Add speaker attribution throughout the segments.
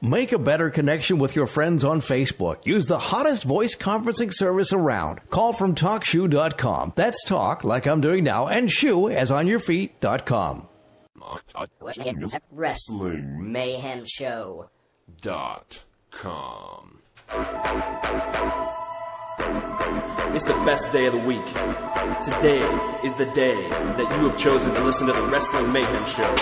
Speaker 1: Make a better connection with your friends on Facebook. Use the hottest voice conferencing service around. Call from TalkShoe.com. That's talk like I'm doing now and shoe as on your feet.com.
Speaker 2: Wrestling
Speaker 3: Mayhem Show.
Speaker 2: dot com.
Speaker 4: It's the best day of the week. Today is the day that you have chosen to listen to the Wrestling Mayhem Show.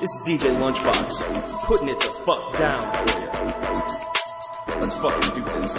Speaker 4: This is DJ Lunchbox putting it the fuck down for you. Let's fucking do this.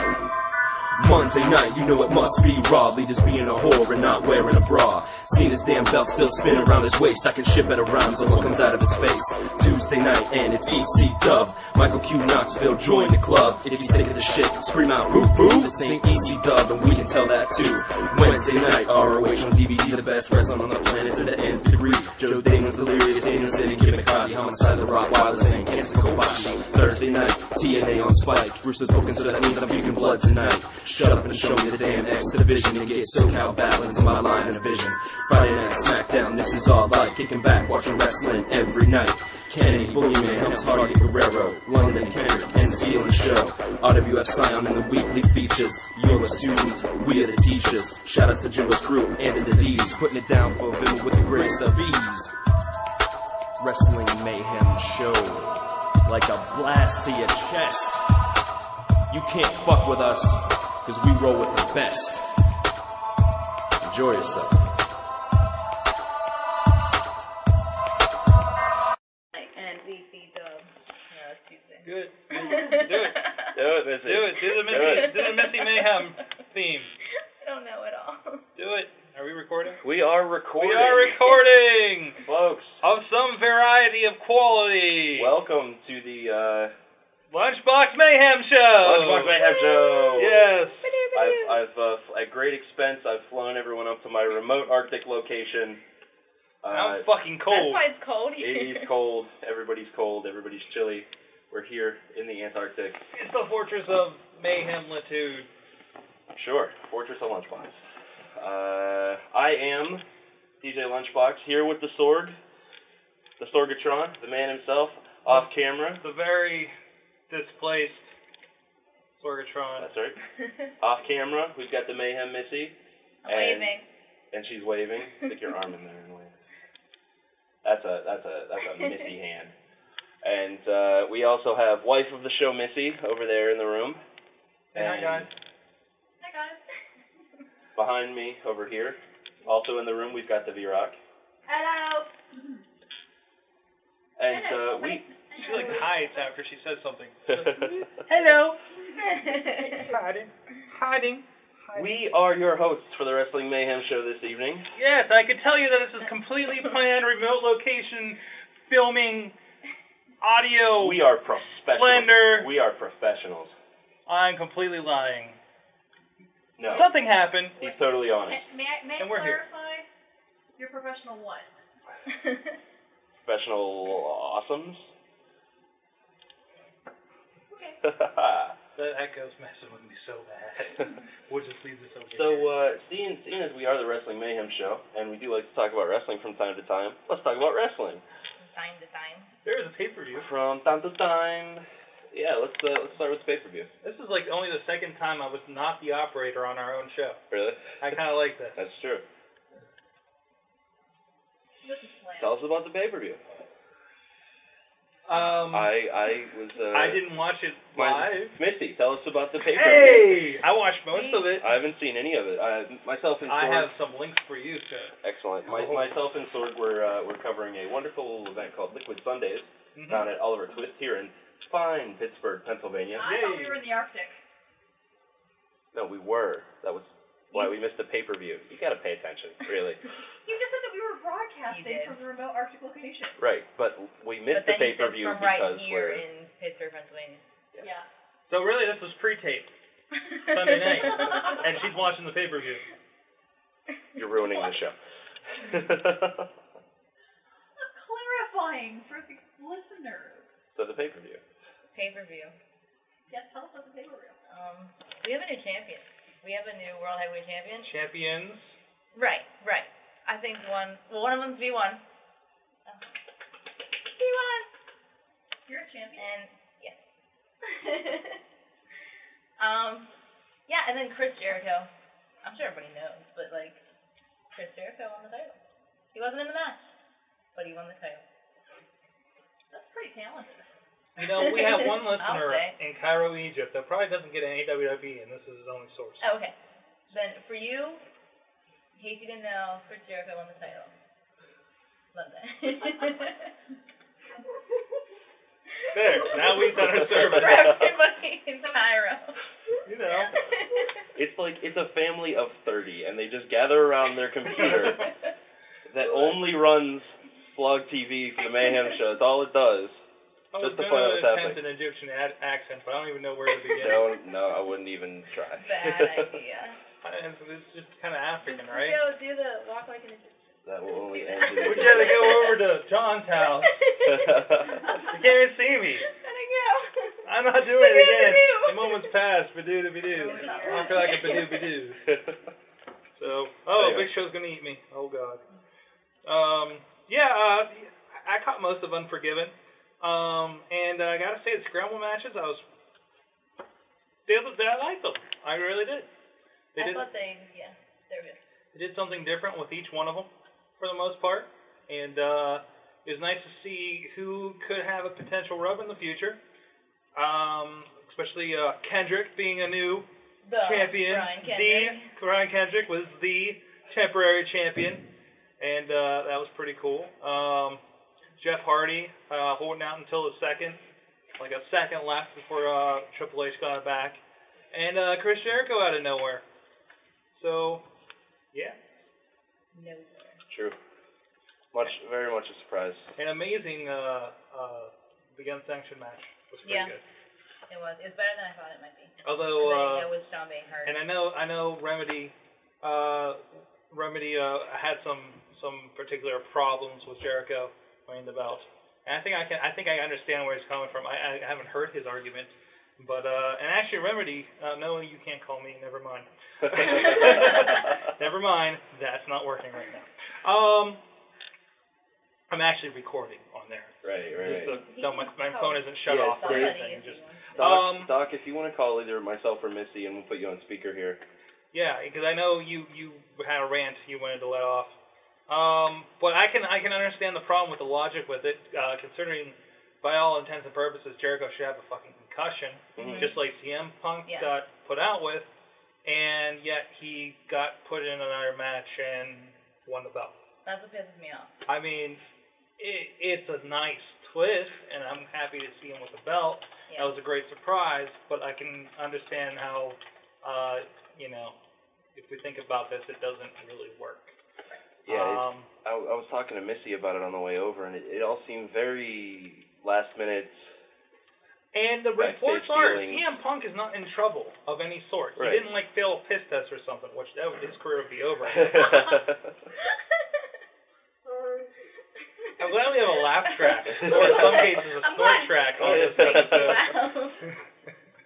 Speaker 4: Monday night, you know it must be raw. Leaders being a whore and not wearing a bra. Seen his damn belt still spin around his waist. I can shit better rhymes than what comes out of his face. Tuesday night, and it's EC Dub. Michael Q Knoxville joined the club. If you think of the shit, scream out, boo boo. This ain't EC Dub, and we can tell that too. Wednesday night, ROH on DVD, the best wrestling on the planet to the end three. Joe Damon's delirious, Daniel City, Kim McCarthy, Homicide, The Rottweilers, and Cancer Kobashi. Thursday night, TNA on Spike. Bruce is poking, so that means I'm puking blood tonight. Shut up and show me the damn X division and get SoCal balance in my line of vision. Friday night, SmackDown, this is all I kicking back, watching wrestling every night. Kennedy, Boogeyman, Helms Hardy, Guerrero, London, Kendrick, and Steel and Show. RWF Scion and the weekly features. You're a student, we are the teachers. Shout out to Jimbo's crew and to the D's, putting it down for Vimmer with the grace of ease. Wrestling Mayhem Show, like a blast to your chest. You can't fuck with us, because we roll with the best. Enjoy yourself.
Speaker 5: And DC Dub. Yeah, it's Tuesday.
Speaker 6: Do it. Do it.
Speaker 7: Do it, Missy.
Speaker 6: Do it. Do the
Speaker 7: Do
Speaker 6: Missy,
Speaker 7: it.
Speaker 6: do the Missy Mayhem theme.
Speaker 5: I don't know at all.
Speaker 6: Do it. Are we recording?
Speaker 7: We are recording.
Speaker 6: We are recording
Speaker 7: Folks,
Speaker 6: of some variety of quality.
Speaker 7: welcome to the uh,
Speaker 6: Lunchbox Mayhem Show.
Speaker 7: Lunchbox Mayhem Show.
Speaker 6: Yes.
Speaker 7: I've, I've uh, f- at great expense, I've flown everyone up to my remote Arctic location. Uh,
Speaker 6: I'm fucking
Speaker 5: That's
Speaker 6: cold.
Speaker 5: why it's cold here.
Speaker 7: it is cold. Everybody's cold. Everybody's chilly. We're here in the Antarctic.
Speaker 6: It's the fortress of Mayhem Litude.
Speaker 7: Sure. Fortress of Lunchbox. Uh, I am DJ Lunchbox here with the Sorg, the Sorgatron, the man himself, off camera.
Speaker 6: The very displaced Sorgatron.
Speaker 7: That's right. Uh, Off camera, we've got the Mayhem Missy,
Speaker 5: Amazing.
Speaker 7: and she's waving. Stick your arm in there and wave. That's a that's a that's a Missy hand. And uh, we also have wife of the show Missy over there in the room.
Speaker 6: Say hi,
Speaker 7: And
Speaker 6: guys.
Speaker 5: Hi guys.
Speaker 7: Behind me over here, also in the room, we've got the V Rock.
Speaker 5: Hello.
Speaker 7: And uh, we.
Speaker 6: She like hides after she says something.
Speaker 7: Hello.
Speaker 6: Hiding. Hiding.
Speaker 7: We are your hosts for the Wrestling Mayhem show this evening.
Speaker 6: Yes, I could tell you that this is completely planned, remote location, filming, audio.
Speaker 7: We are professionals.
Speaker 6: Oh, Splendor.
Speaker 7: We are professionals.
Speaker 6: I'm completely lying.
Speaker 7: No,
Speaker 6: Something happened.
Speaker 7: he's totally honest.
Speaker 5: May I, may I
Speaker 6: And we're here.
Speaker 5: clarify? You're professional what?
Speaker 7: Professional awesomes.
Speaker 5: okay.
Speaker 6: That echo's messing with me so bad. We'll just leave this over
Speaker 7: so,
Speaker 6: here.
Speaker 7: uh, seeing, seeing as we are the Wrestling Mayhem show, and we do like to talk about wrestling from time to time, let's talk about wrestling
Speaker 5: Time to time.
Speaker 6: there is a pay-per-view.
Speaker 7: from time to time. Yeah, let's uh, let's start with the pay per view.
Speaker 6: This is like only the second time I was not the operator on our own show.
Speaker 7: Really?
Speaker 6: I kind of like this.
Speaker 7: That's true.
Speaker 5: This is planned.
Speaker 7: Tell us about the pay per view.
Speaker 6: Um,
Speaker 7: I I was. Uh,
Speaker 6: I didn't watch it
Speaker 7: mine-
Speaker 6: live.
Speaker 7: Missy, tell us about the pay per view.
Speaker 6: Hey, I watched most of it.
Speaker 7: I haven't seen any of it. I myself and
Speaker 6: I
Speaker 7: Sorg.
Speaker 6: have some links for you, sir.
Speaker 7: Excellent. My, myself and Sorg were uh, were covering a wonderful event called Liquid Sundays
Speaker 6: Mhm.
Speaker 7: down at Oliver Twist here in fine Pittsburgh, Pennsylvania.
Speaker 5: I thought we were in the Arctic.
Speaker 7: No, we were. That was why we missed the pay per view. You gotta pay attention, really.
Speaker 8: You just said that we were broadcasting from the remote Arctic location.
Speaker 7: right, but we missed the pay per view
Speaker 3: from
Speaker 7: because
Speaker 3: right here
Speaker 7: we're.
Speaker 3: in Pittsburgh, Pennsylvania.
Speaker 5: Yeah.
Speaker 6: So really, this was pre-taped Sunday night, and she's watching the pay-per-view.
Speaker 7: You're ruining the show.
Speaker 8: That's clarifying for the listeners.
Speaker 7: so the pay per view.
Speaker 3: Pay-per-view.
Speaker 8: Yes, tell us what the paper is.
Speaker 3: Um, we have a new champion. We have a new World Heavyweight Champion.
Speaker 6: Champions.
Speaker 3: Right, right. I think one. Well, one of them's V1. V1.
Speaker 8: Uh-huh. You're a champion.
Speaker 3: And um, yeah, and then Chris Jericho. I'm sure everybody knows, but like Chris Jericho won the title. He wasn't in the match, but he won the title. That's pretty talented.
Speaker 6: You know, we have one listener
Speaker 3: Okay.
Speaker 6: in Cairo, Egypt that probably doesn't get any WWE, and this is his only source.
Speaker 3: Oh, okay. Then for you, in case you didn't know, Chris Jericho won the title. Love that.
Speaker 6: There, now we've done our
Speaker 3: For
Speaker 6: service.
Speaker 3: everybody in Cairo.
Speaker 6: You know,
Speaker 7: It's like it's a family of thirty, and they just gather around their computer that only runs Blog TV for the Mayhem Show. That's all it does.
Speaker 6: I was
Speaker 7: Just to
Speaker 6: going
Speaker 7: point
Speaker 6: to
Speaker 7: out what's happening.
Speaker 6: attempt an Egyptian ad- accent, but I don't even know where to begin.
Speaker 7: No, no, I wouldn't even try.
Speaker 3: Bad idea.
Speaker 6: And so It's just kind of African, right?
Speaker 3: Go do the walk like an Egyptian.
Speaker 7: that will only end.
Speaker 6: We
Speaker 7: in-
Speaker 6: gotta go over to John's house. You can't even see me. I'm not doing it again. The moment's passed. Badoo to badoo. I feel like a badoo badoo. So, oh,
Speaker 7: Anyway.
Speaker 6: Big Show's gonna eat me. Oh God. Um, yeah, uh, I caught most of Unforgiven. Um, and uh, I gotta say, the scramble matches, I was, they, they, I liked them. I really did. They
Speaker 3: I
Speaker 6: did,
Speaker 3: thought they, yeah, they're good.
Speaker 6: they did something different with each one of them, for the most part. And uh, it was nice to see who could have a potential rub in the future. Um, especially uh, Kendrick being a new
Speaker 3: The
Speaker 6: champion.
Speaker 3: Brian Kendrick.
Speaker 6: The Ryan Kendrick was the temporary champion, and uh, that was pretty cool. Um, Jeff Hardy uh, holding out until the second, like a second left before uh, Triple H got it back, and uh, Chris Jericho out of nowhere. So, yeah,
Speaker 3: Nowhere.
Speaker 7: True. Much, very much a surprise.
Speaker 6: an amazing uh, uh, the unsanctioned match was pretty
Speaker 3: Yeah.
Speaker 6: good.
Speaker 3: It was. It was better than I thought it might be. I
Speaker 6: Although. Uh,
Speaker 3: didn't know it was John being hurt.
Speaker 6: And I know I know Remedy uh Remedy uh had some some particular problems with Jericho wearing the belt. And I think I can I think I understand where he's coming from. I, I haven't heard his argument. But uh and actually Remedy uh no you can't call me, never mind. never mind. That's not working right now. Um I'm actually recording on there.
Speaker 7: right, right.
Speaker 6: So, no, my, my phone isn't shut
Speaker 7: Yeah,
Speaker 6: off or
Speaker 7: Dave-
Speaker 6: anything. Just
Speaker 7: Doc,
Speaker 6: Um,
Speaker 7: Doc, if you want to call either myself or Missy, and we'll put you on speaker here.
Speaker 6: Yeah, because I know you you had a rant you wanted to let off. Um, but I can I can understand the problem with the logic with it, uh, considering by all intents and purposes Jericho should have a fucking concussion,
Speaker 7: Mhm.
Speaker 6: just like CM Punk
Speaker 3: Yeah.
Speaker 6: got put out with, and yet he got put in another match and won the belt.
Speaker 3: That's what pisses me off.
Speaker 6: I mean, it, it's a nice twist, and I'm happy to see him with the belt. That
Speaker 3: Yeah.
Speaker 6: was a great surprise, but I can understand how, uh, you know, if we think about this, it doesn't really work.
Speaker 7: Yeah, it's-
Speaker 6: um,
Speaker 7: I, I was talking to Missy about it on the way over, and it, it all seemed very last minute.
Speaker 6: and the
Speaker 7: backstage
Speaker 6: reports are
Speaker 7: dealings.
Speaker 6: CM Punk is not in trouble of any sort.
Speaker 7: Right.
Speaker 6: He didn't like fail a piss test or something, which that would, his career would be over. I'm glad we have a laugh track, or in some cases a
Speaker 3: I'm
Speaker 6: snort
Speaker 3: glad-
Speaker 6: track on this
Speaker 7: Thank you.
Speaker 6: episode.
Speaker 3: Wow.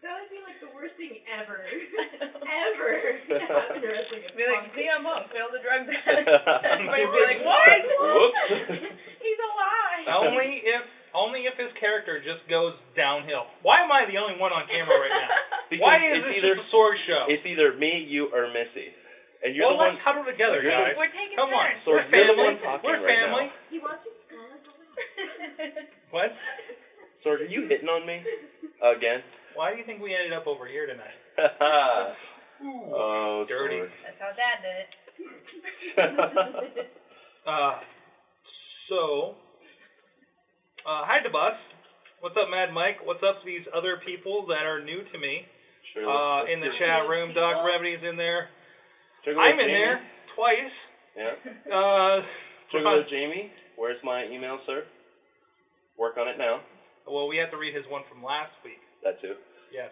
Speaker 8: That would be like the worst thing ever. ever. Happened to wrestling
Speaker 3: Be like,
Speaker 8: Punk.
Speaker 3: CM Punk failed the drug test. Everybody would be like, what?
Speaker 7: Whoops.
Speaker 3: He's alive.
Speaker 6: only if only if his character just goes downhill. Why am I the only one on camera right now?
Speaker 7: Because
Speaker 6: Why is
Speaker 7: it's
Speaker 6: this
Speaker 7: either
Speaker 6: just a sword show?
Speaker 7: it's either me, you, or Missy, and you're
Speaker 6: well,
Speaker 7: the one.
Speaker 6: let's huddle together,
Speaker 7: you're
Speaker 6: guys.
Speaker 7: the-
Speaker 3: We're taking
Speaker 6: Come on,
Speaker 3: turns.
Speaker 7: So
Speaker 6: we're
Speaker 7: you're the
Speaker 6: family.
Speaker 7: one talking
Speaker 6: We're family.
Speaker 7: right
Speaker 8: He wants to call us
Speaker 6: What?
Speaker 7: Sorg, are you hitting on me again?
Speaker 6: Why do you think we ended up over here tonight?
Speaker 7: oh,
Speaker 6: Dirty.
Speaker 7: Sorg.
Speaker 3: That's how Dad did it.
Speaker 6: Uh, so, uh, hi to Bus. What's up, Mad Mike? What's up, these other people that are new to me?
Speaker 7: Sure,
Speaker 6: Uh,
Speaker 7: let's-
Speaker 6: in the
Speaker 7: let's do-
Speaker 6: chat room, Doc Remedy's in there.
Speaker 7: Juggalo
Speaker 6: I'm in
Speaker 7: Jamie?
Speaker 6: there twice.
Speaker 7: Yeah.
Speaker 6: Uh,
Speaker 7: Juggalo Jamie, where's my email, sir? Work on it now.
Speaker 6: well, we have to read his one from last week.
Speaker 7: That too.
Speaker 6: Yes,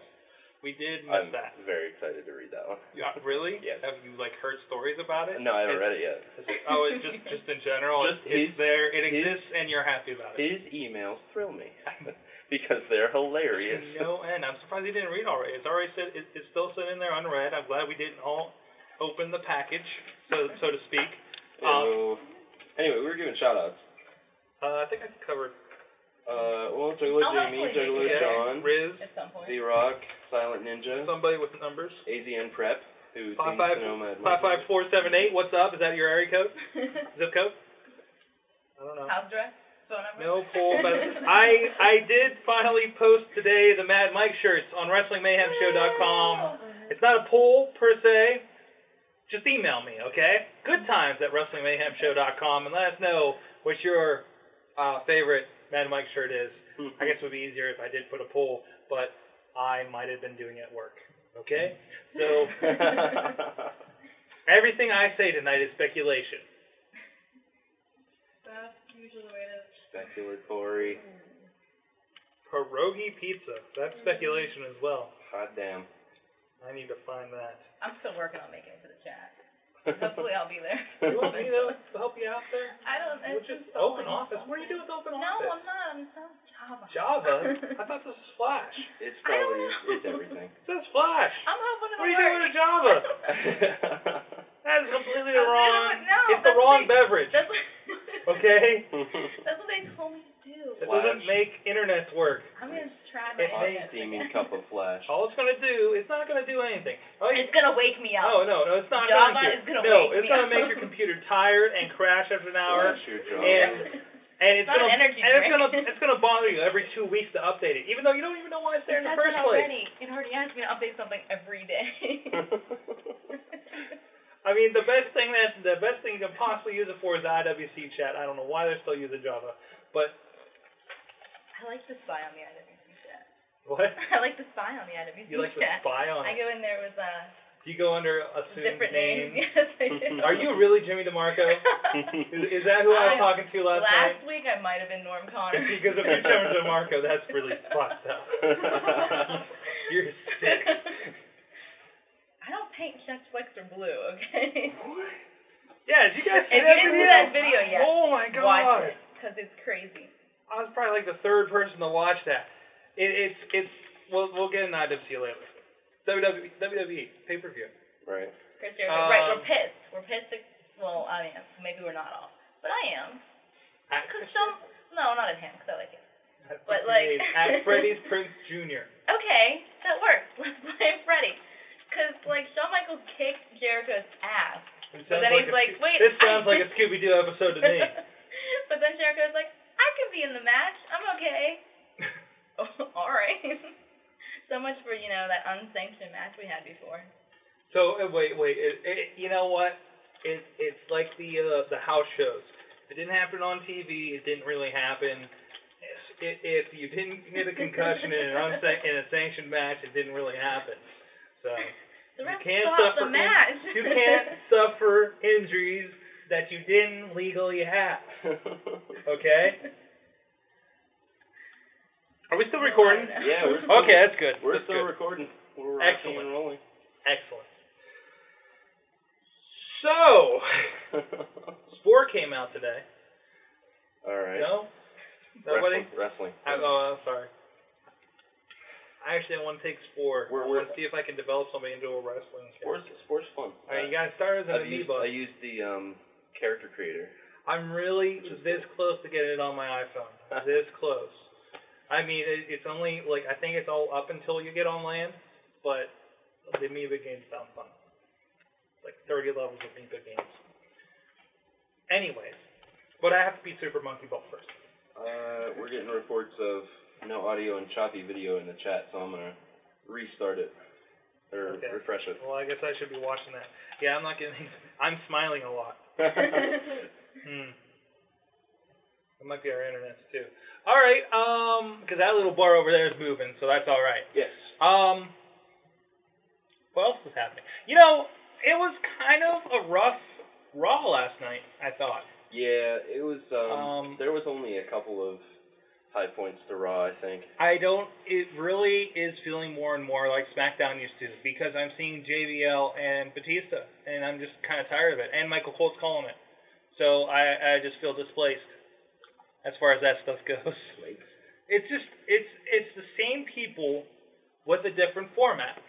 Speaker 6: we did miss
Speaker 7: I'm
Speaker 6: that.
Speaker 7: very excited to read that one.
Speaker 6: Yeah, really?
Speaker 7: Um, Yes.
Speaker 6: Have you like heard stories about it?
Speaker 7: No, I haven't
Speaker 6: It's-
Speaker 7: read it yet.
Speaker 6: Oh, it's just just in general.
Speaker 7: Just
Speaker 6: it's, it's
Speaker 7: his-
Speaker 6: there. It
Speaker 7: his-
Speaker 6: exists, and you're happy about it.
Speaker 7: His emails thrill me because they're hilarious.
Speaker 6: No end. I'm surprised you didn't read already. It's already said. It, it's still sitting in there unread. I'm glad we didn't all open the package, so so to speak. Um,
Speaker 7: So, anyway, we were giving shout outs.
Speaker 6: Uh, I think I covered
Speaker 7: Uh, well, Juggalo
Speaker 3: I'll
Speaker 7: Jamie,
Speaker 3: hopefully make
Speaker 7: Juggalo
Speaker 3: it.
Speaker 7: John,
Speaker 6: Riz,
Speaker 3: at some point.
Speaker 7: The Rock, Silent Ninja,
Speaker 6: somebody with numbers.
Speaker 7: AZN Prep, who
Speaker 6: Five
Speaker 7: seems
Speaker 6: five-
Speaker 7: to know Mad
Speaker 6: Five five
Speaker 7: Mike.
Speaker 6: four seven eight. What's up? Is that your area code? Zip code? I don't know.
Speaker 3: House dress? Phone number?
Speaker 6: No full benefits. I I did finally post today the Mad Mike shirts on WrestlingMayhemShow.com. It's not a poll per se. Just email me, okay? Good times at WrestlingMayhemShow.com and let us know what your uh, favorite Mad Mike shirt is. I guess it would be easier if I did put a poll, but I might have been doing it at work. Okay? So everything I say tonight is speculation.
Speaker 3: That's usually the way it is.
Speaker 7: Speculatory.
Speaker 6: Pierogi pizza. That's speculation as well.
Speaker 7: Hot damn.
Speaker 6: I need to find that.
Speaker 3: I'm still working on making it to the chat. Hopefully I'll be there.
Speaker 6: You want me to help you out there?
Speaker 3: I don't.
Speaker 6: Which
Speaker 3: it's just
Speaker 6: is open
Speaker 3: something.
Speaker 6: office. What are you doing with open
Speaker 3: No,
Speaker 6: office?
Speaker 3: I'm not. I'm not Java.
Speaker 6: Java? I thought this was Flash.
Speaker 7: It's
Speaker 3: I don't
Speaker 7: probably
Speaker 3: know.
Speaker 7: it's everything.
Speaker 6: It says Flash.
Speaker 3: I'm hoping it'll
Speaker 6: What are you doing
Speaker 3: work.
Speaker 6: with Java?
Speaker 7: That's
Speaker 6: That is completely
Speaker 3: I'm
Speaker 6: the wrong.
Speaker 3: doing it- no,
Speaker 6: it's the
Speaker 3: that's
Speaker 6: wrong
Speaker 3: like-
Speaker 6: beverage.
Speaker 3: That's what,
Speaker 6: Okay?
Speaker 3: that's what they told me to do.
Speaker 6: It
Speaker 7: Flash.
Speaker 6: doesn't make internet work.
Speaker 3: I'm gonna try my
Speaker 6: It may
Speaker 3: best.
Speaker 7: steaming cup of flesh.
Speaker 6: All it's gonna do, it's not gonna do anything. Oh, you-
Speaker 3: It's gonna wake me up.
Speaker 6: Oh no, no, it's not
Speaker 3: Java
Speaker 6: going to.
Speaker 3: is gonna
Speaker 6: no,
Speaker 3: wake me
Speaker 6: it's gonna
Speaker 3: up.
Speaker 6: make your computer tired and crash after an hour.
Speaker 7: Flash your jaw.
Speaker 6: And- And it's
Speaker 3: Not
Speaker 6: gonna
Speaker 3: an energy
Speaker 6: and it's
Speaker 3: drink.
Speaker 6: gonna it's gonna bother you every two weeks to update it, even though you don't even know why it's there in the
Speaker 3: That's
Speaker 6: first
Speaker 3: it
Speaker 6: place.
Speaker 3: already. It already asked me to update something every day.
Speaker 6: I mean, the best thing that the best thing you can possibly use it for is the IWC chat. I don't know why they're still using Java, but
Speaker 3: I like to spy on the IWC chat.
Speaker 6: what?
Speaker 3: I like to spy on the IWC
Speaker 6: You like to
Speaker 3: chat.
Speaker 6: spy on
Speaker 3: I
Speaker 6: it?
Speaker 3: go in there with uh,
Speaker 6: You go under assumed
Speaker 3: different names.
Speaker 6: name.
Speaker 3: Yes, I do.
Speaker 6: Are you really Jimmy DeMarco? Is, is that who I was
Speaker 3: I-
Speaker 6: talking to
Speaker 3: Last
Speaker 6: last, night?
Speaker 3: week I might have been Norm Connor.
Speaker 6: because if you're Jimmy DeMarco, that's really fucked up. You're sick.
Speaker 3: I don't paint checked whites or blue, okay?
Speaker 6: Oh Yeah, did you guys
Speaker 3: If
Speaker 6: see
Speaker 3: you
Speaker 6: that
Speaker 3: didn't
Speaker 6: video?
Speaker 3: see that video yet,
Speaker 6: Oh my god.
Speaker 3: Watch it, because it's crazy.
Speaker 6: I was probably like the third person to watch that. It, it's it's we'll we'll get an IWC later. E, WWE WWE pay per view.
Speaker 7: right.
Speaker 3: Chris Jericho, right,
Speaker 6: Um,
Speaker 3: we're pissed. We're pissed. At, well, I am. Maybe we're not all. But I am. Because some. No, not at him, because I like him. but, like-
Speaker 6: at Freddie's Prince Jr.
Speaker 3: Okay, that worked. Let's blame Freddie. Because, like, Shawn Michaels kicked Jericho's ass. But
Speaker 6: It sounds
Speaker 3: then he's
Speaker 6: a-
Speaker 3: like, wait,
Speaker 6: This
Speaker 3: I
Speaker 6: sounds like a
Speaker 3: did-
Speaker 6: Scooby Doo episode to me.
Speaker 3: but then Jericho's like, I could be in the match. I'm okay. all right. so much for, you know, that unsanctioned match we had before.
Speaker 6: So uh, wait, wait. It, it, you know what? It it's like the uh, the house shows. It didn't happen on TV. It didn't really happen. If, if you didn't get a concussion in an unsan- in a sanctioned match, it didn't really happen. So
Speaker 3: The
Speaker 6: you
Speaker 3: ref
Speaker 6: can't
Speaker 3: stopped
Speaker 6: suffer.
Speaker 3: the
Speaker 6: in-
Speaker 3: match.
Speaker 6: you can't suffer injuries that you didn't legally have. Okay. Are we still recording?
Speaker 7: yeah, we're still,
Speaker 6: Okay, that's good.
Speaker 7: We're
Speaker 6: that's
Speaker 7: still
Speaker 6: good.
Speaker 7: recording. We're rocking
Speaker 6: Excellent.
Speaker 7: and rolling.
Speaker 6: Excellent. So, Spore came out today.
Speaker 7: All right.
Speaker 6: No? Nobody?
Speaker 7: Wrestling.
Speaker 6: I, oh, I'm sorry. I actually want to take Spore.
Speaker 7: We're-
Speaker 6: I
Speaker 7: we're-
Speaker 6: want to see if I can develop somebody into a wrestling
Speaker 7: Sports. Sports fun.
Speaker 6: All right, you guys started as
Speaker 7: I've
Speaker 6: an
Speaker 7: used,
Speaker 6: amoeba.
Speaker 7: I used the um character creator.
Speaker 6: I'm really
Speaker 7: Which is
Speaker 6: this close to getting it on my iPhone. this close. I mean, it, it's only like I think it's all up until you get on land, but the Amoeba games sound fun. Like 30 levels of Amoeba games. Anyways, but I have to beat Super Monkey Ball first.
Speaker 7: Uh, we're getting reports of no audio and choppy video in the chat, so I'm gonna restart it or
Speaker 6: Okay.
Speaker 7: refresh it.
Speaker 6: Well, I guess I should be watching that. Yeah, I'm not getting. I'm smiling a lot. Hmm. It might be our internet's too. All right. Um, because that little bar over there is moving, so that's all right.
Speaker 7: yes.
Speaker 6: Um, what else was happening? You know, it was kind of a rough Raw last night. I thought.
Speaker 7: Yeah, it was. Um,
Speaker 6: Um,
Speaker 7: there was only a couple of high points to Raw, I think.
Speaker 6: I don't. It really is feeling more and more like SmackDown used to because I'm seeing JBL and Batista, and I'm just kind of tired of it. And Michael Cole's calling it, so I I just feel displaced as far as that stuff goes. It's just it's it's the same people with a different format.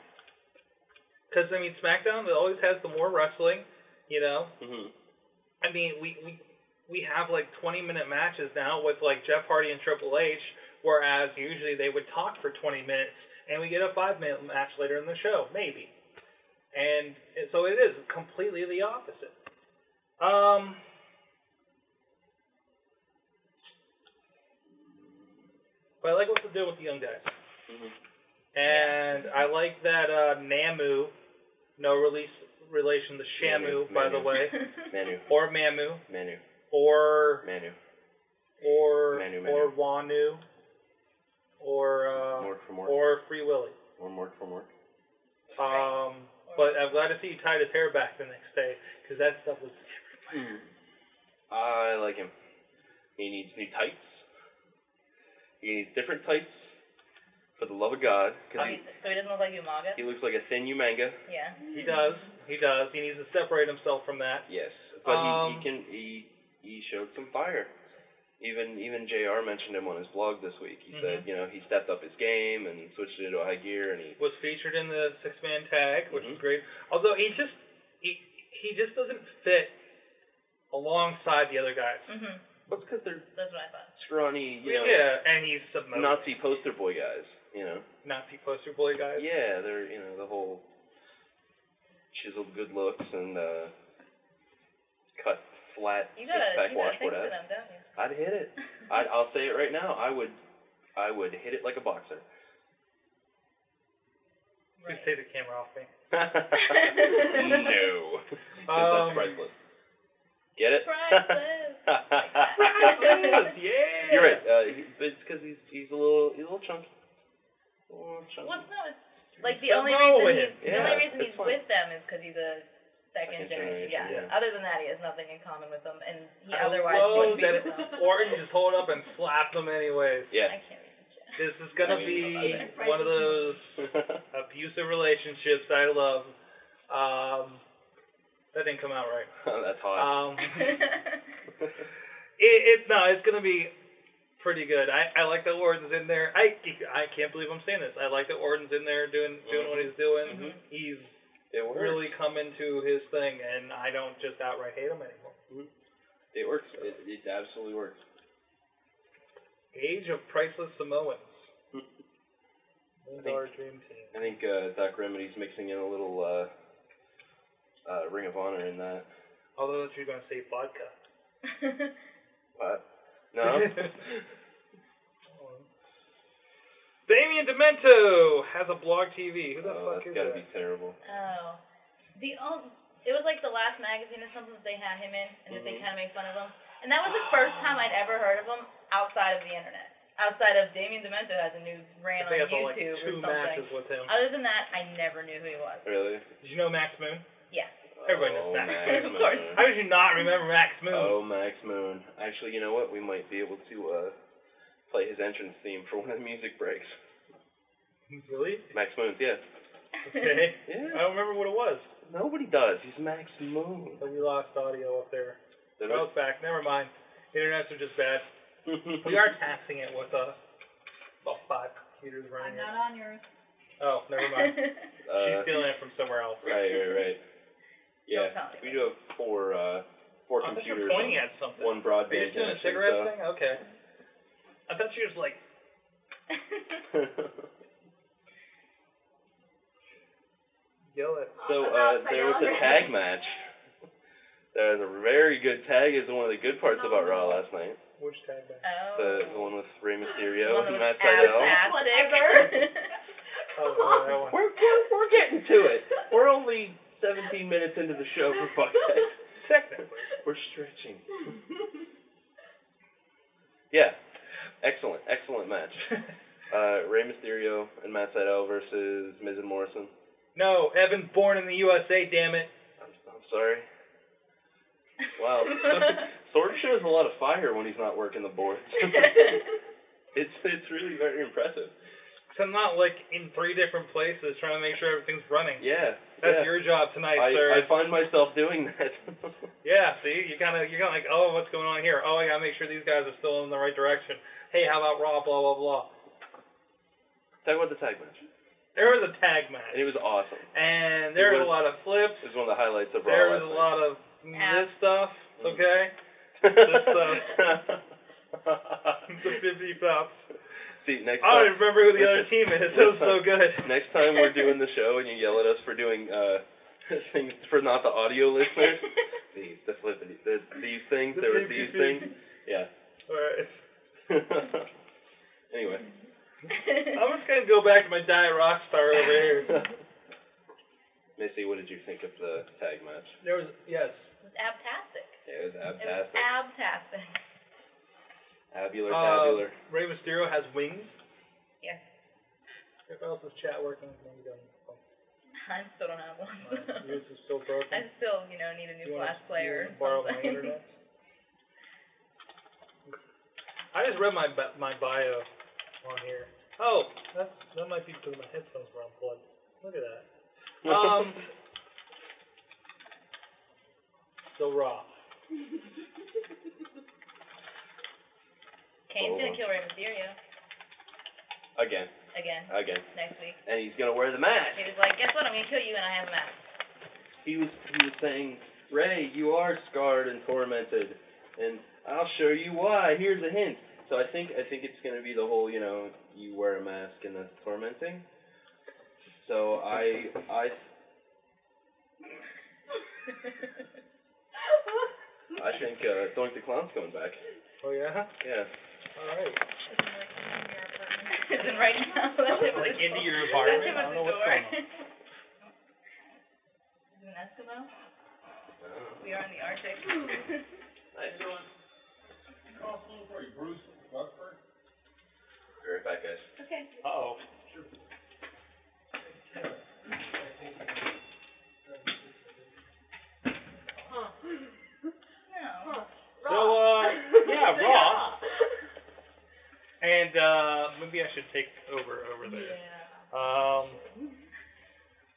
Speaker 6: Because I mean, SmackDown it always has the more wrestling, you know.
Speaker 7: Mhm.
Speaker 6: I mean, we we we have like 20 minute matches now with like Jeff Hardy and Triple H, whereas usually they would talk for 20 minutes and we get a five minute match later in the show, maybe. And, and so it is completely the opposite. Um, but I like what's the deal with the young guys.
Speaker 7: Mhm.
Speaker 6: And I like that uh, Namu, no release relation to Shamu,
Speaker 7: Manu,
Speaker 6: by the
Speaker 7: Manu.
Speaker 6: way,
Speaker 7: Manu.
Speaker 6: or Mamu,
Speaker 7: Manu.
Speaker 6: or
Speaker 7: Manu.
Speaker 6: or
Speaker 7: Manu, Manu.
Speaker 6: or Wanu, or uh,
Speaker 7: Mork for Mork.
Speaker 6: or Free Willy.
Speaker 7: One Mork for Mork.
Speaker 6: Um, but I'm glad to see he tied his hair back the next day because that stuff was
Speaker 7: Hmm. I like him. He needs new tights. He needs different tights. For the love of God, because he,
Speaker 3: so he doesn't look like Umaga?
Speaker 7: he looks like a thin Umanga.
Speaker 3: Yeah.
Speaker 6: He does. He does. He needs to separate himself from that.
Speaker 7: Yes, but he,
Speaker 6: Um,
Speaker 7: he can he he showed some fire. Even even Jr. mentioned him on his blog this week. He said
Speaker 6: Mhm.
Speaker 7: you know he stepped up his game and switched into a high gear and he
Speaker 6: Was featured in the six man tag, which
Speaker 7: Mhm.
Speaker 6: is great. Although he just he he just doesn't fit alongside the other guys.
Speaker 3: Mm-hmm.
Speaker 7: but because they're
Speaker 3: That's what I thought.
Speaker 7: scrawny you know
Speaker 6: yeah, and he's submoted.
Speaker 7: Nazi poster boy guys you know
Speaker 6: Nazi poster boy guys.
Speaker 7: yeah they're you know the whole chiseled good looks and uh cut flat
Speaker 3: You
Speaker 7: six
Speaker 3: gotta,
Speaker 7: pack
Speaker 3: you gotta think
Speaker 7: washboard
Speaker 3: for
Speaker 7: ass.
Speaker 3: them, don't you?
Speaker 7: I'd hit it. I'd, I'll say it right now. I would I would hit it like a boxer.
Speaker 6: Please take the camera off me.
Speaker 7: no. 'Cause
Speaker 6: Um,
Speaker 7: that's priceless. Get it?
Speaker 3: Priceless.
Speaker 6: Priceless, yeah.
Speaker 7: You're right. Uh, he, but it's because he's he's a little he's a little chunky. A little chunky.
Speaker 3: Well, no, it's like the only
Speaker 6: Samoan.
Speaker 3: reason he's, the
Speaker 7: Yeah,
Speaker 3: only reason
Speaker 7: that's
Speaker 3: he's
Speaker 7: fine.
Speaker 3: with them is because he's a second,
Speaker 7: Second
Speaker 3: generation. Yeah.
Speaker 7: generation, yeah.
Speaker 3: Other than that, he has nothing in common with them, and he
Speaker 6: I
Speaker 3: otherwise
Speaker 6: love
Speaker 3: wouldn't be with them.
Speaker 6: Oh, that Orton just hold up and slap them anyways.
Speaker 7: Yeah.
Speaker 3: I can't read the chat.
Speaker 6: This is gonna
Speaker 7: I
Speaker 6: be
Speaker 7: mean,
Speaker 8: I-
Speaker 6: one of those abusive relationships I love. Um, that didn't come out right.
Speaker 7: that's hot.
Speaker 6: Um, it, it no, it's gonna be pretty good. I, I like that Orton's in there. I I can't believe I'm saying this. I like that Orton's in there doing doing what he's doing.
Speaker 7: Mhm.
Speaker 6: He's
Speaker 7: it works.
Speaker 6: really come into his thing, and I don't just outright hate him anymore.
Speaker 7: It works. It, it absolutely works.
Speaker 6: Age of Priceless Samoans. That's our dream team.
Speaker 7: I think uh, Doc Remedy's mixing in a little uh, uh, Ring of Honor in that.
Speaker 6: Although that you're gonna say vodka.
Speaker 7: What? No.
Speaker 6: Damien Demento has a blog TV. Who the
Speaker 7: oh,
Speaker 6: fuck is
Speaker 7: that's gotta
Speaker 6: that?
Speaker 7: be terrible.
Speaker 3: oh, the um, it was like the last magazine or something that they had him in, and that they
Speaker 6: Mm-hmm.
Speaker 7: Mhm.
Speaker 3: kind of made fun of him. And that was the first time I'd ever heard of him outside of the internet. Outside of Damien Demento has a new
Speaker 6: I
Speaker 3: ran on
Speaker 6: think I
Speaker 3: YouTube
Speaker 6: saw like
Speaker 3: or
Speaker 6: two
Speaker 3: something.
Speaker 6: matches with him.
Speaker 3: Other than that, I never knew who he was.
Speaker 7: Really?
Speaker 6: Did you know Max Moon?
Speaker 3: Yeah.
Speaker 6: Everybody knows
Speaker 7: oh,
Speaker 6: Max.
Speaker 7: Max
Speaker 3: Of course.
Speaker 7: Moon.
Speaker 6: How did you not remember Max Moon?
Speaker 7: Oh, Max Moon. Actually, you know what? We might be able to uh, play his entrance theme for one of the music breaks.
Speaker 6: Really?
Speaker 7: Max Moon's, yeah.
Speaker 6: Okay. I
Speaker 7: Yeah.
Speaker 6: don't remember what it was.
Speaker 7: Nobody does. He's Max Moon.
Speaker 6: So we lost audio up there.
Speaker 7: Did
Speaker 6: Oh, it's back. Never mind. Internets are just bad.
Speaker 7: it?
Speaker 6: We are taxing it with uh, about five computers running. it.
Speaker 5: on yours.
Speaker 6: Oh, never mind.
Speaker 7: Uh,
Speaker 6: She's stealing it from somewhere else.
Speaker 7: right, right, right. Yeah.
Speaker 3: Don't tell me.
Speaker 7: We do have four, uh, four
Speaker 6: I thought you
Speaker 7: computers.
Speaker 6: were pointing
Speaker 7: on
Speaker 6: at something.
Speaker 7: One
Speaker 6: Are you
Speaker 7: broadband
Speaker 6: just doing a
Speaker 7: connection,
Speaker 6: cigarette
Speaker 7: so-
Speaker 6: thing? Okay. I thought you were just like, yell at
Speaker 7: so uh, there was a tag match. There was a very good tag. Is one of the good parts about Raw last night.
Speaker 6: which tag back.
Speaker 3: oh.
Speaker 7: The, the one with Rey
Speaker 3: The
Speaker 7: Mysterio
Speaker 3: one
Speaker 7: and
Speaker 3: that
Speaker 7: Matt
Speaker 3: was
Speaker 7: Seidel.
Speaker 3: fantastic.
Speaker 6: Oh, that one.
Speaker 7: We're, we're we're getting to it. We're only 17 minutes into the show for fuck's sake.
Speaker 6: Technically.
Speaker 7: We're stretching. Yeah, excellent, excellent match. Uh, Rey Mysterio and Matt Sydal versus Miz and Morrison.
Speaker 6: no, Evan born in the USA, damn it.
Speaker 7: I'm, I'm sorry. Wow, Sword shows a lot of fire when he's not working the boards. it's it's really very impressive.
Speaker 6: 'Cause I'm not like in three different places trying to make sure everything's running.
Speaker 7: Yeah,
Speaker 6: That's
Speaker 7: yeah.
Speaker 6: your job tonight,
Speaker 7: I
Speaker 6: sir.
Speaker 7: I find myself doing that.
Speaker 6: yeah, see, you kind of you're kind of like, oh, what's going on here? Oh, I gotta make sure these guys are still in the right direction. Hey, how about Raw? Blah blah blah.
Speaker 7: Talk about the tag match.
Speaker 6: There was a tag match,
Speaker 7: And it was awesome.
Speaker 6: and there was a lot of flips.
Speaker 7: It was one of the highlights of Raw.
Speaker 6: There was a
Speaker 7: last night.
Speaker 6: lot of this stuff,
Speaker 7: Mm.
Speaker 6: okay? the 50 pops.
Speaker 7: See,
Speaker 6: I
Speaker 7: next
Speaker 6: don't
Speaker 7: time,
Speaker 6: even remember who the other team is. That was so good.
Speaker 7: next time we're doing the show and you yell at us for doing uh things for not the audio listeners, these the flippity, the, these things, there were these things. Yeah.
Speaker 6: Alright.
Speaker 7: anyway.
Speaker 6: I'm just going to go back to my Diet Rockstar over here.
Speaker 7: Missy, what did you think of the tag match?
Speaker 6: There was, yes.
Speaker 3: It's abtastic.
Speaker 7: It was
Speaker 3: It was
Speaker 7: abtastic.
Speaker 3: abtastic.
Speaker 7: Tabular,
Speaker 6: Uh,
Speaker 7: tabular.
Speaker 6: Rey Mysterio has wings.
Speaker 3: Yes.
Speaker 6: If else is chat working, maybe don't.
Speaker 3: I still don't have one.
Speaker 6: Yours is still broken.
Speaker 3: I still, you know, need a new
Speaker 6: You wanna-
Speaker 3: flash player
Speaker 6: you wanna
Speaker 3: or
Speaker 6: borrow my
Speaker 3: something.
Speaker 6: internet? I just read my bi- my bio on here. Oh, that's that might be because my headphones were unplugged. Look at that. Um. so raw.
Speaker 3: Kane's
Speaker 7: Hold
Speaker 3: gonna
Speaker 7: on.
Speaker 3: kill Rey Mysterio
Speaker 7: again,
Speaker 3: again
Speaker 6: Uh,
Speaker 7: again.
Speaker 3: next week.
Speaker 7: And he's gonna wear the mask.
Speaker 3: He was like, guess what? I'm gonna kill you and I have a mask.
Speaker 7: He was he was saying, Ray, you are scarred and tormented, and I'll show you why. Here's a hint. So I think I think it's gonna be the whole, you know, you wear a mask and that's tormenting. So I I I think uh, Doink the Clown's coming back.
Speaker 6: Oh yeah.
Speaker 7: Yeah.
Speaker 6: All right.
Speaker 3: and right now, that's it.
Speaker 6: Like into your
Speaker 3: That's
Speaker 6: environment.
Speaker 3: him at
Speaker 6: I
Speaker 3: the
Speaker 6: don't know what's
Speaker 3: door.
Speaker 6: going on.
Speaker 3: Is it an Eskimo?
Speaker 6: Uh.
Speaker 3: We are in the Arctic.
Speaker 7: Be right back, guys.
Speaker 6: Uh oh.
Speaker 3: no.
Speaker 6: So uh, yeah, raw. And uh, maybe I should take over over there.
Speaker 3: Yeah.
Speaker 6: Um,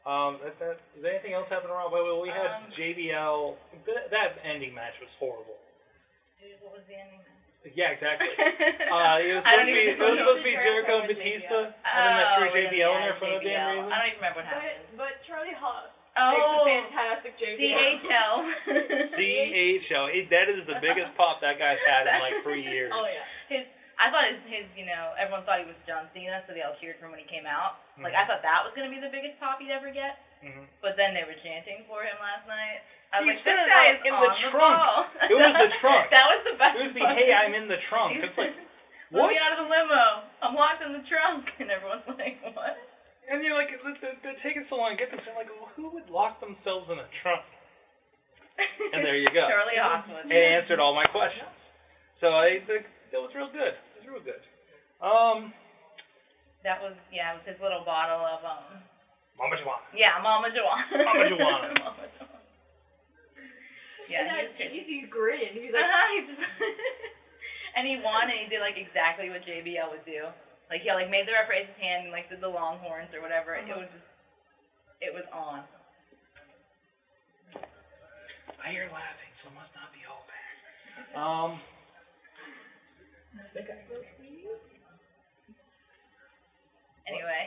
Speaker 6: um, that, that, is anything else happening around? Well, we had
Speaker 3: Um,
Speaker 6: JBL. That, that ending match was horrible.
Speaker 3: Dude, what was the ending?
Speaker 6: Yeah, exactly.
Speaker 3: uh,
Speaker 6: Uh, it was
Speaker 3: I don't
Speaker 6: supposed to be,
Speaker 3: even
Speaker 6: it was supposed to be
Speaker 3: remember.
Speaker 6: Jericho and Batista, and then they
Speaker 3: Oh,
Speaker 6: threw
Speaker 3: and
Speaker 6: JBL in there
Speaker 3: yeah,
Speaker 6: for no damn
Speaker 3: JBL. I
Speaker 6: reason.
Speaker 3: don't even remember what
Speaker 8: But,
Speaker 3: happened.
Speaker 8: but Charlie Haas
Speaker 3: Oh,
Speaker 8: makes a fantastic JBL.
Speaker 3: DHL.
Speaker 6: DHL. It, that is the biggest pop that guy's had in like three years.
Speaker 8: Oh yeah.
Speaker 3: His, I thought his, his, you know, everyone thought he was John Cena, so they all cheered for him when he came out.
Speaker 6: Mm-hmm.
Speaker 3: Like, I thought that was going to be the biggest pop he'd ever get.
Speaker 6: Mhm.
Speaker 3: But then they were chanting for him last night. I was
Speaker 6: He
Speaker 3: like, this
Speaker 6: said it
Speaker 3: guy
Speaker 6: on-
Speaker 3: is
Speaker 6: in
Speaker 3: on
Speaker 6: the trunk.
Speaker 3: ball.
Speaker 6: It was the trunk.
Speaker 3: that was the best.
Speaker 6: It would be,
Speaker 3: part.
Speaker 6: hey, I'm in the trunk. It's like,
Speaker 3: Let
Speaker 6: what?
Speaker 3: me out of the limo. I'm locked in the trunk, and everyone's like, what?
Speaker 6: And you're like, "It's- it's- they're taking so long to get this. I'm like, well, who would lock themselves in a trunk? And there you go. Mm-hmm.
Speaker 3: Charlie Haas was.
Speaker 6: It answered all my questions. So I, think that was real good. It was real good. Um,
Speaker 3: That was yeah, it was his little bottle of um
Speaker 6: Mama Juana.
Speaker 3: yeah, Mama Juana.
Speaker 6: Mama Juana.
Speaker 3: Mama Juana.
Speaker 8: and
Speaker 3: Yeah, he
Speaker 8: that
Speaker 3: was crazy.
Speaker 8: cheesy grin. He's like,
Speaker 3: Uh-huh, he just and he won and he did like exactly what JBL would do. Like he like made the ref raise his hand and like did the longhorns or whatever. It
Speaker 6: Uh-huh.
Speaker 3: was just it was on.
Speaker 6: I hear laughing, so it must not be all bad. Um,
Speaker 3: Anyway.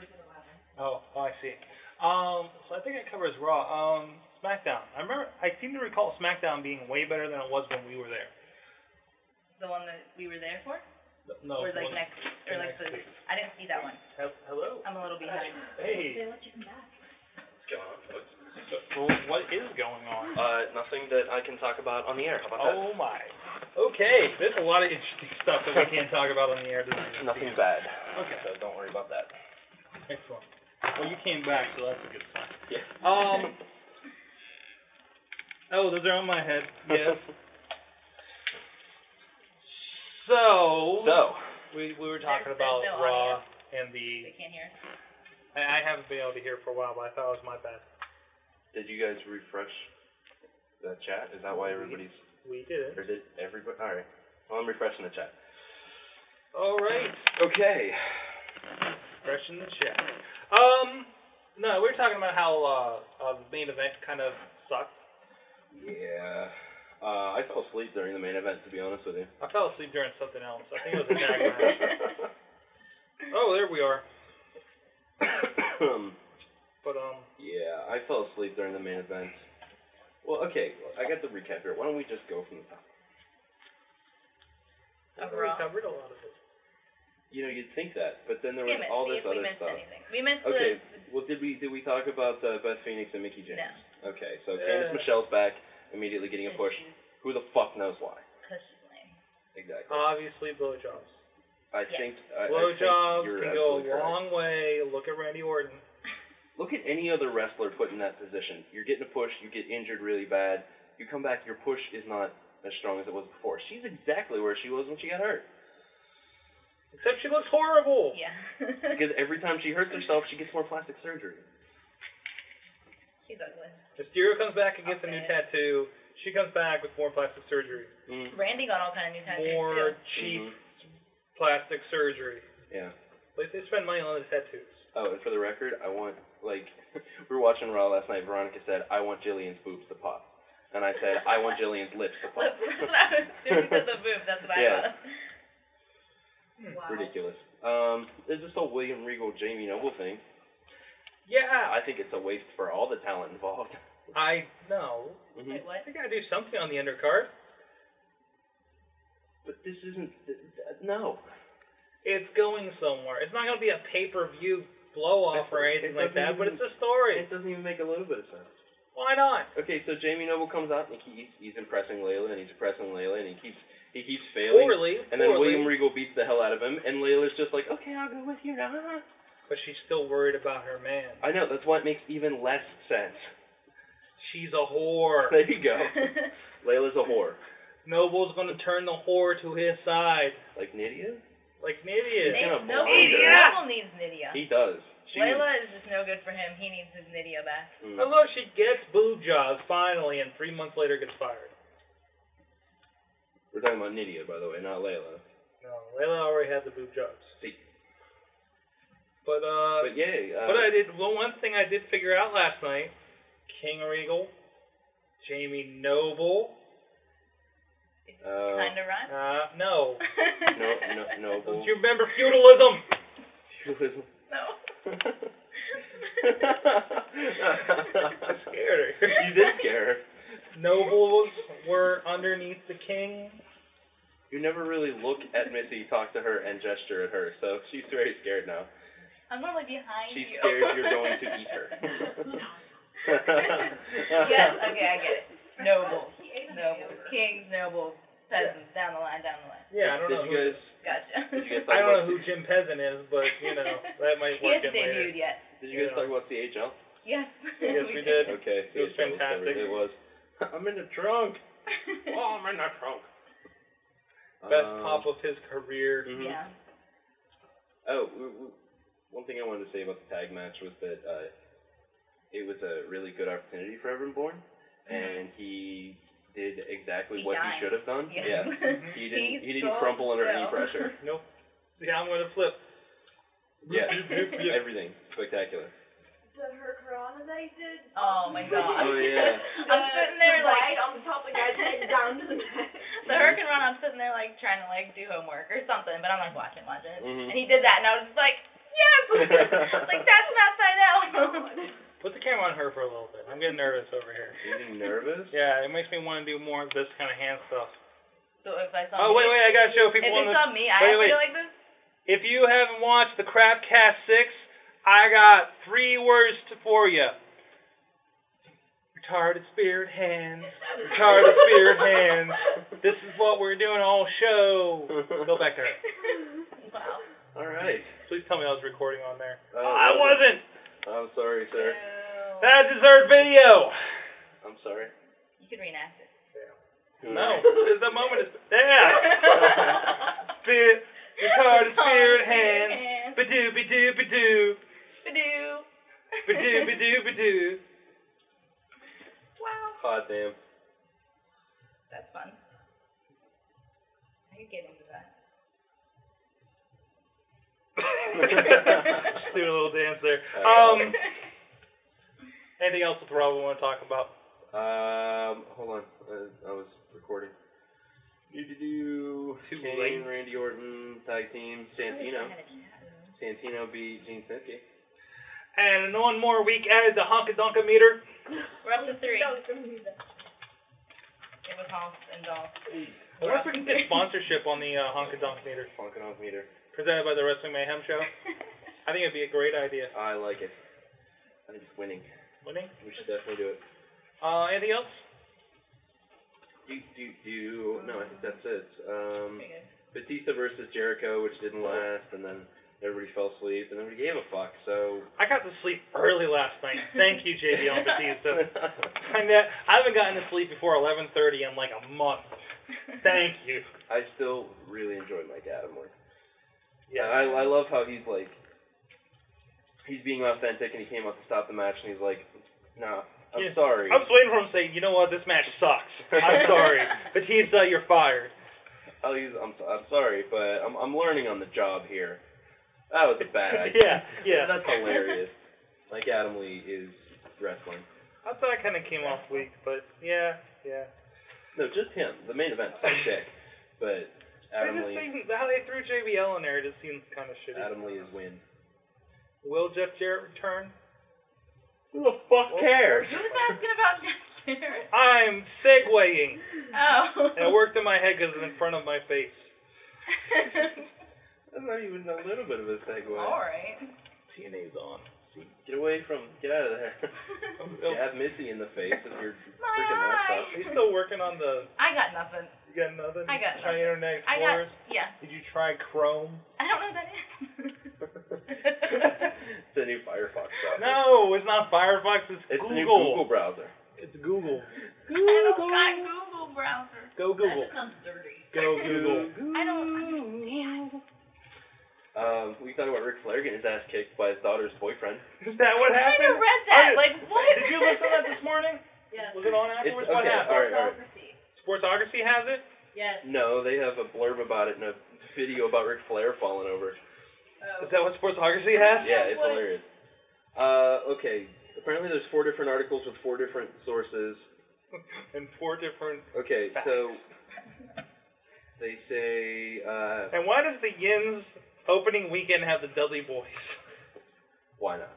Speaker 6: oh, oh, I see. Um, so I think it covers Raw. Um, SmackDown. I remember. I seem to recall SmackDown being way better than it was when we were there.
Speaker 3: the one that we were there for?
Speaker 6: No.
Speaker 3: or
Speaker 6: it
Speaker 3: like
Speaker 6: wasn't.
Speaker 3: next or like the
Speaker 6: Oh, next week.
Speaker 3: I didn't see that one.
Speaker 6: He- Hello.
Speaker 3: I'm a little behind.
Speaker 6: Hey. Well, what is going on?
Speaker 7: Uh, nothing that I can talk about on the air. How about
Speaker 6: Oh my. Okay, there's a lot of interesting stuff that we can't talk about on the air tonight.
Speaker 7: that? Nothing bad.
Speaker 6: Okay.
Speaker 7: So don't worry about that.
Speaker 6: Excellent. Well, you came back, so that's a good sign.
Speaker 7: Yeah.
Speaker 6: Um. Oh, those are on my head. Yes. so,
Speaker 7: so
Speaker 6: we we were talking
Speaker 3: There's-
Speaker 6: about
Speaker 3: there's no
Speaker 6: Raw
Speaker 3: audio.
Speaker 6: and
Speaker 3: They
Speaker 6: the.
Speaker 3: can't hear. us.
Speaker 6: I, I haven't been able to hear for a while, but I thought it was my bad.
Speaker 7: did you guys refresh the chat? Is that why everybody's
Speaker 6: We did it.
Speaker 7: or did everybody all right. Well I'm refreshing the chat.
Speaker 6: All right.
Speaker 7: Okay.
Speaker 6: Fresh in the chat. Um. No, we were talking about how uh, uh the main event kind of sucked.
Speaker 7: Yeah. Uh, I fell asleep during the main event, to be honest with you.
Speaker 6: I fell asleep during something else. I think it was a tag match. Oh, there we are.
Speaker 7: Um,
Speaker 6: But um.
Speaker 7: yeah, I fell asleep during the main event. Well, okay, well, I got the recap here. Why don't we just go from the top?
Speaker 6: I've already covered a lot of it.
Speaker 7: You know, you'd think that, but then there was
Speaker 3: Skim it,
Speaker 7: all
Speaker 3: see
Speaker 7: this
Speaker 3: if we
Speaker 7: other
Speaker 3: missed
Speaker 7: stuff.
Speaker 3: anything. We missed
Speaker 7: Okay,
Speaker 3: the.
Speaker 7: well, did we did we talk about uh, Beth Phoenix and Mickey James?
Speaker 3: No.
Speaker 7: Okay, so
Speaker 6: Yeah.
Speaker 7: Candace Michelle's back, immediately getting a push. Who the fuck knows why?
Speaker 3: Because she's lame.
Speaker 7: Exactly.
Speaker 6: Obviously, blowjobs.
Speaker 7: I
Speaker 3: yeah.
Speaker 7: think I, I think
Speaker 6: Blowjobs
Speaker 7: you're
Speaker 6: can go a
Speaker 7: absolutely correct.
Speaker 6: long way. Look at Randy Orton.
Speaker 7: Look at any other wrestler put in that position. You're getting a push, you get injured really bad, you come back, your push is not as strong as it was before. She's exactly where she was when she got hurt.
Speaker 6: Except she looks horrible.
Speaker 3: Yeah.
Speaker 7: Because every time she hurts herself, she gets more plastic surgery.
Speaker 3: she's ugly.
Speaker 6: Mysterio comes back and gets a
Speaker 3: I'll
Speaker 6: new
Speaker 3: say it.
Speaker 6: tattoo. She comes back with more plastic surgery.
Speaker 7: Mm.
Speaker 3: Randy got all kind of new tattoos
Speaker 6: More
Speaker 3: too.
Speaker 6: cheap
Speaker 7: Mhm.
Speaker 6: plastic surgery.
Speaker 7: Yeah.
Speaker 6: Like they spend money on the tattoos.
Speaker 7: Oh, and for the record, I want like we were watching Raw last night. Veronica said, "I want Jillian's boobs to pop," and I said, "I want Jillian's lips to pop."
Speaker 3: That's what I was doing to the boob. That's what I
Speaker 7: Yeah.
Speaker 3: thought.
Speaker 8: Wow.
Speaker 7: Ridiculous. Um, there's this whole William Regal, Jamie Noble thing.
Speaker 6: Yeah,
Speaker 7: I think it's a waste for all the talent involved.
Speaker 6: I know.
Speaker 7: hmm
Speaker 3: Wait, what?
Speaker 6: They gotta do something on the undercard.
Speaker 7: But this isn't. th- th- No.
Speaker 6: It's going somewhere. It's not gonna be a pay per view blow off or
Speaker 7: It
Speaker 6: anything like
Speaker 7: doesn't
Speaker 6: that, but
Speaker 7: even-
Speaker 6: it's a story.
Speaker 7: It doesn't even make a little bit of sense.
Speaker 6: Why not?
Speaker 7: Okay, so Jamie Noble comes out and he's he's impressing Layla and he's impressing Layla and he keeps he keeps failing.
Speaker 6: Poorly,
Speaker 7: and then
Speaker 6: poorly,
Speaker 7: William Regal beats the hell out of him and Layla's just like, okay, I'll go with you. Ah.
Speaker 6: but she's still worried about her man.
Speaker 7: I know that's why it makes even less sense.
Speaker 6: She's a whore.
Speaker 7: There you go. Layla's a whore,
Speaker 6: Noble's gonna turn the whore to his side,
Speaker 7: like Nydia.
Speaker 6: like an idiot.
Speaker 7: They-
Speaker 3: Nate-
Speaker 7: gonna
Speaker 3: Noble,
Speaker 7: blind her.
Speaker 3: Noble needs Nydia.
Speaker 7: He does. She
Speaker 3: Layla is just no good for him. He needs his Nydia back.
Speaker 7: Mm.
Speaker 6: Although she gets boob jobs finally, and three months later gets fired.
Speaker 7: We're talking about Nydia, by the way, not Layla.
Speaker 6: No, Layla already had the boob jobs.
Speaker 7: See.
Speaker 6: But uh,
Speaker 7: But yay. Uh,
Speaker 6: but I did well, one thing I did figure out last night: King Regal, Jamie Noble.
Speaker 7: Uh,
Speaker 3: Kinda rhyme.
Speaker 6: Uh, no.
Speaker 7: no, no, noble.
Speaker 6: Don't you remember feudalism?
Speaker 7: Feudalism.
Speaker 3: No.
Speaker 6: I scared her.
Speaker 7: you did scare her.
Speaker 6: Nobles were underneath the king.
Speaker 7: You never really look at Missy, talk to her, and gesture at her, so she's very scared now.
Speaker 3: I'm normally behind
Speaker 7: She's
Speaker 3: you.
Speaker 7: scared you're going to eat her.
Speaker 3: yes, okay, I get it. Noble. Noble. Kings, noble, peasants, down the line, down the line.
Speaker 6: Yeah, I don't
Speaker 7: did
Speaker 6: know.
Speaker 7: you
Speaker 6: who-
Speaker 7: guys?
Speaker 3: Gotcha.
Speaker 7: Did you guys
Speaker 6: I
Speaker 7: talk
Speaker 6: don't know who
Speaker 7: about,
Speaker 6: Jim Peasant is, but you know that might
Speaker 3: He
Speaker 6: work in
Speaker 3: hasn't
Speaker 6: later.
Speaker 3: debuted yet.
Speaker 7: Did you guys
Speaker 6: Yeah.
Speaker 7: talk about CHL?
Speaker 3: Yes.
Speaker 6: Yes, we did.
Speaker 7: Okay,
Speaker 6: It was
Speaker 7: CHL covered.
Speaker 6: fantastic.
Speaker 7: It was. I'm in the trunk. Oh, I'm in the trunk.
Speaker 6: Best
Speaker 7: Um,
Speaker 6: pop of his career.
Speaker 7: mhm.
Speaker 3: Yeah.
Speaker 7: Oh, w- w- one thing I wanted to say about the tag match was that uh, it was a really good opportunity for Evan Bourne, and he did exactly
Speaker 3: He
Speaker 7: what
Speaker 3: died.
Speaker 7: Mm-hmm. he should have done.
Speaker 3: Yes.
Speaker 7: Yeah.
Speaker 6: Mm-hmm.
Speaker 7: He didn't. he didn't crumple under any pressure.
Speaker 6: Nope. Yeah, I'm gonna flip.
Speaker 7: Yeah.
Speaker 6: Yeah.
Speaker 7: Everything spectacular.
Speaker 8: The, her Corona that he did.
Speaker 3: Oh my god.
Speaker 7: Oh, yeah.
Speaker 3: I'm sitting
Speaker 8: the
Speaker 3: there
Speaker 8: light
Speaker 3: like
Speaker 8: on the top of the guy's head down to the neck.
Speaker 3: the hurricane run, I'm sitting there like trying to like do homework or something, but I'm like watching, watching. And
Speaker 7: Mhm.
Speaker 3: he did that and I was just like, Yes Like that's not side out.
Speaker 8: Oh,
Speaker 6: Put the camera on her for a little bit. I'm getting nervous over here.
Speaker 7: Are you nervous?
Speaker 6: Yeah, it makes me want to do more of this kind of hand stuff.
Speaker 3: so if I saw
Speaker 6: Oh wait,
Speaker 3: me,
Speaker 6: wait, I gotta show
Speaker 3: if
Speaker 6: people
Speaker 3: they
Speaker 6: on the.
Speaker 3: saw me, I
Speaker 6: wait,
Speaker 3: have
Speaker 6: wait.
Speaker 3: to go like this.
Speaker 6: If you haven't watched the Crapcast six, I got three words to, for you. Retarded spirit hands. Retarded spirit hands. This is what we're doing all show. Go back to her.
Speaker 3: Wow.
Speaker 7: All right.
Speaker 6: Please tell me I was recording on there.
Speaker 7: Uh,
Speaker 6: I wasn't.
Speaker 7: I'm sorry, sir.
Speaker 6: That is our video.
Speaker 7: I'm sorry.
Speaker 3: You could reenact it.
Speaker 6: No, the moment is yeah. Spirit, retarded spirit hands. Badoo, badoo, badoo,
Speaker 3: Badoo.
Speaker 6: badoo, badoo, badoo.
Speaker 7: God damn.
Speaker 3: That's fun. I could get into that.
Speaker 6: Just doing a little dance there. Um, anything else with Rob we want to talk about?
Speaker 7: Um, hold on. Uh, I was recording. Do do do.
Speaker 6: Too
Speaker 7: Kane,
Speaker 6: late.
Speaker 7: Randy Orton, tag team, Santino. Santino beat Gene Snitsky.
Speaker 6: And in one more week added the honka donka meter.
Speaker 3: We're up to three.
Speaker 8: That was gonna be the-
Speaker 3: It was honks and dolls.
Speaker 6: I wonder if we can get sponsorship on the uh, Honka Donk Meter
Speaker 7: Funkin' meter.
Speaker 6: presented by the Wrestling Mayhem Show. I think it'd be a great idea.
Speaker 7: I like it. I think it's winning.
Speaker 6: Wouldn't it?
Speaker 7: We should definitely do it.
Speaker 6: Uh, anything else?
Speaker 7: Do do do. No, I think that's it. Um,
Speaker 3: Pretty good.
Speaker 7: Batista versus Jericho, which didn't last, and then everybody fell asleep, and nobody gave a fuck. So.
Speaker 6: I got to sleep early last night. Thank you, JB on Batista. I ne- I haven't gotten to sleep before 11:30 in like a month. Thank you.
Speaker 7: I still really enjoy Mike Adam work.
Speaker 6: Yeah.
Speaker 7: Yeah, I I love how he's like he's being authentic and he came up to stop the match and he's like, No, I'm
Speaker 6: Yeah.
Speaker 7: sorry.
Speaker 6: I was waiting for him to say, you know what, this match sucks. I'm sorry. Batista, you're fired.
Speaker 7: I'll use Oh, I'm so- I'm sorry, but I'm I'm learning on the job here. That was a bad idea.
Speaker 6: yeah, yeah.
Speaker 7: That's hilarious. Mike Adam Lee is wrestling.
Speaker 6: I thought I kind of came off weak, but yeah, yeah.
Speaker 7: No, just him. The main event some chick. But Adam
Speaker 6: they just
Speaker 7: Lee
Speaker 6: seem, how they threw JBL in there just seems kind of shitty.
Speaker 7: Adam Lee is win.
Speaker 6: Will Jeff Jarrett return?
Speaker 7: Who the fuck cares?
Speaker 3: Who was asking about Jeff Jarrett?
Speaker 6: I'm segueing.
Speaker 3: Oh.
Speaker 6: And it worked in my head because it's in front of my face.
Speaker 7: That's not even a little bit of a segue.
Speaker 3: All right.
Speaker 6: TNA's on.
Speaker 7: Get away from get out of there. Stab Missy in the face with your freaking laptop.
Speaker 6: He's still working on the.
Speaker 3: I got nothing.
Speaker 6: You got nothing?
Speaker 3: I got
Speaker 6: Try
Speaker 3: nothing.
Speaker 6: Internet
Speaker 3: I got.
Speaker 6: Explorer?
Speaker 3: Yeah.
Speaker 6: Did you try Chrome?
Speaker 3: I don't know what that is.
Speaker 7: it's a new Firefox browser.
Speaker 6: No, it's not Firefox. It's,
Speaker 7: it's
Speaker 6: Google.
Speaker 7: a new Google browser.
Speaker 6: It's Google.
Speaker 3: I don't got Google browser.
Speaker 6: Go Google.
Speaker 3: That sounds dirty.
Speaker 6: Go Google.
Speaker 3: I don't.
Speaker 7: Um, we talked about Ric Flair getting his ass kicked by his daughter's boyfriend.
Speaker 6: Is that what
Speaker 3: I
Speaker 6: happened?
Speaker 3: kind of read that.
Speaker 6: I-
Speaker 3: Like what?
Speaker 6: Did you listen to that this morning?
Speaker 5: Yes.
Speaker 6: Was it on afterwards?
Speaker 7: It's-
Speaker 6: what
Speaker 7: okay,
Speaker 6: happened?
Speaker 7: all right, all right.
Speaker 6: Sportsography has it?
Speaker 5: Yes.
Speaker 7: No, they have a blurb about it and a video about Ric Flair falling over.
Speaker 3: Oh.
Speaker 6: Is that what Sportsography has?
Speaker 7: Yeah, it's hilarious. Uh, okay. Apparently, there's four different articles with four different sources.
Speaker 6: And four different.
Speaker 7: Okay, so they say uh,
Speaker 6: And why does the Yin's opening weekend have the Dudley Boys?
Speaker 7: why not?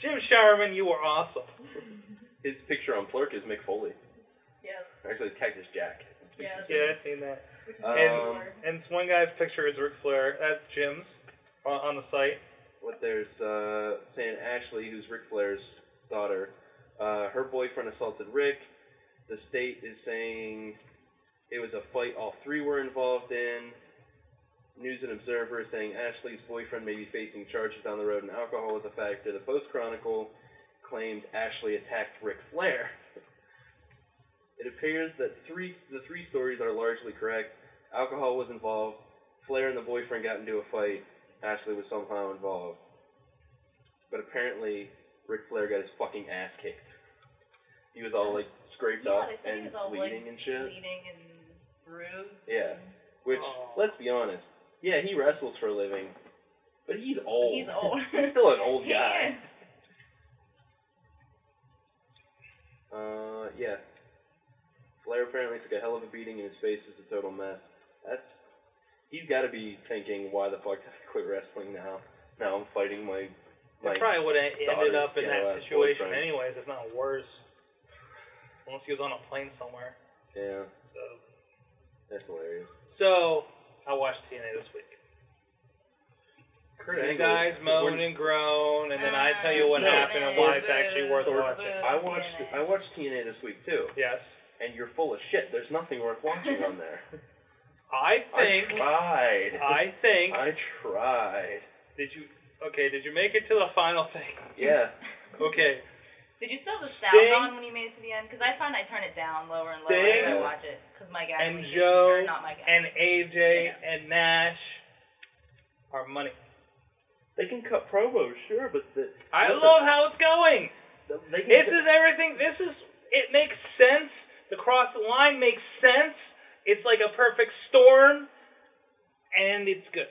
Speaker 6: Jim Sharman, you were awesome.
Speaker 7: His picture on Plurk is Mick Foley.
Speaker 5: Yes.
Speaker 7: Actually, Cactus Jack.
Speaker 5: Yes.
Speaker 6: Yeah, I've seen that.
Speaker 7: Um,
Speaker 6: And this one guy's picture is Ric Flair. That's Jim's on, on the site.
Speaker 7: what there's uh, saying Ashley, who's Ric Flair's daughter, uh, her boyfriend assaulted Rick. The state is saying it was a fight all three were involved in. News and Observer is saying Ashley's boyfriend may be facing charges down the road, and alcohol was a factor. The Post Chronicle claimed Ashley attacked Ric Flair. It appears that three the three stories are largely correct. Alcohol was involved. Flair and the boyfriend got into a fight. Ashley was somehow involved. But apparently, Ric Flair got his fucking ass kicked. He was all like scraped
Speaker 3: Yeah,
Speaker 7: up
Speaker 3: they said he
Speaker 7: and
Speaker 3: was all, like,
Speaker 7: bleeding and shit.
Speaker 3: Bleeding and bruised.
Speaker 7: Yeah. Which,
Speaker 6: Aw.
Speaker 7: let's be honest, yeah, he wrestles for a living, but he's old.
Speaker 3: He's old.
Speaker 7: he's still an old
Speaker 3: He
Speaker 7: guy.
Speaker 3: is.
Speaker 7: Uh, yeah. Flair apparently took a hell of a beating, and his face is a total mess. That's. He's got to be thinking, why the fuck did I quit wrestling now? Now I'm fighting my. my
Speaker 6: It probably would have ended
Speaker 7: daughter's
Speaker 6: up in that
Speaker 7: ghetto-ass
Speaker 6: situation
Speaker 7: boyfriend.
Speaker 6: anyways, if not worse. Unless he was on a plane somewhere.
Speaker 7: yeah,
Speaker 6: So,
Speaker 7: that's hilarious.
Speaker 6: so I watched TNA this week.
Speaker 7: Kurt
Speaker 6: You
Speaker 7: Angle-
Speaker 6: guys moan
Speaker 7: we're-
Speaker 6: and groan, and then I tell you what
Speaker 7: No.
Speaker 6: happened and why it's actually worth
Speaker 7: Sorry.
Speaker 6: watching.
Speaker 7: I watched I watched TNA this week too,
Speaker 6: Yes.
Speaker 7: and you're full of shit. There's nothing worth watching on there.
Speaker 6: I think,
Speaker 7: I tried.
Speaker 6: I think,
Speaker 7: I tried.
Speaker 6: did you, okay, did you make it to the final thing?
Speaker 7: Yeah.
Speaker 6: Okay.
Speaker 3: Did you still have the sound
Speaker 6: Sting.
Speaker 3: on when you made it to the end? Because I find I turn it down lower and lower
Speaker 6: Sting.
Speaker 3: as I watch it. Because my guy
Speaker 6: And Joe
Speaker 3: not my guy.
Speaker 6: And AJ and Nash are money.
Speaker 7: They can cut promos, sure, but the,
Speaker 6: I
Speaker 7: listen,
Speaker 6: love how it's going.
Speaker 7: the- they can
Speaker 6: This
Speaker 7: cut-
Speaker 6: is everything. This is it makes sense. The cross line makes sense. It's like a perfect storm, and it's good.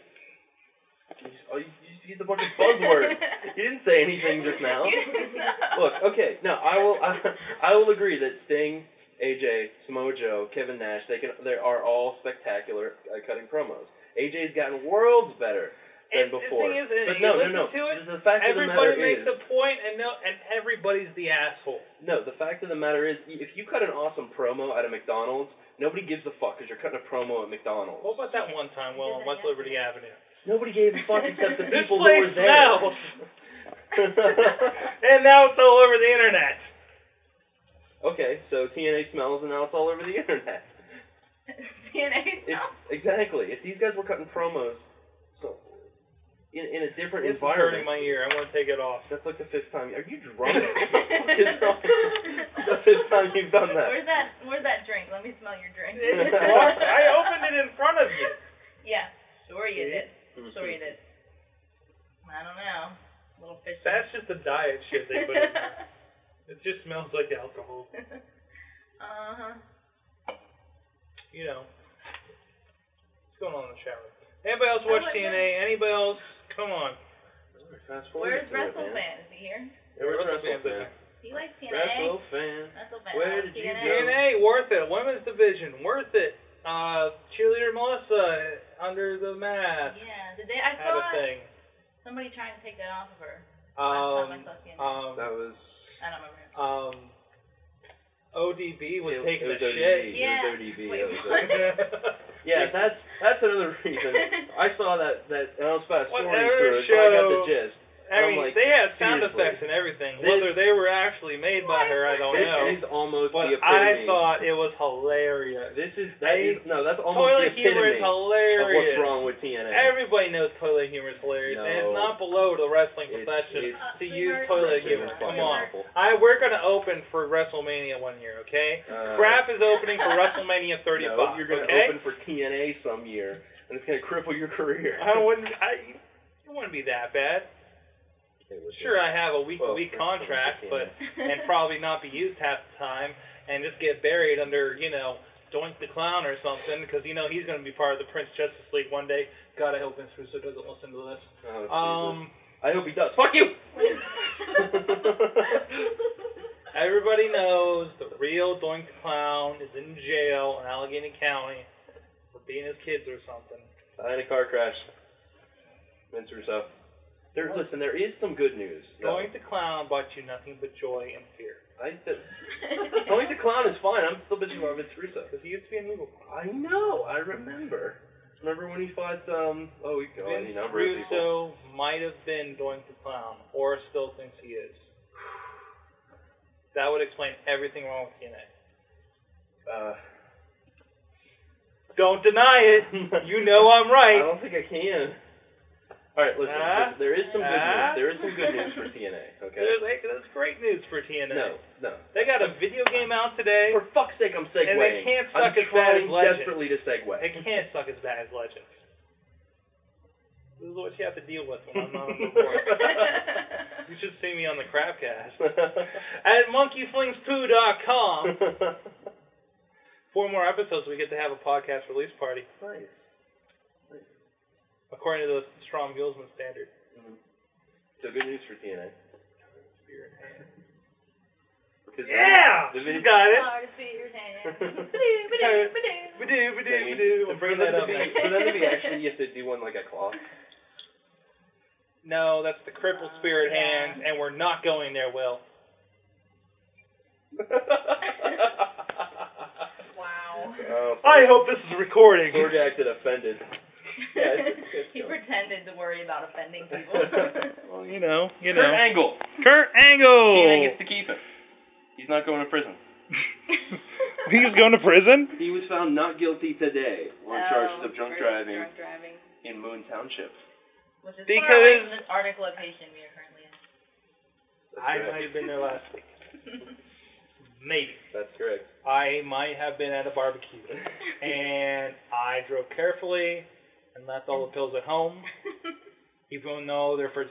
Speaker 7: oh, you you just used a bunch of buzzwords. you didn't say anything just now.
Speaker 3: You didn't know.
Speaker 7: Look, okay, no, I will I, I will agree that Sting, AJ, Samoa Joe, Kevin Nash, they can they are all spectacular at cutting promos. AJ's gotten worlds better
Speaker 6: And
Speaker 7: than
Speaker 6: the
Speaker 7: before.
Speaker 6: thing is, and
Speaker 7: but
Speaker 6: you
Speaker 7: no, no,
Speaker 6: listen
Speaker 7: no.
Speaker 6: to it,
Speaker 7: the fact of the
Speaker 6: Everybody
Speaker 7: matter
Speaker 6: makes
Speaker 7: is,
Speaker 6: a point, and no, and everybody's the asshole.
Speaker 7: no, the fact of the matter is, y- if you cut an awesome promo at a McDonald's, nobody gives a fuck because you're cutting a promo at McDonald's.
Speaker 6: What about that one time, Will, on West Liberty Avenue?
Speaker 7: Nobody gave a fuck except the
Speaker 6: This
Speaker 7: people who
Speaker 6: place
Speaker 7: were there.
Speaker 6: smells. and now it's all over the internet.
Speaker 7: okay, so TNA smells, and now it's all over the internet.
Speaker 5: TNA.
Speaker 7: If,
Speaker 6: uh,
Speaker 7: exactly. If these guys were cutting promos, so in, in a different
Speaker 6: This is hurting
Speaker 7: environment.
Speaker 6: my ear. I want to take it off.
Speaker 7: That's like the fifth time. Are you drunk? It's the fifth time you've done that.
Speaker 3: Where's that? Where's that drink? Let me smell your drink.
Speaker 6: What? I opened it in front of you.
Speaker 3: Yeah, sure you did. Sure you did. I don't know. Little fish.
Speaker 6: That's just the diet shit they put in there. It just smells like alcohol.
Speaker 3: uh huh.
Speaker 6: You know. What's going on in the shower? Anybody else watch
Speaker 3: I like
Speaker 6: TNA? Anybody else? Come on.
Speaker 7: Fast forward
Speaker 3: Where's
Speaker 7: to it, man.
Speaker 3: WrestleFan? Is he here?
Speaker 7: Yeah, where's WrestleFan?
Speaker 6: WrestleFan?
Speaker 3: He likes TNA.
Speaker 7: WrestleFan.
Speaker 3: WrestleFan.
Speaker 7: Where
Speaker 3: I like
Speaker 7: did you
Speaker 3: TNA.
Speaker 7: go?
Speaker 6: TNA, worth it. Women's division, worth it. Uh, cheerleader Melissa under the mask
Speaker 3: Yeah, did they? I
Speaker 6: had a
Speaker 3: saw
Speaker 6: thing.
Speaker 3: somebody trying to take that off of her.
Speaker 6: Um,
Speaker 3: Last time I saw TNA.
Speaker 6: um,
Speaker 7: That was.
Speaker 3: I don't remember.
Speaker 6: um, ODB was
Speaker 7: it,
Speaker 6: taking
Speaker 7: it was
Speaker 6: a shit.
Speaker 7: ODB.
Speaker 3: Yeah.
Speaker 7: It was ODB.
Speaker 3: Wait,
Speaker 7: that was
Speaker 3: what?
Speaker 7: it. yeah, that's that's another reason. I saw that that and I was fast forwarding
Speaker 6: Whatever
Speaker 7: through it, so I got the
Speaker 6: show-
Speaker 7: gist.
Speaker 6: I mean,
Speaker 7: I'm like,
Speaker 6: they had sound
Speaker 7: seriously.
Speaker 6: effects and everything.
Speaker 7: This-
Speaker 6: Whether they were actually made by her, I don't
Speaker 7: This
Speaker 6: know.
Speaker 7: is almost
Speaker 6: But
Speaker 7: the
Speaker 6: I
Speaker 7: epitome.
Speaker 6: thought it was hilarious.
Speaker 7: this is that
Speaker 6: They-
Speaker 7: is no, that's almost
Speaker 6: Toilet
Speaker 7: the
Speaker 6: humor
Speaker 7: epitome
Speaker 6: is
Speaker 7: of what's
Speaker 6: hilarious.
Speaker 7: wrong with TNA.
Speaker 6: Everybody knows toilet humor is hilarious, and it's
Speaker 7: No.
Speaker 6: not below the wrestling
Speaker 7: It's-
Speaker 6: profession
Speaker 7: it's-
Speaker 6: to use
Speaker 3: Sweetheart,
Speaker 6: toilet
Speaker 7: Wrestling
Speaker 6: humor.
Speaker 7: is
Speaker 6: Come
Speaker 7: fucking
Speaker 6: on.
Speaker 7: awful.
Speaker 6: I we're gonna open for WrestleMania one year, okay?
Speaker 7: Uh,
Speaker 6: Scrap is opening for WrestleMania 35.
Speaker 7: No, you're gonna
Speaker 6: okay?
Speaker 7: open for TNA some year, and it's gonna cripple your career.
Speaker 6: I wouldn't. I it wouldn't be that bad. Sure, I have a week-to-week
Speaker 7: Well, for- for
Speaker 6: contract,
Speaker 7: TNA.
Speaker 6: but and probably not be used half the time, and just get buried under you know Doink the Clown or something, because you know he's gonna be part of the Prince Justice League one day. God, I hope Vince Russo doesn't listen to this.
Speaker 7: Oh, Jesus.
Speaker 6: Um,
Speaker 7: I hope he does. Fuck you.
Speaker 6: everybody knows the real Doink the Clown is in jail in Allegheny County for beating his kids or something.
Speaker 7: I had Uh, a car crash. Vince Russo. There, listen, there is some good news. though.
Speaker 6: Doink the Clown brought you nothing but joy and fear.
Speaker 7: I th- Tony the Clown is fine. I'm still bitching about Vince Russo.
Speaker 6: Because he used to be an evil clown.
Speaker 7: I know. I remember. Remember when he fought? Um. Oh, he got any
Speaker 6: Vince
Speaker 7: number of people.
Speaker 6: Russo might have been Doink the Clown, or still thinks he is. That would explain everything wrong with TNA.
Speaker 7: Uh,
Speaker 6: Don't deny it. You know I'm
Speaker 7: I
Speaker 6: right.
Speaker 7: don't think I can. Ah? All right, listen.
Speaker 6: Huh?
Speaker 7: there is some good
Speaker 6: Huh?
Speaker 7: news. There is some good news for TNA. Okay.
Speaker 6: There's- hey, That's great news for TNA.
Speaker 7: No, no.
Speaker 6: They got a video game out today.
Speaker 7: For fuck's sake, I'm
Speaker 6: And
Speaker 7: segueing.
Speaker 6: they can't
Speaker 7: I'm
Speaker 6: suck as bad
Speaker 7: trying
Speaker 6: as Legend.
Speaker 7: desperately to segue.
Speaker 6: It can't suck as bad as Legends. This is what you have to deal with when I'm not on the board. you should see me on the Crapcast. At monkeyflingspoo.com. Four more episodes, we get to have a podcast release party.
Speaker 7: nice.
Speaker 6: according to the Strom Gilsman standard.
Speaker 7: So good news for TNA. Cause
Speaker 6: Yeah,
Speaker 7: The
Speaker 6: you
Speaker 7: video-
Speaker 6: got it.
Speaker 3: Hard to see your hand.
Speaker 6: Ba-doo, ba-doo,
Speaker 7: I mean,
Speaker 6: ba-doo. I'm
Speaker 7: for
Speaker 6: bringing
Speaker 7: them
Speaker 6: that
Speaker 7: to
Speaker 6: up.
Speaker 7: be-
Speaker 6: next.
Speaker 7: For them to be actually, you have to do one like a claw.
Speaker 6: No, that's the crippled spirit
Speaker 3: Yeah.
Speaker 6: hands, and we're not going there, Will.
Speaker 3: Wow.
Speaker 7: Oh,
Speaker 6: I hope this is recording.
Speaker 7: George acted offended. Yeah, it's- it's
Speaker 3: he
Speaker 7: good.
Speaker 3: pretended to worry about offending people.
Speaker 6: Well, you know, you
Speaker 7: Kurt
Speaker 6: know.
Speaker 7: Angle.
Speaker 6: Kurt
Speaker 7: TNA
Speaker 6: Angle.
Speaker 7: gets to keep him. He's not going to prison.
Speaker 6: He's going to prison.
Speaker 7: He was found not guilty today on
Speaker 5: Oh,
Speaker 7: charges of drunk
Speaker 5: versus
Speaker 7: driving
Speaker 5: Drunk driving.
Speaker 7: in Moon Township.
Speaker 3: Which is far away
Speaker 6: Because-
Speaker 3: from this Arctic location we are currently in.
Speaker 6: I might have been there last week. Maybe
Speaker 7: That's correct.
Speaker 6: I might have been at a barbecue, and I drove carefully and left all the pills at home. even though they're for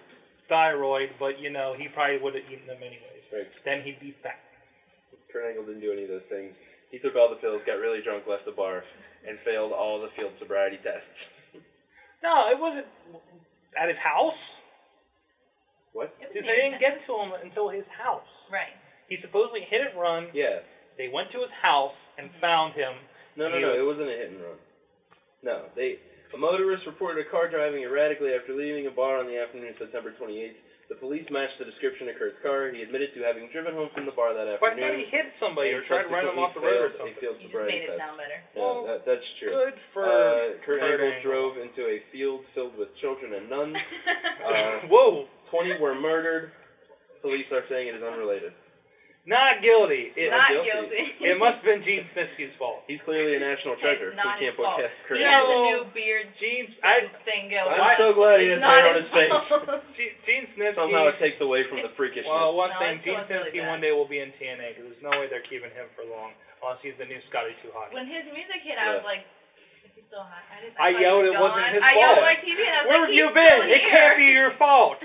Speaker 6: thyroid, but you know, he probably would have eaten them anyways.
Speaker 7: Right.
Speaker 6: Then he'd be fat.
Speaker 7: Kurt Angle didn't do any of those things. He took all the pills, got really drunk, left the bar, and failed all the field sobriety tests.
Speaker 6: No, it wasn't at his house.
Speaker 7: What?
Speaker 3: It was
Speaker 6: They
Speaker 3: near town.
Speaker 6: didn't get to him until his house.
Speaker 3: Right.
Speaker 6: He supposedly hit and run.
Speaker 7: Yeah.
Speaker 6: They went to his house and found him.
Speaker 7: No, no, no. It wasn't a hit and run. No, they A motorist reported a car driving erratically after leaving a bar on the afternoon of September 28th. The police matched the description of Kurt's car. He admitted to having driven home from the bar that
Speaker 6: But I thought he
Speaker 7: afternoon.
Speaker 6: hit somebody or
Speaker 7: and
Speaker 6: tried to run him off the road or
Speaker 7: subsequently
Speaker 6: something.
Speaker 7: failed- He failed
Speaker 3: You just
Speaker 7: sobriety
Speaker 3: made it
Speaker 7: test.
Speaker 3: sound better.
Speaker 7: Yeah,
Speaker 6: Well,
Speaker 7: that, that's true.
Speaker 6: Good for
Speaker 7: Uh, Kurt Angle
Speaker 6: Angle.
Speaker 7: drove into a field filled with children and nuns. Uh,
Speaker 6: Whoa.
Speaker 7: 20 were murdered. Police are saying it is unrelated.
Speaker 6: Not guilty. It,
Speaker 7: Not
Speaker 3: Not
Speaker 7: guilty.
Speaker 3: guilty.
Speaker 6: it must have been Gene Snitsky's fault.
Speaker 7: He's clearly a national
Speaker 3: It's
Speaker 7: treasure.
Speaker 3: not his
Speaker 7: we can't
Speaker 3: fault.
Speaker 7: broadcast
Speaker 3: He
Speaker 7: Kurt
Speaker 3: has a
Speaker 7: Angle.
Speaker 3: new beard
Speaker 6: Gene, I,
Speaker 3: thing going.
Speaker 7: I'm so glad he
Speaker 3: It's
Speaker 7: has
Speaker 3: not
Speaker 7: hair on his
Speaker 3: his
Speaker 7: face.
Speaker 3: fault.
Speaker 6: Gene, Gene Snitsky.
Speaker 7: Somehow it takes away from the freakishness.
Speaker 6: well, one
Speaker 3: No,
Speaker 6: thing,
Speaker 3: it's
Speaker 6: Gene
Speaker 3: not really
Speaker 6: Snitsky
Speaker 3: bad.
Speaker 6: one day will be in TNA because there's no way they're keeping him for long unless he's the new Scotty Too Hot.
Speaker 3: When his music hit,
Speaker 7: Yeah.
Speaker 3: I was like, is he still hot? I, just, thought he
Speaker 6: I
Speaker 3: was
Speaker 6: yelled it wasn't
Speaker 3: gone.
Speaker 6: his
Speaker 3: I yelled at
Speaker 6: fault.
Speaker 3: my TV and I was
Speaker 6: Where
Speaker 3: like,
Speaker 6: have
Speaker 3: "He's
Speaker 6: you been?
Speaker 3: still
Speaker 6: It can't be
Speaker 3: here."
Speaker 6: your fault.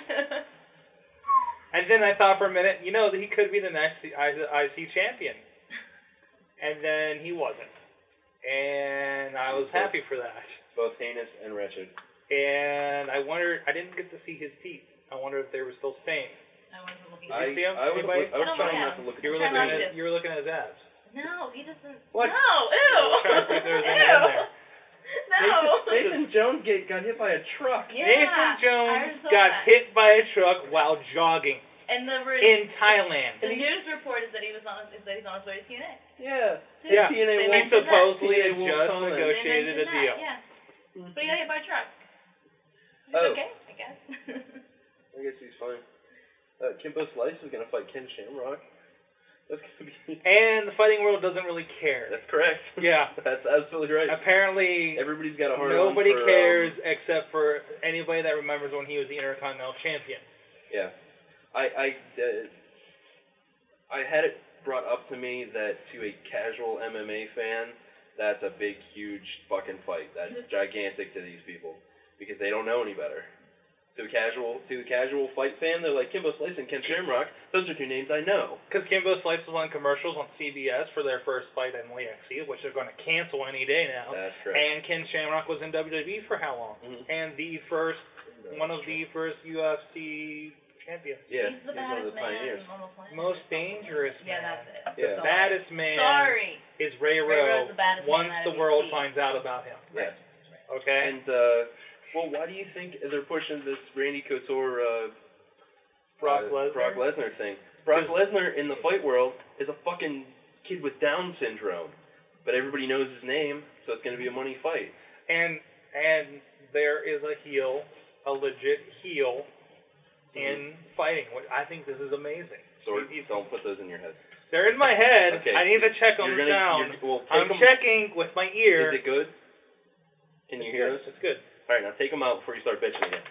Speaker 6: And then I thought for a minute, you know, that he could be the next IC IC champion. And then he wasn't. And I was happy for that.
Speaker 7: Both heinous and wretched.
Speaker 6: And I wonder, I didn't get to see his teeth. I wonder if they were still stained.
Speaker 3: I wasn't looking.
Speaker 7: I,
Speaker 6: see him?
Speaker 7: I was,
Speaker 6: Anybody?
Speaker 7: I was
Speaker 3: I don't
Speaker 7: trying
Speaker 3: know.
Speaker 7: not to look at
Speaker 6: You were
Speaker 7: the
Speaker 3: Trying
Speaker 6: looking
Speaker 3: not
Speaker 7: picture.
Speaker 6: at you were looking at his abs.
Speaker 3: No, he doesn't.
Speaker 7: What?
Speaker 3: No, ew.
Speaker 6: was trying to see if there was anything in there.
Speaker 3: no.
Speaker 7: Nathan Jones get, got hit by a truck.
Speaker 3: Yeah,
Speaker 6: Nathan
Speaker 3: I
Speaker 6: Jones
Speaker 3: saw
Speaker 6: got
Speaker 3: that.
Speaker 6: hit by a truck while jogging
Speaker 3: And the, re-
Speaker 6: in Thailand.
Speaker 3: the news report is that he was on. Is that he's on his way to TNA.
Speaker 7: Yeah.
Speaker 6: Yeah.
Speaker 3: They
Speaker 6: He
Speaker 7: TNA won't-
Speaker 3: mentioned that.
Speaker 6: supposedly had
Speaker 7: They won't
Speaker 6: just
Speaker 7: call him.
Speaker 3: They
Speaker 6: negotiated a
Speaker 3: mentioned that,
Speaker 6: deal.
Speaker 3: Yeah. But he got hit by a truck. It's
Speaker 7: Oh.
Speaker 3: okay, I guess.
Speaker 7: I guess he's fine. Uh, Kimbo Slice is going to fight Ken Shamrock. That's going to be.
Speaker 6: And the fighting world doesn't really care.
Speaker 7: That's correct.
Speaker 6: Yeah.
Speaker 7: That's absolutely right.
Speaker 6: Apparently,
Speaker 7: Everybody's got a hard on
Speaker 6: Nobody
Speaker 7: for, um,
Speaker 6: cares except for anybody that remembers when he was the Intercontinental Champion.
Speaker 7: Yeah, I I uh, I had it brought up to me that to a casual MMA fan, that's a big, huge fucking fight. That's
Speaker 3: Mm-hmm.
Speaker 7: gigantic to these people because they don't know any better. To a casual to a casual fight fan, they're like Kimbo Slice and Ken Shamrock. Those are two names I know.
Speaker 6: Because Kimbo Slice was on commercials on CBS for their first fight in LAXC, which they're going to cancel any day now.
Speaker 7: That's correct.
Speaker 6: And Ken Shamrock was in WWE for how long?
Speaker 7: Mhm.
Speaker 6: And the first, one of the first UFC champions.
Speaker 7: yeah,
Speaker 3: he's the
Speaker 7: he's one of
Speaker 3: baddest
Speaker 7: the pioneers.
Speaker 3: man on the planet.
Speaker 6: Most dangerous
Speaker 3: Yeah,
Speaker 6: man.
Speaker 3: that's it.
Speaker 6: The
Speaker 7: Yeah.
Speaker 3: Sorry.
Speaker 6: baddest man
Speaker 3: Sorry.
Speaker 6: is Ray
Speaker 3: Ray
Speaker 6: Rowe
Speaker 3: Rowe's the baddest man
Speaker 6: once
Speaker 3: out
Speaker 6: the
Speaker 3: of
Speaker 6: world
Speaker 3: UFC.
Speaker 6: finds out about him.
Speaker 7: Yeah.
Speaker 6: Okay?
Speaker 7: And uh, well, why do you think they're pushing this Randy Couture uh,
Speaker 6: Brock
Speaker 7: uh,
Speaker 6: Lesnar.
Speaker 7: Brock Lesnar thing. Brock Lesnar in the fight world is a fucking kid with Down syndrome, but everybody knows his name, so it's gonna be a money fight.
Speaker 6: and and there is a heel, a legit heel in fighting. Which I think this is amazing.
Speaker 7: Mm-hmm. So
Speaker 6: He's-
Speaker 7: don't put those in your head.
Speaker 6: They're in my head.
Speaker 7: Okay.
Speaker 6: I need to check on
Speaker 7: You're
Speaker 6: the sound.
Speaker 7: gonna You're, well,
Speaker 6: I'm
Speaker 7: take 'em-
Speaker 6: checking with my ear.
Speaker 7: Is it good? Can you hear us?
Speaker 6: It's good.
Speaker 7: All right, now take them out before you start bitching again.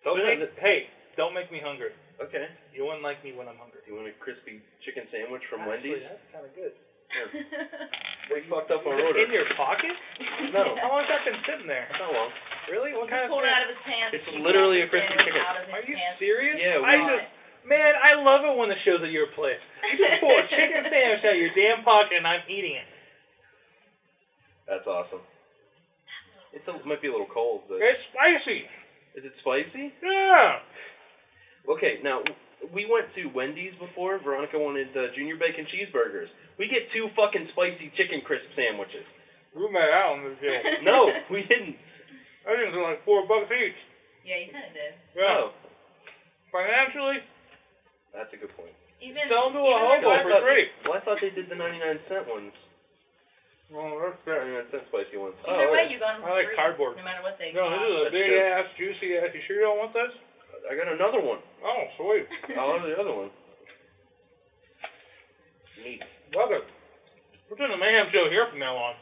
Speaker 6: Don't
Speaker 7: Yeah,
Speaker 6: make, hey, don't make me hungry.
Speaker 7: okay.
Speaker 6: You wouldn't like me when I'm hungry.
Speaker 7: Do you want a crispy chicken sandwich from
Speaker 6: Actually,
Speaker 7: Wendy's?
Speaker 6: That's kind of good.
Speaker 7: We fucked up
Speaker 6: Is
Speaker 7: our
Speaker 6: it
Speaker 7: order.
Speaker 6: in your pocket?
Speaker 7: No.
Speaker 6: How long has that been sitting there?
Speaker 7: Not long.
Speaker 6: Really? What kind of?
Speaker 3: Pulled it out of his pants.
Speaker 7: It's literally a crispy chicken.
Speaker 6: Are you serious?
Speaker 7: Yeah,
Speaker 6: I
Speaker 7: we-
Speaker 6: just man, I love it when the show's at your place. You just pull a chicken sandwich out of your damn pocket and I'm eating it.
Speaker 7: That's awesome. It's a, might be a little cold, but
Speaker 6: It's spicy.
Speaker 7: is it spicy?
Speaker 6: Yeah.
Speaker 7: Okay, now we went to Wendy's before. Veronica wanted uh, junior bacon cheeseburgers. We get two fucking spicy chicken crisp sandwiches.
Speaker 6: Roommate out on this deal.
Speaker 7: No, we didn't.
Speaker 6: That things are like four bucks each.
Speaker 3: Yeah, you kind of did.
Speaker 6: Oh.
Speaker 7: No,
Speaker 6: Financially,
Speaker 7: that's a good point.
Speaker 3: Even
Speaker 6: sell them to a
Speaker 3: even
Speaker 6: hobo
Speaker 7: I
Speaker 3: regardless-
Speaker 6: for
Speaker 7: thought-
Speaker 6: free.
Speaker 7: Well, I thought they did the 99 cent ones.
Speaker 6: Well, that's fair.
Speaker 7: 99 cent spicy ones. Oh,
Speaker 3: Either way,
Speaker 7: alright.
Speaker 3: you got them
Speaker 6: I like
Speaker 3: free,
Speaker 6: cardboard.
Speaker 3: No matter what they
Speaker 6: No, this is a
Speaker 7: That's
Speaker 6: big
Speaker 7: good.
Speaker 6: ass, juicy ass. You sure you don't want this?
Speaker 7: I got another one.
Speaker 6: Oh, sweet.
Speaker 7: I love the other one. Neat.
Speaker 6: Love it. We're doing the Mayhem Show here from now on.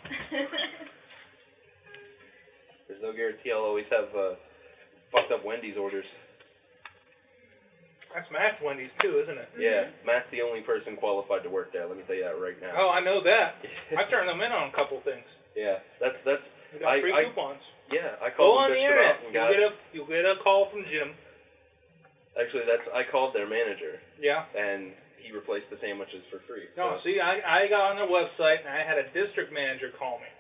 Speaker 7: There's no guarantee I'll always have uh, fucked up Wendy's orders.
Speaker 6: That's Matt's Wendy's too, isn't
Speaker 3: Mm-hmm.
Speaker 6: it?
Speaker 7: Yeah, Matt's the only person qualified to work there. Let me tell you that right now.
Speaker 6: Oh, I know that. I turned them in on a couple things.
Speaker 7: yeah, that's that's
Speaker 6: We got
Speaker 7: I-
Speaker 6: free
Speaker 7: I-
Speaker 6: coupons.
Speaker 7: yeah. I
Speaker 6: Go on
Speaker 7: called them
Speaker 6: the
Speaker 7: bitched
Speaker 6: internet.
Speaker 7: about and
Speaker 6: You'll
Speaker 7: got.
Speaker 6: get a you'll get a call from Jim.
Speaker 7: Actually, that's I called their manager
Speaker 6: Yeah.
Speaker 7: and he replaced the sandwiches for free.
Speaker 6: No,
Speaker 7: so-
Speaker 6: see, I I got on their website and I had a district manager call me,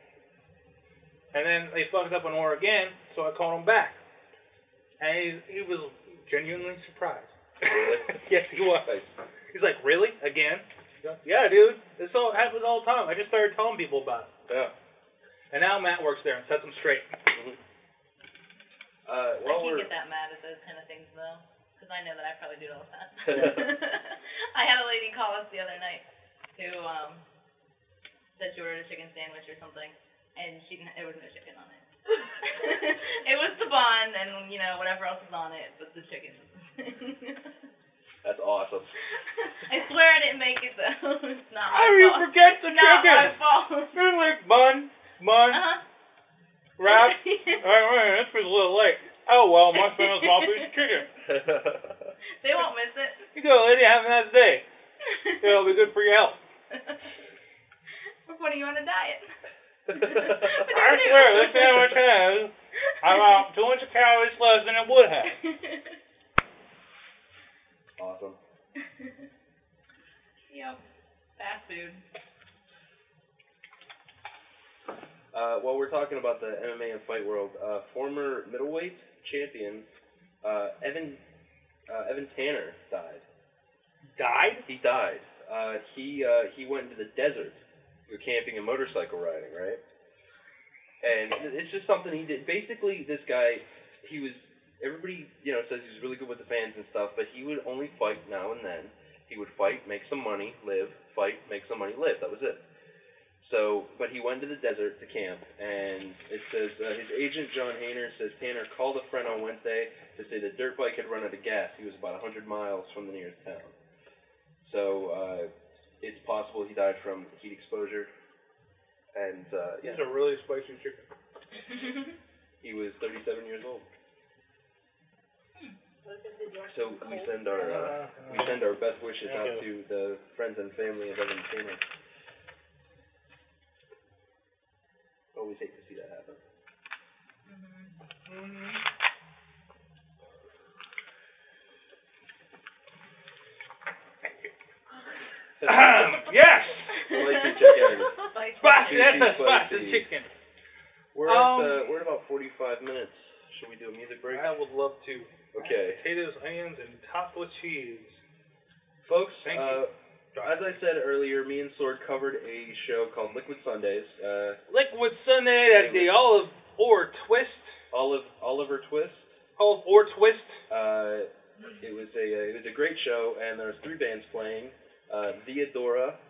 Speaker 6: and then they fucked up an order again, so I called him back, and he, he was genuinely surprised.
Speaker 7: Really?
Speaker 6: yes, he was.
Speaker 7: Nice.
Speaker 6: He's like, really? Again? Yeah, dude. This all happens all the time. I just started telling people about it.
Speaker 7: Yeah.
Speaker 6: And now Matt works there and sets them straight.
Speaker 3: I
Speaker 7: Uh, while
Speaker 3: can't
Speaker 7: we're
Speaker 3: get that mad at those kind of things though, because I know that I probably do it all the time. I had a lady call us the other night who um said she ordered a chicken sandwich or something, and she didn't. There was no chicken on it. it was the bun and you know whatever else was on it, but the chicken.
Speaker 7: that's awesome.
Speaker 3: I swear I didn't make it though. It's not my
Speaker 6: How do you
Speaker 3: fault.
Speaker 6: forget
Speaker 3: It's
Speaker 6: the
Speaker 3: not
Speaker 6: chicken?
Speaker 3: my fault.
Speaker 6: You're like bun, bun,
Speaker 3: Uh-huh.
Speaker 6: wrap. All right, this was a little late. Oh well, my famous small piece of chicken.
Speaker 3: they won't miss it.
Speaker 6: You go, lady. Have a nice day. It'll be good for your health.
Speaker 3: We're putting you on a diet.
Speaker 6: I swear, this sandwich has about 200 calories less than it would have.
Speaker 7: awesome.
Speaker 3: yep. Fast food.
Speaker 7: Uh, while we're talking about the MMA and fight world, uh, former middleweight champion uh, Evan uh, Evan Tanner died.
Speaker 6: Died?
Speaker 7: He died. Uh, he uh, he went into the desert. You're camping and motorcycle riding, right? And it's just something he did. Basically, this guy, he was everybody you know says he was really good with the fans and stuff, but he would only fight now and then. He would fight, make some money, live, fight, make some money, live. That was it. So, but he went to the desert to camp, and it says uh, his agent John Hayner says Tanner called a friend on Wednesday to say the dirt bike had run out of gas. He was about 100 miles from the nearest town. So uh, it's possible he died from heat exposure. And uh, yeah,
Speaker 6: a really spicy chicken.
Speaker 7: he was 37 years old. So we send our uh, we send our best wishes out to the friends and family of Evan Tanner. Always hate to see that happen.
Speaker 6: yes!
Speaker 7: Spicy chicken.
Speaker 6: Spicy, that's a spicy
Speaker 7: Spicy, spicy.
Speaker 6: chicken.
Speaker 7: We're
Speaker 6: Um,
Speaker 7: at uh, we're at about 45 minutes. Should we do a music break?
Speaker 6: I would love to.
Speaker 7: Okay.
Speaker 6: Potatoes, onions, and topped with cheese.
Speaker 7: Folks,
Speaker 6: Thank
Speaker 7: uh,
Speaker 6: you.
Speaker 7: as I said earlier, me and Sword covered a show called Liquid Sundays. Uh,
Speaker 6: Liquid Sunday at the Olive or Twist.
Speaker 7: Olive Oliver Twist.
Speaker 6: Olive or Twist.
Speaker 7: Uh, it was a uh, it was a great show, and there's three bands playing: uh, Theodora,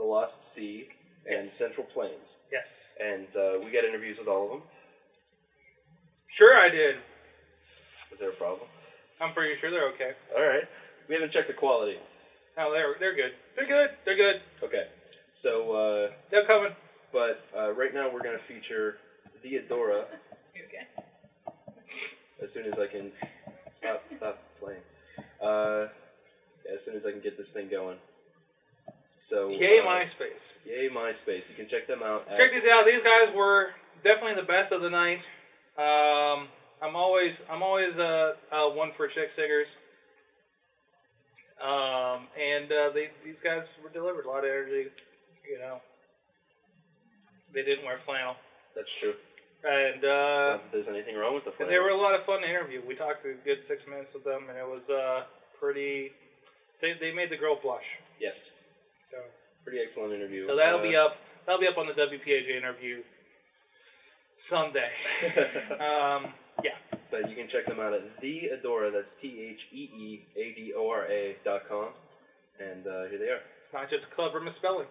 Speaker 7: The Lost Sea, and Central Plains.
Speaker 6: Yes.
Speaker 7: And uh, we got interviews with all of them.
Speaker 6: Sure, I did.
Speaker 7: Is there a problem?
Speaker 6: I'm pretty sure they're okay.
Speaker 7: All right. We haven't checked the quality.
Speaker 6: No, they're they're good. They're good. They're good.
Speaker 7: Okay. So, uh,
Speaker 6: They're coming.
Speaker 7: but uh, right now we're gonna feature Theodora.
Speaker 3: You okay?
Speaker 7: as soon as I can stop stop playing. Uh, as soon as I can get this thing going. So
Speaker 6: Yay,
Speaker 7: uh,
Speaker 6: MySpace.
Speaker 7: yay MySpace. You can check them out. At,
Speaker 6: Check these out. These guys were definitely the best of the night. Um, I'm always I'm always uh, uh one for chick singers. Um, and uh, they these guys were delivered a lot of energy. You know, they didn't wear flannel,
Speaker 7: That's true.
Speaker 6: and uh,
Speaker 7: Not that there's anything wrong with the
Speaker 6: and
Speaker 7: flannel.
Speaker 6: they were a lot of fun to interview. We talked a good six minutes with them, and it was uh pretty. They they made the girl blush.
Speaker 7: yes,
Speaker 6: So.
Speaker 7: pretty excellent interview.
Speaker 6: So that'll
Speaker 7: uh,
Speaker 6: be up. That'll be up on the WPAJ interview Sunday. um, yeah.
Speaker 7: But you can check them out at Theodora. That's T H E E A D O R A dot com. And uh, here they are.
Speaker 6: It's not just clever misspelling.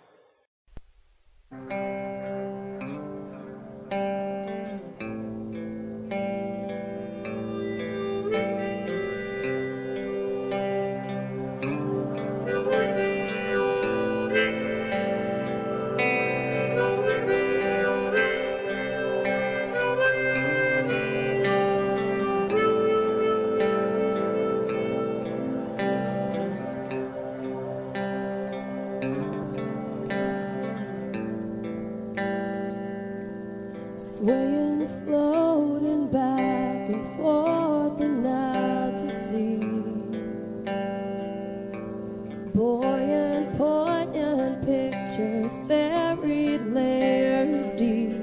Speaker 9: swaying, floating back and forth and out to sea. Buoyant, poignant pictures, buried layers deep.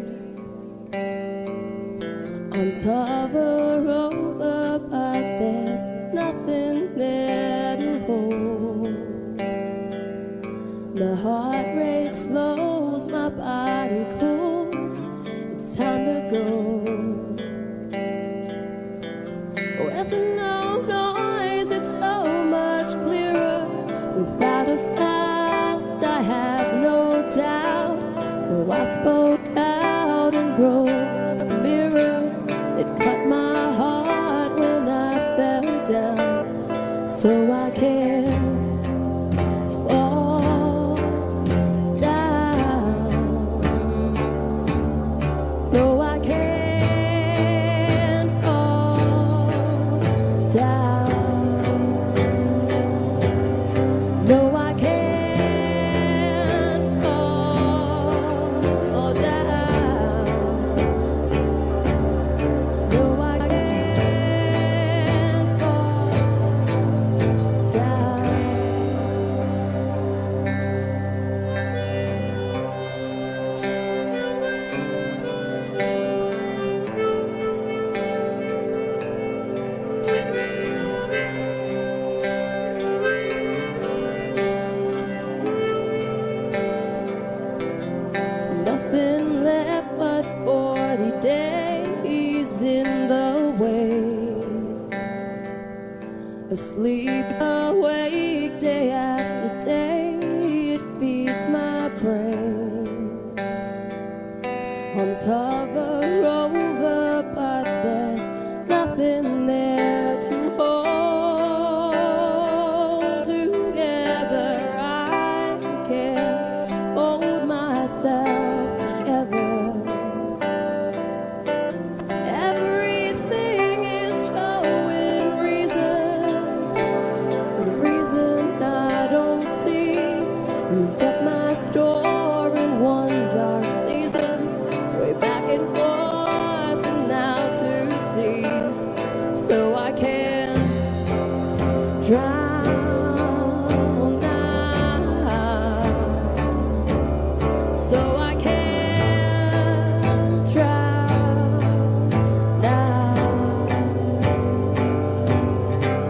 Speaker 9: Arms hover over, but there's nothing there to hold. My heart rate slows, my body cools. Oh, Asleep, awake, day after day, it feeds my brain. Arms hover over, but there's nothing there to hold together. I can't hold myself together. Everything is showing reason, but reason I don't see. Used up my store in one dark season, sway back and forth and now to sea, so I can drown now. So I can drown now.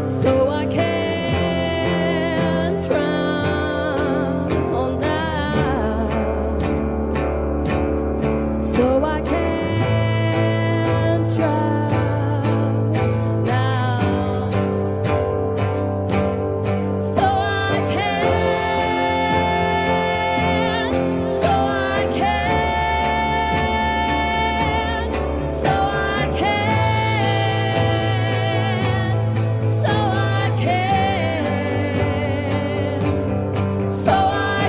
Speaker 9: So I can drown now. So I can drown now. So I can. So I can. So I can. So I can. So I can. So I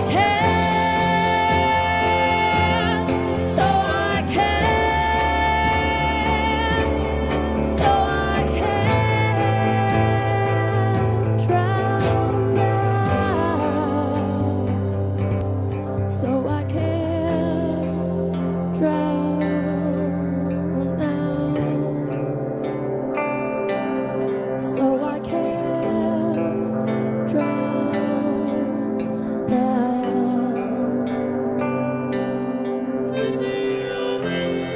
Speaker 9: can. So I can drown now. So I can drown now. So I can drown now.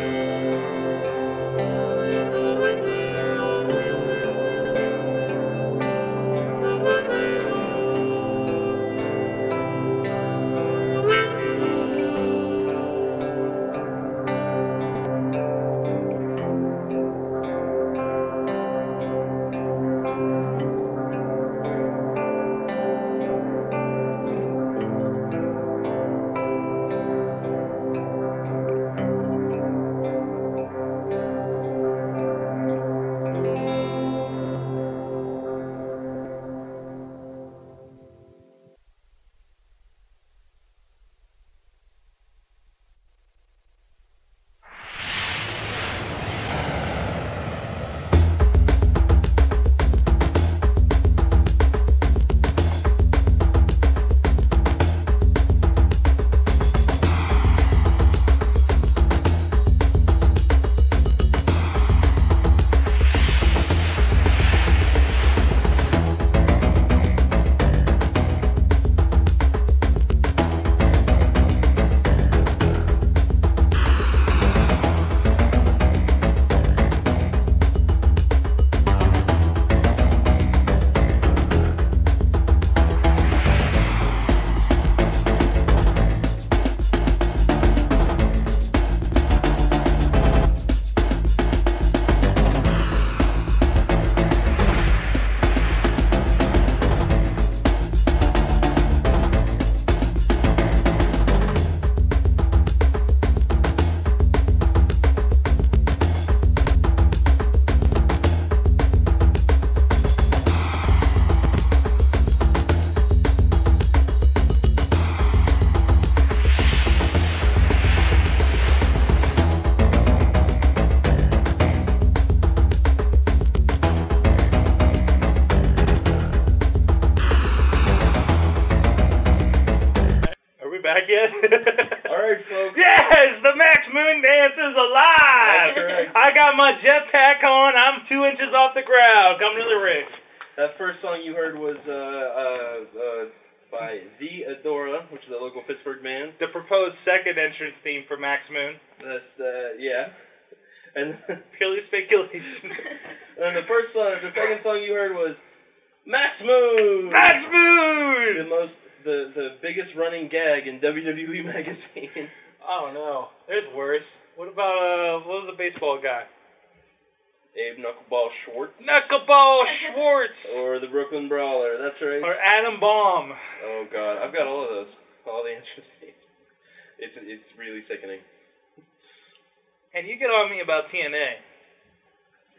Speaker 6: Are we back yet?
Speaker 7: All right, folks.
Speaker 6: yes, the Max Moon Dance is alive.
Speaker 7: That's right.
Speaker 6: I got my jetpack on. I'm two inches off the ground. Coming to the rig.
Speaker 7: That first song you heard was uh, uh, uh, by The Adora, which is a local Pittsburgh band.
Speaker 6: The proposed second entrance theme for Max Moon.
Speaker 7: That's uh, yeah. And
Speaker 6: Achilles speculation.
Speaker 7: and the first song, the second song you heard was Max Moon.
Speaker 6: Max
Speaker 7: The
Speaker 6: Moon.
Speaker 7: most, the the biggest running gag in WWE magazine.
Speaker 6: Oh no, there's worse. What about uh, what was the baseball guy?
Speaker 7: Abe Knuckleball Schwartz
Speaker 6: Knuckleball Schwartz
Speaker 7: or the Brooklyn Brawler. That's right.
Speaker 6: or Adam Bomb.
Speaker 7: Oh God, I've got all of those. All the entrance names. It's it's really sickening,
Speaker 6: And you get on me about TNA.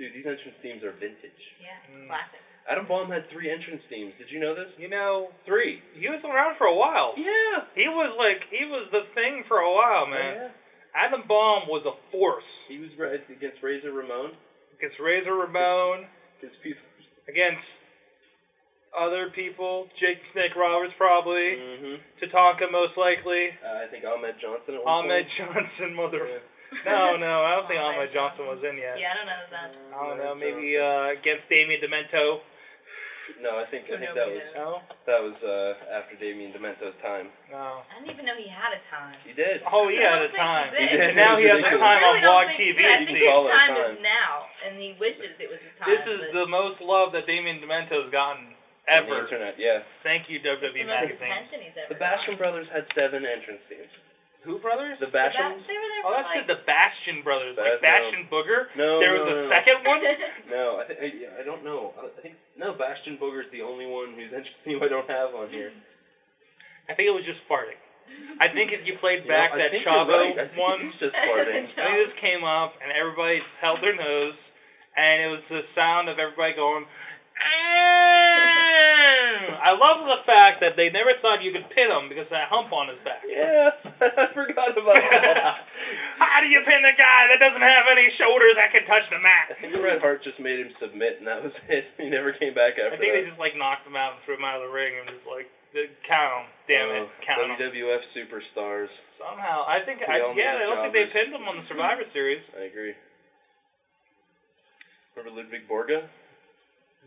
Speaker 7: dude. These entrance themes are vintage.
Speaker 3: Yeah,
Speaker 6: Mm.
Speaker 3: classic.
Speaker 7: Adam Baum had three entrance themes. Did you know this?
Speaker 6: You know,
Speaker 7: Three.
Speaker 6: he was around for a while.
Speaker 7: Yeah.
Speaker 6: He was like he was the thing for a while, man.
Speaker 7: Yeah.
Speaker 6: Adam Bomb was a force
Speaker 7: Uh, He was right against Razor Ramon.
Speaker 6: against Razor Ramon,
Speaker 7: Because people.
Speaker 6: against other people, Jake the Snake Roberts probably,
Speaker 7: hmm
Speaker 6: Tatanka most likely,
Speaker 7: Uh, I think Ahmed Johnson. At one
Speaker 6: Ahmed
Speaker 7: point.
Speaker 6: Johnson mother.
Speaker 7: Yeah.
Speaker 6: No, no, I don't think Ahmed
Speaker 3: Ahmed
Speaker 6: Johnson was in yet.
Speaker 3: Yeah, I don't know that.
Speaker 6: I don't know, maybe uh against Damien Demento.
Speaker 7: No, I think I think
Speaker 3: Who knows?
Speaker 7: that was
Speaker 6: No,
Speaker 7: that was uh, after Damien Demento's time.
Speaker 6: no.
Speaker 3: I didn't even know he had a time.
Speaker 7: He did.
Speaker 6: Oh
Speaker 3: I don't
Speaker 6: yeah, at a
Speaker 3: think
Speaker 6: time.
Speaker 3: he
Speaker 7: did.
Speaker 6: And now he has a
Speaker 7: Ridiculous.
Speaker 3: I
Speaker 6: time on
Speaker 3: really don't
Speaker 6: blog
Speaker 3: think he
Speaker 6: TV.
Speaker 3: did. I
Speaker 7: you
Speaker 3: think
Speaker 7: call
Speaker 3: his
Speaker 7: it a
Speaker 3: time,
Speaker 7: time.
Speaker 3: is now, and he wishes it was his time.
Speaker 6: This is
Speaker 3: but
Speaker 6: the most love that Damien Demento's gotten
Speaker 7: On the
Speaker 6: ever.
Speaker 7: internet, yeah.
Speaker 6: Thank you,
Speaker 3: it's the
Speaker 6: WWE
Speaker 3: most
Speaker 6: Magazine.
Speaker 3: attention he's ever
Speaker 7: The Basham brothers had seven entrance themes.
Speaker 6: Who brothers?
Speaker 7: The
Speaker 3: gotten. The Ba-
Speaker 7: Bashams?
Speaker 3: they were there
Speaker 6: Oh,
Speaker 3: for
Speaker 6: that's
Speaker 3: like,
Speaker 6: the Bastion brothers. Like
Speaker 7: That's-
Speaker 6: Bastion Booger.
Speaker 7: No,
Speaker 6: there
Speaker 7: no,
Speaker 6: was a
Speaker 7: no, no.
Speaker 6: second one.
Speaker 7: No, I think I, yeah, I don't know. I I think no. Bastion Booger's the only one whose entrance theme I don't have on here.
Speaker 6: I think it was just farting. I think if you played
Speaker 7: You know,
Speaker 6: back
Speaker 7: I
Speaker 6: that
Speaker 7: think you're
Speaker 6: Chavo
Speaker 7: right. I think
Speaker 6: one,
Speaker 7: it's just
Speaker 6: I
Speaker 7: farting.
Speaker 6: think this came up and everybody held their nose, and it was the sound of everybody going. "Ah." I love the fact that they never thought you could pin him because of that hump on his back.
Speaker 7: yeah, I forgot about that.
Speaker 6: How do you pin the guy that doesn't have any shoulders that can touch the mat?
Speaker 7: I think Red Hart just made him submit, and that was it. He never came back
Speaker 6: I
Speaker 7: after
Speaker 6: think they
Speaker 7: that.
Speaker 6: just like knocked him out and threw him out of the ring and just like the- count him. Damn it,
Speaker 7: Oh,
Speaker 6: count him.
Speaker 7: WWF superstars.
Speaker 6: Somehow, I think
Speaker 7: We
Speaker 6: I,
Speaker 7: all
Speaker 6: yeah,
Speaker 7: need
Speaker 6: I
Speaker 7: a
Speaker 6: don't
Speaker 7: job
Speaker 6: think they
Speaker 7: as-
Speaker 6: pinned him on the Survivor Series.
Speaker 7: I agree. Remember Ludwig Borga?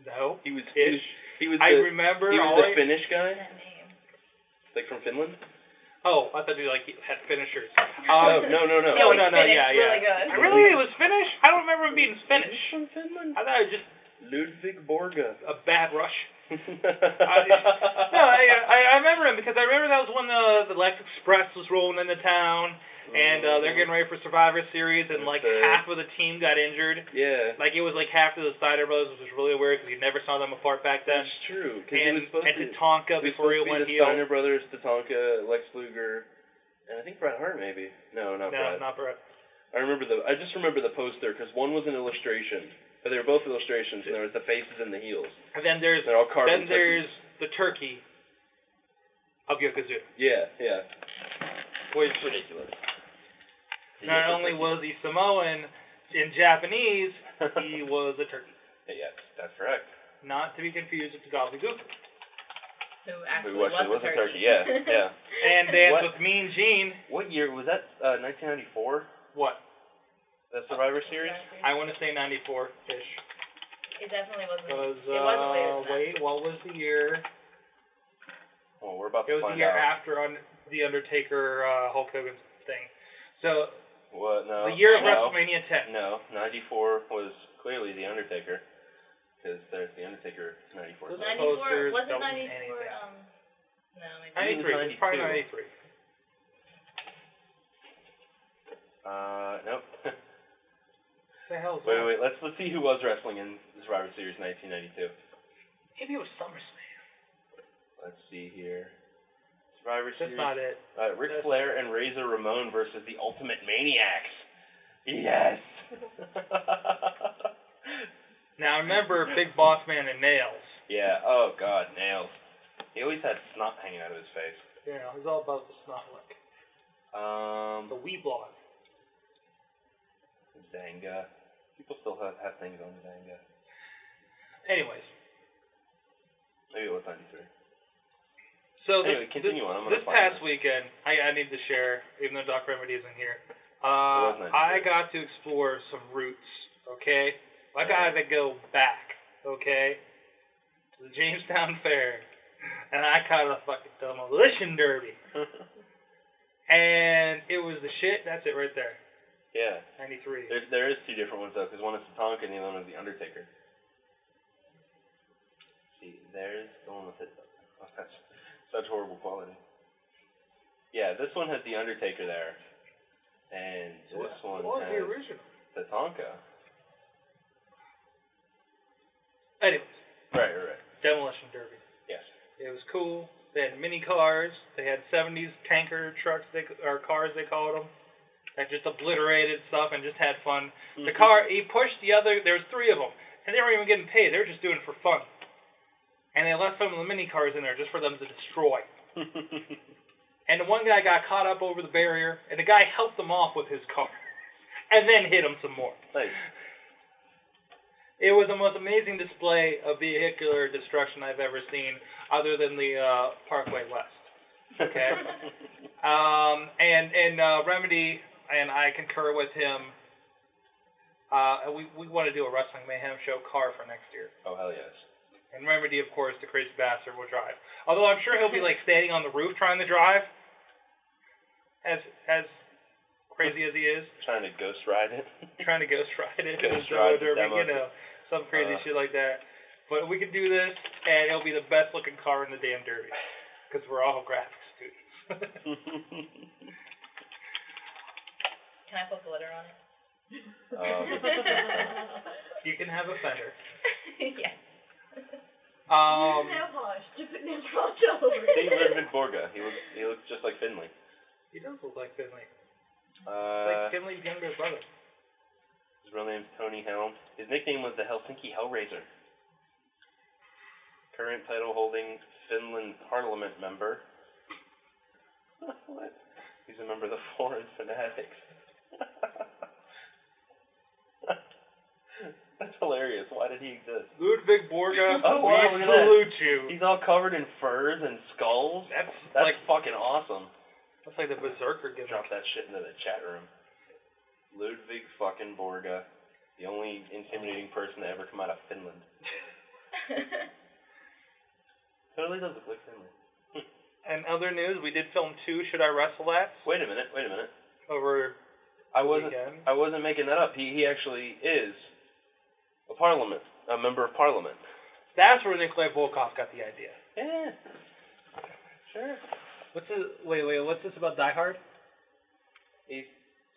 Speaker 6: No,
Speaker 7: He was
Speaker 6: Ish.
Speaker 7: he was, he was
Speaker 6: I
Speaker 7: the,
Speaker 6: remember.
Speaker 7: he was
Speaker 6: all
Speaker 7: the Finnish guy,
Speaker 3: that name.
Speaker 7: like from Finland.
Speaker 6: oh, I thought they like had finishers.
Speaker 7: Oh
Speaker 6: Um,
Speaker 7: no no no.
Speaker 6: no, no, no,
Speaker 3: Finnish,
Speaker 6: yeah,
Speaker 3: really
Speaker 6: yeah.
Speaker 3: good.
Speaker 6: I really it was Finnish. I don't remember him being
Speaker 7: He's
Speaker 6: Finnish.
Speaker 7: from Finland.
Speaker 6: I thought it was just
Speaker 7: Ludwig Borga.
Speaker 6: a bad rush. No,
Speaker 7: no,
Speaker 6: I uh, I I remember him because I remember that was when the the Lex Express was rolling into town and uh, they're getting ready for Survivor Series and like
Speaker 7: Okay.
Speaker 6: half of the team got injured.
Speaker 7: Yeah,
Speaker 6: Like it was like half of the Steiner brothers, which was really weird because you never saw them apart back then.
Speaker 7: that's true. 'cause he
Speaker 6: and
Speaker 7: was supposed
Speaker 6: and
Speaker 7: to,
Speaker 6: Tatanka
Speaker 7: he was
Speaker 6: before he
Speaker 7: supposed to be
Speaker 6: went
Speaker 7: the
Speaker 6: heel.
Speaker 7: Steiner brothers, Tatanka, Lex Luger, and I think Bret Hart maybe. No, not
Speaker 6: no,
Speaker 7: Bret.
Speaker 6: not Brett.
Speaker 7: I remember the. I just remember the poster because one was an illustration, but they were both illustrations, and there was the faces and the heels.
Speaker 6: And then there's
Speaker 7: They're all carved.
Speaker 6: then
Speaker 7: in
Speaker 6: there's
Speaker 7: turkeys.
Speaker 6: the turkey of Yokozuna,
Speaker 7: Yeah, yeah.
Speaker 6: which
Speaker 7: ridiculous.
Speaker 6: not only was he Samoan in Japanese, he was a turkey,
Speaker 7: yes, that's correct.
Speaker 6: not to be confused with the gobbledygook.
Speaker 3: Who actually
Speaker 7: Who actually
Speaker 3: was
Speaker 7: was a turkey? Yeah, yeah.
Speaker 6: And dance
Speaker 7: What?
Speaker 6: with Mean Gene.
Speaker 7: What year was that? Uh, 1994.
Speaker 6: What?
Speaker 7: The Survivor Series.
Speaker 6: I want to say 94 ish.
Speaker 3: It definitely wasn't.
Speaker 6: Because,
Speaker 3: It wasn't later
Speaker 6: uh,
Speaker 3: than that.
Speaker 6: wait, what was the year?
Speaker 7: Well, we're about
Speaker 6: It was
Speaker 7: to
Speaker 6: the
Speaker 7: find
Speaker 6: year
Speaker 7: out.
Speaker 6: after on the Undertaker uh, Hulk Hogan thing. So
Speaker 7: What? No.
Speaker 6: the year of
Speaker 7: no.
Speaker 6: WrestleMania 10.
Speaker 7: No, 94 was clearly the Undertaker, because there's the Undertaker
Speaker 6: Was
Speaker 7: 94. So-
Speaker 6: that-
Speaker 3: 94,
Speaker 6: posters,
Speaker 3: was it
Speaker 6: don't mean
Speaker 3: 94,
Speaker 6: anything.
Speaker 3: um, no, maybe.
Speaker 6: 93. It's probably
Speaker 7: 92.
Speaker 6: 93.
Speaker 7: Uh, nope.
Speaker 6: The hell is
Speaker 7: wait,
Speaker 6: that?
Speaker 7: wait, wait. Let's let's see who was wrestling in the Survivor Series 1992.
Speaker 6: Maybe it was SummerSlam.
Speaker 7: Let's see here. Survivor
Speaker 6: That's
Speaker 7: Series.
Speaker 6: not it.
Speaker 7: uh, Ric
Speaker 6: that's-
Speaker 7: Flair and Razor Ramon versus the Ultimate Maniacs. Yes.
Speaker 6: Now remember Big Boss Man and Nails.
Speaker 7: yeah. Oh God, nails. He always had snot hanging out of his face.
Speaker 6: Yeah, it was all about the snot lick.
Speaker 7: Um,
Speaker 6: The wee blog.
Speaker 7: Zanga. People still have, have things on Zanga.
Speaker 6: Anyways,
Speaker 7: Maybe it was 93.
Speaker 6: so
Speaker 7: Anyway,
Speaker 6: this,
Speaker 7: continue on. I'm gonna
Speaker 6: this, this
Speaker 7: find
Speaker 6: past
Speaker 7: this.
Speaker 6: weekend, I, I need to share, even though Doc Remedy isn't here.
Speaker 7: It was
Speaker 6: Uh,
Speaker 7: nice to
Speaker 6: I
Speaker 7: hear.
Speaker 6: got to explore some roots. Okay, I got to go back. Okay, to the Jamestown Fair, and I caught a fucking demolition derby, and it was the shit. That's it right there.
Speaker 7: yeah.
Speaker 6: Ninety three.
Speaker 7: There, there is two different ones though, because one is Tatanka and the other one is the Undertaker. See, there's the one with it. Oh, that's such horrible quality. Yeah, this one has the Undertaker there, and this
Speaker 6: What,
Speaker 7: one
Speaker 6: what was the
Speaker 7: has
Speaker 6: original?
Speaker 7: Tatanka.
Speaker 6: Anyways,
Speaker 7: Right, right, right.
Speaker 6: demolition derby.
Speaker 7: Yes.
Speaker 6: It was cool. They had mini cars. They had 70s tanker trucks they, or cars they called them that just obliterated stuff and just had fun. The car he pushed the other. There was three of them, and they weren't even getting paid. They were just doing it for fun. And they left some of the mini cars in there just for them to destroy. And the one guy got caught up over the barrier, and the guy helped him off with his car, and then hit him some more.
Speaker 7: nice.
Speaker 6: It was the most amazing display of vehicular destruction I've ever seen, other than the uh, Parkway West. Okay. um, and and uh, Remedy and I concur with him. Uh, we we want to do a wrestling mayhem show car for next year,
Speaker 7: oh hell yes.
Speaker 6: and Remedy, of course, the crazy bastard will drive. Although I'm sure he'll be like standing on the roof trying to drive, as as crazy as he is
Speaker 7: Trying to ghost ride it.
Speaker 6: trying to ghost ride it in
Speaker 7: Ghost
Speaker 6: Road
Speaker 7: ride the
Speaker 6: Derby,
Speaker 7: demo.
Speaker 6: you know, some crazy
Speaker 7: Uh.
Speaker 6: shit like that. But we could do this, and it'll be the best looking car in the damn derby because we're all graphics students.
Speaker 3: Can I put glitter on it?
Speaker 7: um,
Speaker 6: you can have a fender.
Speaker 3: yeah.
Speaker 6: Um,
Speaker 8: nail polish. Just put nail polish all over it.
Speaker 7: Dave lived in Borga. He looks he looks just like Finley.
Speaker 6: he does look like Finley,
Speaker 7: Uh,
Speaker 6: like Finley's younger brother.
Speaker 7: his real name's Tony Helm. His nickname was the Helsinki Hellraiser. Current title holding Finland Parliament member. what? He's a member of the Foreign Fanatics. That's hilarious. Why did he exist?
Speaker 6: Ludwig Borga,
Speaker 7: Oh,
Speaker 6: we
Speaker 7: wow, look at that.
Speaker 6: salute you.
Speaker 7: He's all covered in furs and skulls.
Speaker 6: That's,
Speaker 7: That's
Speaker 6: like
Speaker 7: fucking awesome.
Speaker 6: that's like the berserker gimmick.
Speaker 7: Drop that shit into the chat room. Ludwig fucking Borga, the only intimidating person to ever come out of Finland. Totally does look like Finland.
Speaker 6: And other news, we did film two. Should I wrestle that
Speaker 7: Wait a minute, wait a minute.
Speaker 6: over
Speaker 7: I
Speaker 6: the
Speaker 7: wasn't
Speaker 6: weekend?
Speaker 7: I wasn't making that up. He he actually is a parliament a member of parliament.
Speaker 6: That's where Nikolai Volkov got the idea. Eh.
Speaker 7: Yeah. Sure.
Speaker 6: What's this, wait, wait, what's this about Die Hard?
Speaker 7: He's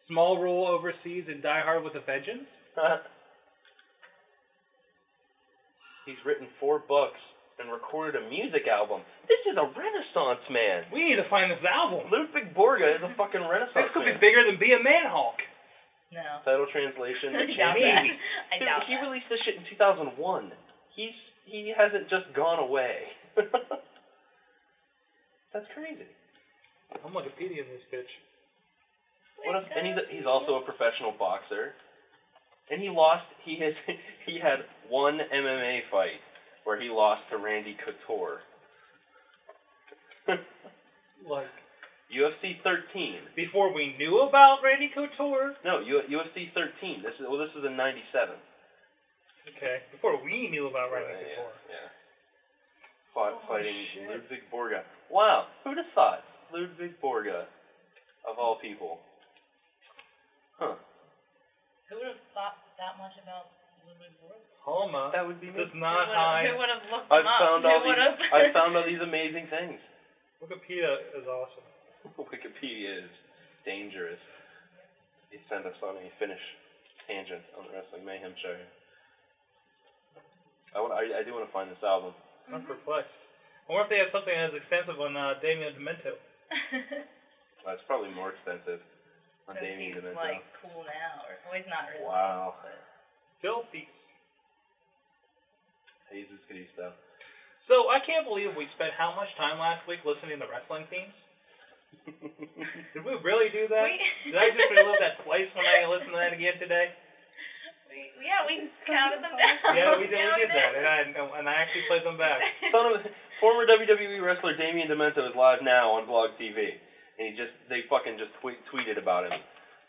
Speaker 6: Small role overseas in Die Hard with a Vengeance?
Speaker 7: He's written four books and recorded a music album. This is a renaissance man.
Speaker 6: We need to find this album.
Speaker 7: Ludwig Borga is a fucking
Speaker 6: This
Speaker 7: renaissance
Speaker 6: could
Speaker 7: man.
Speaker 6: be bigger than Be a Man Hulk.
Speaker 3: No.
Speaker 7: Title translation.
Speaker 3: I
Speaker 7: The
Speaker 3: doubt
Speaker 7: Champion.
Speaker 3: that. I
Speaker 7: Dude,
Speaker 3: doubt
Speaker 7: he
Speaker 3: that.
Speaker 7: released this shit in 2001. He's he hasn't just gone away. That's crazy.
Speaker 6: I'm Wikipedia in this bitch.
Speaker 7: What else? And he's a, he's also a professional boxer. And he lost. He has he had one MMA fight where he lost to Randy Couture.
Speaker 6: Like,
Speaker 7: UFC 13.
Speaker 6: before we knew about Randy Couture.
Speaker 7: No, U, UFC 13. This is well, this is in '97.
Speaker 6: Okay. Before we knew about Randy
Speaker 7: yeah,
Speaker 6: Couture.
Speaker 7: yeah. Fought,
Speaker 6: Holy
Speaker 7: fighting
Speaker 6: shit.
Speaker 7: Ludwig Borga. Wow, who'd have thought? Ludwig Borga, of all people. Huh?
Speaker 3: Who would have thought that much about Ludwig Borg?
Speaker 6: Homa
Speaker 7: That would be me.
Speaker 6: does not hide.
Speaker 3: Who would have looked
Speaker 7: I
Speaker 3: him up?
Speaker 7: found
Speaker 3: Who
Speaker 7: all these.
Speaker 3: would have?
Speaker 7: I found all these amazing things.
Speaker 6: Wikipedia is awesome.
Speaker 7: Wikipedia is dangerous. You send us on a finish tangent on the Wrestling Mayhem show. here. I, want, I, I do want to find this album.
Speaker 6: I'm perplexed. I wonder if they have something as extensive on uh, Damien Demento.
Speaker 7: Uh, it's probably more expensive on
Speaker 3: Since he's
Speaker 7: Damien Demento.
Speaker 3: like cool now, or well, he's not really.
Speaker 7: Wow.
Speaker 6: Filthy.
Speaker 7: Jesus Cristo.
Speaker 6: So I can't believe we spent how much time last week listening to wrestling themes. Did we really do that?
Speaker 3: We,
Speaker 6: Did I just relive that twice when I listened to that again today?
Speaker 3: we, yeah, we counted them down.
Speaker 6: Yeah, we did. We
Speaker 3: Down
Speaker 6: did that,
Speaker 3: there.
Speaker 6: and I and I actually played them back.
Speaker 7: Son of a, former WWE wrestler Damien Demento is live now on Blog TV, and he just they fucking just tweet, tweeted about him.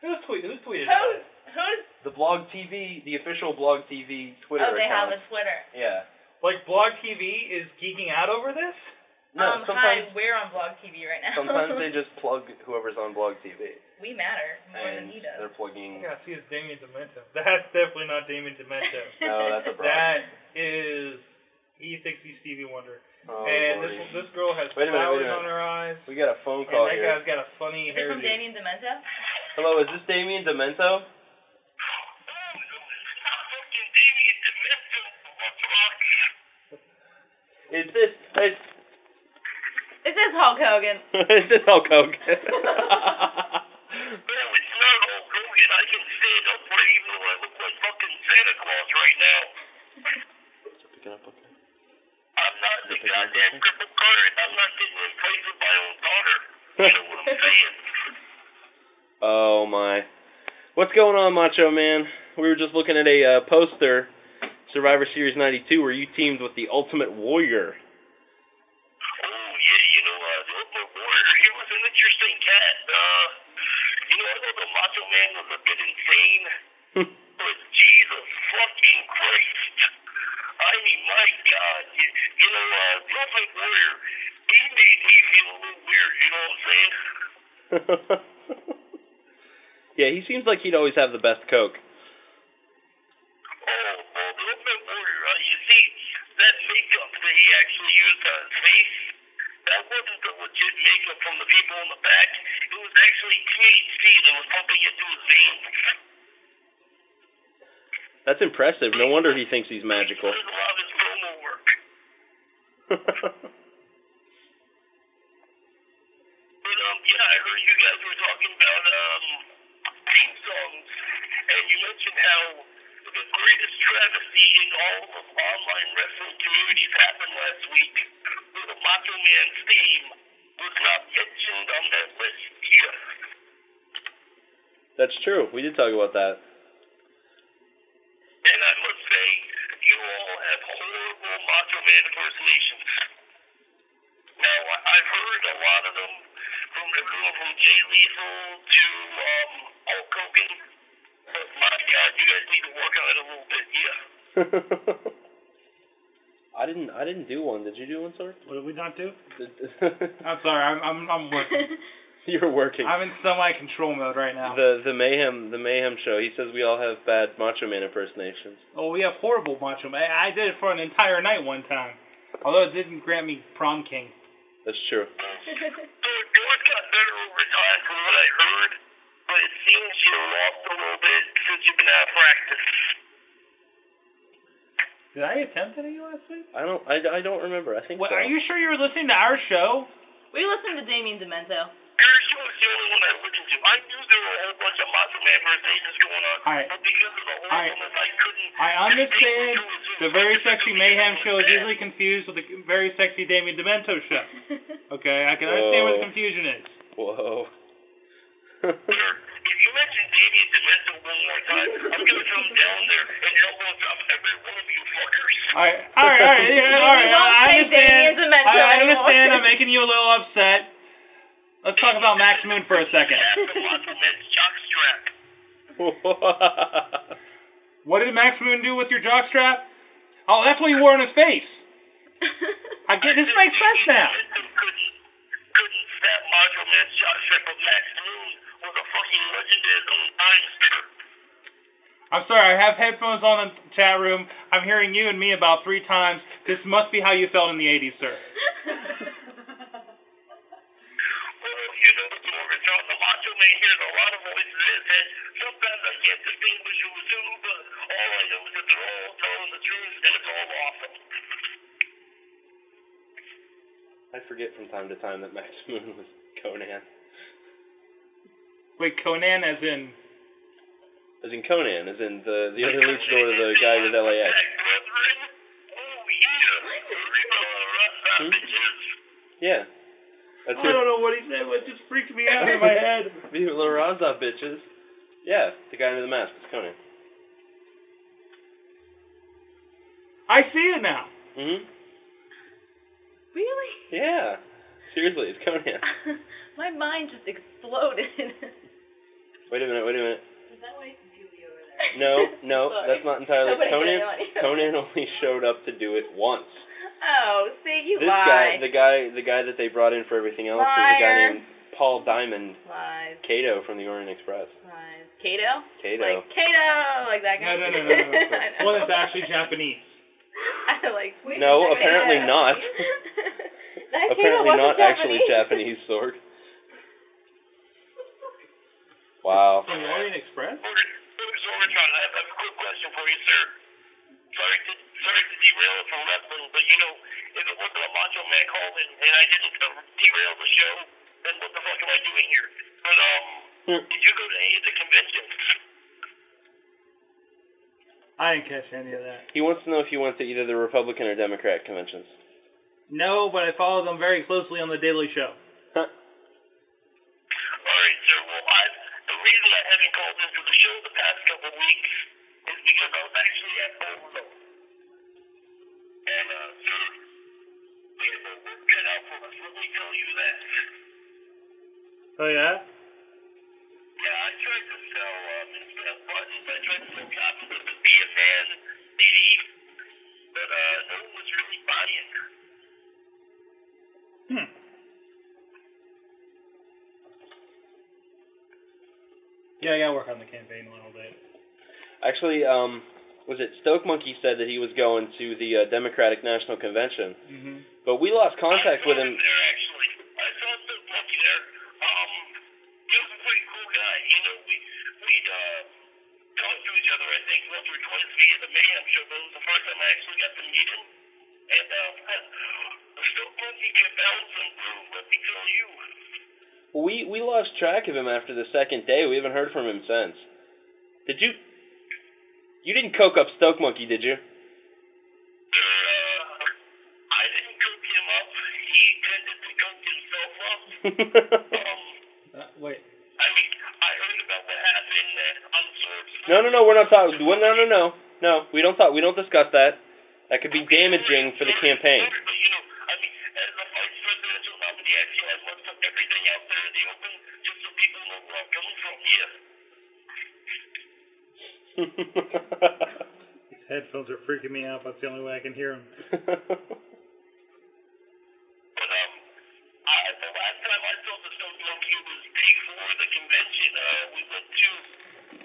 Speaker 6: Who's tweet? Who's tweeted?
Speaker 3: Who?
Speaker 6: about it?
Speaker 3: Who's?
Speaker 7: The Blog TV, the official Blog TV Twitter
Speaker 3: Oh, they have a
Speaker 7: account.
Speaker 3: Twitter.
Speaker 7: Yeah.
Speaker 6: Like Blog TV is geeking out over this.
Speaker 7: No,
Speaker 3: um,
Speaker 7: sometimes
Speaker 3: hi, we're on Blog TV right now.
Speaker 7: sometimes they just plug whoever's on Blog TV,
Speaker 3: we matter more than
Speaker 7: and
Speaker 3: he does.
Speaker 7: they're plugging.
Speaker 6: Yeah, see, it's Damien Demento. That's definitely not Damien Demento.
Speaker 7: No, that's a
Speaker 6: that is. He thinks he's Stevie Wonder,
Speaker 7: Oh,
Speaker 6: and
Speaker 7: Lordy.
Speaker 6: this this girl has
Speaker 7: Wait a minute,
Speaker 6: flowers
Speaker 7: wait a minute.
Speaker 6: on her eyes,
Speaker 7: we got a phone
Speaker 6: and
Speaker 7: call
Speaker 6: that
Speaker 7: here.
Speaker 6: guy's got a funny
Speaker 3: Is it from
Speaker 6: hairdo.
Speaker 3: Damien Demento?
Speaker 7: Hello, is this Damien Demento? Is this is,
Speaker 3: This is Hulk Hogan.
Speaker 7: is this Hulk Hogan? oh my! What's going on, Macho Man? We were just looking at a uh, poster, Survivor Series '92, where you teamed with the Ultimate Warrior.
Speaker 9: uh,
Speaker 7: uh, Hmm. uh, yeah, he seems like he'd always have the best coke. Oh, That's impressive. No wonder he thinks he's magical.
Speaker 9: um,
Speaker 7: That's true. We did talk about that.
Speaker 9: um, Oh,
Speaker 7: I didn't. I didn't do one. Did you do one, sir?
Speaker 6: What did we not do? I'm sorry. I'm I'm, I'm working.
Speaker 7: You're working.
Speaker 6: I'm in semi-control mode right now.
Speaker 7: The the mayhem the mayhem show. He says we all have bad Macho Man impersonations.
Speaker 6: Oh, we have horrible macho man. I did it for an entire night one time, although it didn't grant me prom king.
Speaker 7: That's true.
Speaker 6: Did I attempt any last week?
Speaker 7: I don't. I, I don't remember. I think.
Speaker 6: What,
Speaker 7: so.
Speaker 6: are you sure you were listening to our show?
Speaker 3: We listen to Damien Demento.
Speaker 6: Alright. Alright. I understand the Very Sexy Mayhem show is usually confused with the Very Sexy Damien Demento show. Okay, I can understand where the
Speaker 7: Whoa.
Speaker 6: confusion is.
Speaker 7: Whoa.
Speaker 6: Alright, alright, alright, yeah, alright.
Speaker 3: won't
Speaker 6: I
Speaker 3: say
Speaker 6: understand.
Speaker 3: Damien Demento
Speaker 6: I, I understand.
Speaker 3: anymore.
Speaker 6: I'm making you a little upset. Let's talk about Max Moon for a second. What did Max Moon do with your jockstrap? Oh, that's what he wore on his face. I get this makes sense now. I'm sorry, I have headphones on in the chat room. I'm hearing you and me about three times. This must be how you felt in the 80s, sir.
Speaker 7: I forget from time to time that Max Moon was Conan.
Speaker 6: Wait, Conan, as in.
Speaker 7: As in Conan, as in the the other luchador, the guy with LAX. Oh, Hmm? Yeah. That's who-
Speaker 6: know what he said, what just freaked me out
Speaker 7: Viva La Raza, bitches. Yeah, the guy under the mask. It's Conan.
Speaker 6: I see it now.
Speaker 7: hmm
Speaker 3: Really?
Speaker 7: Yeah. Seriously, it's Conan.
Speaker 3: My mind just exploded.
Speaker 7: Wait a minute, wait a minute.
Speaker 10: Is that why it's Julia over there?
Speaker 7: No, no,
Speaker 3: Sorry.
Speaker 7: that's not entirely
Speaker 3: Nobody
Speaker 7: Conan.
Speaker 3: said no.
Speaker 7: Conan only showed up to do it once.
Speaker 3: Oh, see, you
Speaker 7: This
Speaker 3: lie.
Speaker 7: guy, the guy, the guy that they brought in for everything else is a guy
Speaker 3: Liar.
Speaker 7: named Paul Diamond
Speaker 3: Lies.
Speaker 7: Cato from the Orient Express.
Speaker 3: Lies. Kato?
Speaker 7: Kato.
Speaker 3: Like, Kato! Like that guy.
Speaker 6: No, no, no, no, no.
Speaker 3: I know.
Speaker 6: no. One that's actually Japanese.
Speaker 3: I like, wait a
Speaker 7: No,
Speaker 3: second.
Speaker 7: apparently not.
Speaker 3: that Kato
Speaker 7: Apparently
Speaker 3: wasn't
Speaker 7: not actually
Speaker 3: Japanese.
Speaker 7: Japanese Sorg. Wow.
Speaker 6: From the Orient Express?
Speaker 9: Sorry, did, sir, started to derail it from wrestling, but you know, if it wasn't a Macho Man call and, and I didn't uh, derail the show, then what the fuck am I doing here? But um, did you go to any of the conventions?
Speaker 6: I didn't catch any of that.
Speaker 7: He wants to know if you went to either the Republican or Democrat conventions.
Speaker 6: No, but I follow them very closely on The Daily Show.
Speaker 9: All right, sir. Well, I the reason I haven't called into the show the past couple of weeks is because I was actually at Buffalo, and uh, sir, we had the work cut out for us. Let me tell you that.
Speaker 6: Oh yeah.
Speaker 9: Yeah, I tried to sell um, instead of buttons, I tried to sell copies of the BFN CD, but uh, no one was really buying.
Speaker 6: Hmm. Yeah, I gotta work on the campaign a little bit.
Speaker 7: Actually, um, was it Stoke Monkey said that he was going to the uh, Democratic National Convention,
Speaker 6: Mm-hmm.
Speaker 7: but we lost contact with him.
Speaker 9: There, actually, I saw Bill Monkey there. Um, he was a pretty cool guy. You know, we we uh, talked to each other. I think once or twice via the Mayhem show, but it was the first time I actually got to meet him. And uh, the Stoke Monkey can bounce and groove. Let me tell you.
Speaker 7: We we lost track of him after the second day. We haven't heard from him since. Did you? You didn't coke up Stoke Monkey, did you?
Speaker 9: I didn't cook him up. He tended to cook himself up. um,
Speaker 6: Uh, wait.
Speaker 9: I mean, I heard about what happened. And I'm sorry.
Speaker 7: No, no, no. We're not talking. No, no, no, no. We don't talk. We don't discuss that. That could be damaging for the campaign.
Speaker 6: His headphones are freaking me out. That's the only way I can hear him.
Speaker 9: But um, I, the last time I saw the Stone Monkey was day four of the convention. Uh, we went to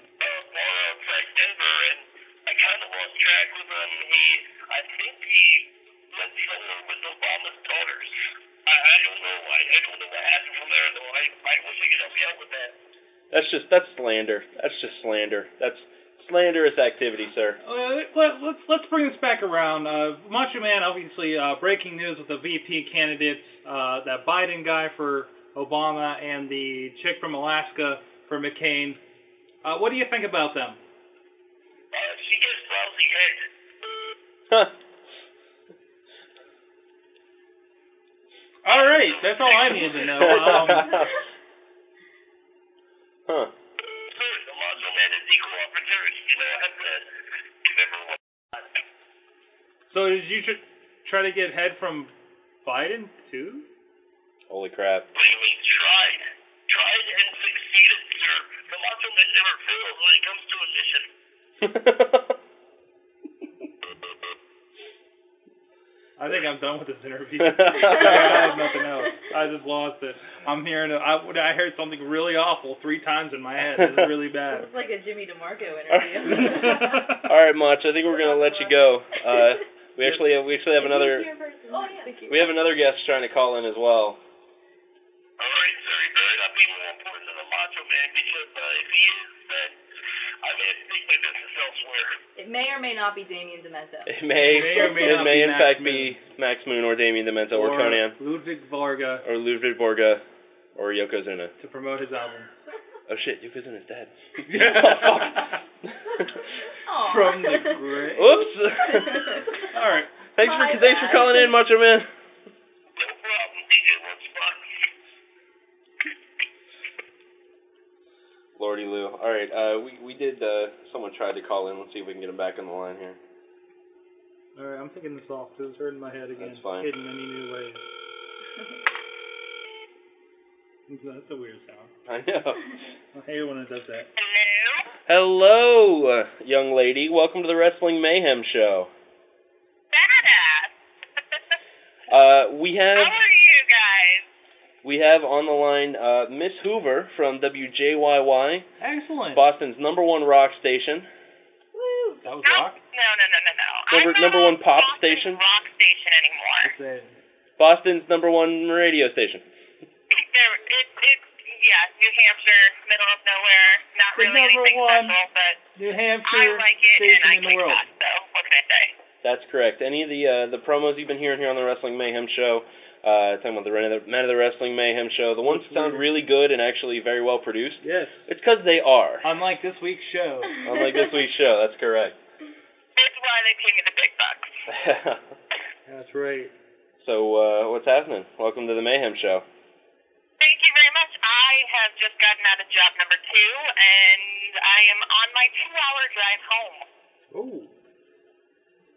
Speaker 9: uh, bar outside Denver, and I kind of lost track with him. He, I think he went somewhere with Obama's daughters. I, I don't know. I, I don't know what happened from there, though. I, I wish I could help you out with that.
Speaker 7: That's just that's slander. That's just slander. That's slanderous activity, sir.
Speaker 6: Uh, let, let's let's bring this back around. Uh, Macho Man, obviously, uh, breaking news with the VP candidates, uh, that Biden guy for Obama and the chick from Alaska for McCain. Uh, what do you think about them?
Speaker 9: Uh, she gets lousy head.
Speaker 6: All right, that's all I need to know. Um,
Speaker 7: huh.
Speaker 9: Third, the Muslim man is equal opportunity. You know, I have to. If everyone.
Speaker 6: So did you tr- try to get head from Biden too?
Speaker 7: Holy crap.
Speaker 9: What do you mean tried? Tried and succeeded, sir. The Muslim man never fails when it comes to a mission.
Speaker 6: I think I'm done with this interview. I have nothing else. I just lost it. I'm hearing. I, I heard something really awful three times in my head. It's really bad.
Speaker 11: It's like a Jimmy DeMarco interview.
Speaker 7: All right, Mach. I think we're gonna let you go. Uh, we actually we actually have another
Speaker 11: Oh, yeah.
Speaker 7: we have another guest trying to call in as well.
Speaker 9: Alright, sir, he better not be more important than the Macho Man because uh, if he is, then I may have to take my business elsewhere.
Speaker 11: It may or may not be Damien Demento.
Speaker 7: It may
Speaker 6: It may or may
Speaker 7: it
Speaker 6: not be
Speaker 7: may in
Speaker 6: Max
Speaker 7: fact
Speaker 6: Moon.
Speaker 7: be Max Moon or Damien Demento or, Conan
Speaker 6: Ludwig Varga
Speaker 7: or Ludwig Borga or Yokozuna.
Speaker 6: to promote his album.
Speaker 7: Oh shit, Yokozuna's dead. Oh,
Speaker 6: From the grave.
Speaker 7: Oops.
Speaker 6: All right.
Speaker 7: thanks for
Speaker 6: My
Speaker 7: thanks for
Speaker 6: bad.
Speaker 7: calling in, Macho Man. Lordy Lou. All right, uh, we we did. Uh, someone tried to call in. Let's see if we can get him back on the line here.
Speaker 6: All right. I'm taking this off because it's hurting my head again.
Speaker 7: That's fine.
Speaker 6: Hidden any new way. That's a weird sound.
Speaker 7: I know.
Speaker 6: I hate when it does that.
Speaker 7: Hello, uh, young lady. Welcome to the Wrestling Mayhem Show. Badass. uh, we have. How are you guys? We have on the line uh, Miss Hoover from WJYY,
Speaker 6: Excellent.
Speaker 7: Boston's number one rock station,
Speaker 6: That was rock.
Speaker 3: No, no, no, no, no.
Speaker 7: number
Speaker 3: I'm not
Speaker 7: number one
Speaker 3: a
Speaker 7: pop
Speaker 3: Boston
Speaker 7: station,
Speaker 3: Rock station anymore.
Speaker 7: Boston's number one radio station.
Speaker 3: There, it, it, yeah, New Hampshire, middle of nowhere, not
Speaker 6: The
Speaker 3: really
Speaker 6: number
Speaker 3: anything
Speaker 6: one
Speaker 3: special, but
Speaker 6: New
Speaker 3: I
Speaker 6: Hampshire
Speaker 3: like it and
Speaker 6: station
Speaker 3: I
Speaker 6: in the
Speaker 3: kick
Speaker 6: world.
Speaker 3: butt, so what can I say?
Speaker 7: That's correct. Any of the uh, the promos you've been hearing here on the Wrestling Mayhem show, uh, talking about the Men of the, Men of the Wrestling Mayhem show, the ones that sound really good and actually very well produced.
Speaker 6: Yes.
Speaker 7: It's because they are.
Speaker 6: Unlike this week's show.
Speaker 7: Unlike this week's show, that's correct.
Speaker 3: That's why they pay me the big bucks.
Speaker 6: that's right.
Speaker 7: so uh, what's happening? Welcome to the Mayhem show.
Speaker 3: Thank you very much. I have just gotten out of job number two, and I am on my two-hour drive home.
Speaker 6: Ooh.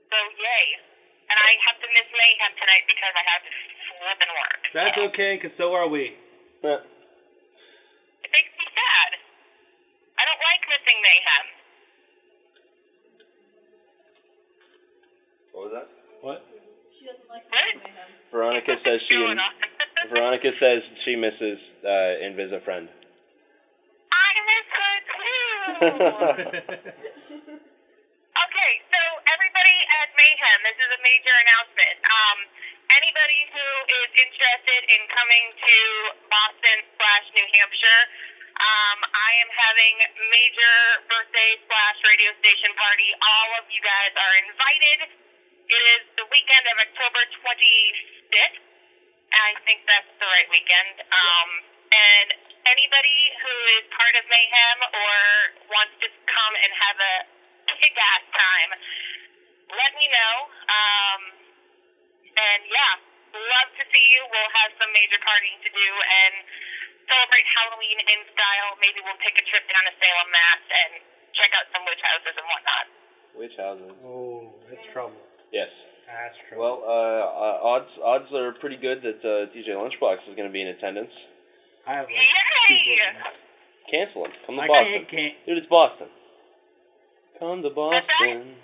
Speaker 3: So yay! And I have to miss mayhem tonight because I have to flip and work.
Speaker 6: That's okay, because so are we.
Speaker 3: It makes me sad. I don't like missing mayhem.
Speaker 7: What was that?
Speaker 6: What?
Speaker 12: She doesn't like mayhem.
Speaker 7: Veronica says she
Speaker 3: Going on.
Speaker 7: Veronica says she misses uh, Invisa friend.
Speaker 3: I miss her too. okay, so everybody at Mayhem, this is a major announcement. Um, anybody who is interested in coming to Boston slash New Hampshire, um, I am having major birthday slash radio station party. All of you guys are invited. It is the weekend of October 26th. I think that's the right weekend. Um, and anybody who is part of Mayhem or wants to come and have a kick-ass time, let me know. Um, and yeah, love to see you. We'll have some major partying to do and celebrate Halloween in style. Maybe we'll take a trip down to Salem, Mass, and check out some witch houses and whatnot.
Speaker 7: Which houses?
Speaker 6: Oh, that's trouble.
Speaker 7: Yes.
Speaker 6: That's trouble.
Speaker 7: Well, uh, uh, odds odds are pretty good that uh, DJ Lunchbox is going to be in attendance.
Speaker 6: I have like
Speaker 3: Yay!
Speaker 7: Cancel him. Come to
Speaker 6: I
Speaker 7: Boston.
Speaker 6: can't, can't.
Speaker 7: Dude, it's Boston. Come to Boston,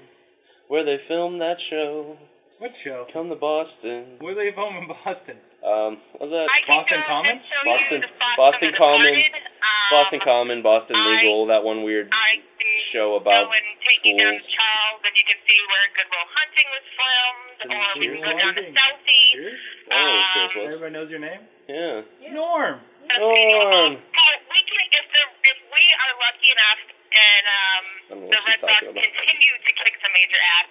Speaker 7: where they filmed that show.
Speaker 6: What show?
Speaker 7: Come to Boston.
Speaker 6: Where they home in Boston?
Speaker 7: Um, what was that?
Speaker 3: I can
Speaker 6: Boston
Speaker 3: go
Speaker 6: Common?
Speaker 3: and show
Speaker 7: Boston,
Speaker 3: you the Boston,
Speaker 7: Boston Common,
Speaker 3: Departed. Um,
Speaker 7: Boston Common, Boston
Speaker 3: I-
Speaker 7: Legal. That one weird
Speaker 3: I can
Speaker 7: show
Speaker 3: go
Speaker 7: about
Speaker 3: and take you down
Speaker 7: schools.
Speaker 3: to Charles, and you can see where Goodwill Hunting was filmed, or we can go down to Southie.
Speaker 7: Oh,
Speaker 3: Um,
Speaker 7: seriously.
Speaker 6: Everybody knows your name?
Speaker 7: Yeah.
Speaker 6: Norm.
Speaker 7: Um, Norm.
Speaker 3: Oh, we can if the if we are lucky enough and um
Speaker 7: I don't
Speaker 3: the
Speaker 7: know what
Speaker 3: Red
Speaker 7: she's
Speaker 3: Sox
Speaker 7: talking about.
Speaker 3: continue to kick some major ass,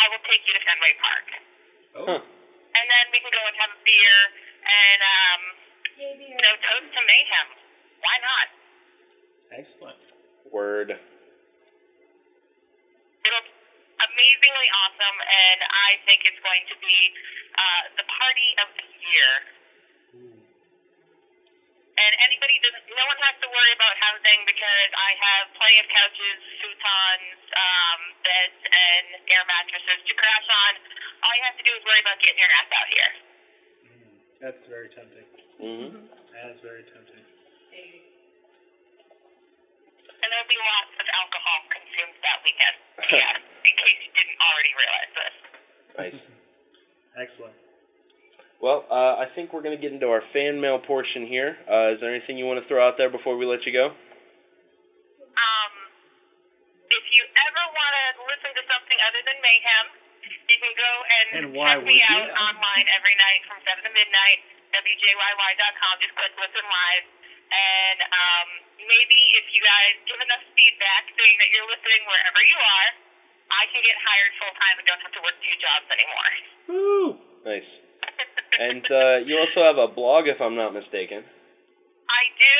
Speaker 3: I will take you to Fenway Park,
Speaker 7: Huh.
Speaker 3: and then we can go and have a beer and um you know toast to mayhem. Why not?
Speaker 6: Excellent.
Speaker 7: Word.
Speaker 3: It'll be amazingly awesome, and I think it's going to be uh, the party of the year. And anybody doesn't, no one has to worry about housing because I have plenty of couches, futons, um, beds, and air mattresses to crash on. All you have to do is worry about getting your ass out here.
Speaker 6: That's very tempting.
Speaker 7: Mm-hmm.
Speaker 6: That is very tempting.
Speaker 3: And there'll be lots of alcohol consumed that weekend. Yeah, in case you didn't already realize this.
Speaker 7: Nice.
Speaker 6: Excellent.
Speaker 7: Well, uh, I think we're going to get into our fan mail portion here. Uh, is there anything you want to throw out there before we let you go?
Speaker 3: Um, if you ever want to listen to something other than Mayhem, you can go and,
Speaker 6: And why
Speaker 3: check me
Speaker 6: would
Speaker 3: out
Speaker 6: you?
Speaker 3: online every night from 7 to midnight, wjyy.com. Just click listen live. And um, maybe if you guys give enough feedback saying that you're listening wherever you are, I can get hired full time and don't have to work two jobs anymore.
Speaker 6: Woo!
Speaker 7: Nice. And uh, you also have a blog, if I'm not
Speaker 3: I
Speaker 7: mistaken.
Speaker 3: do.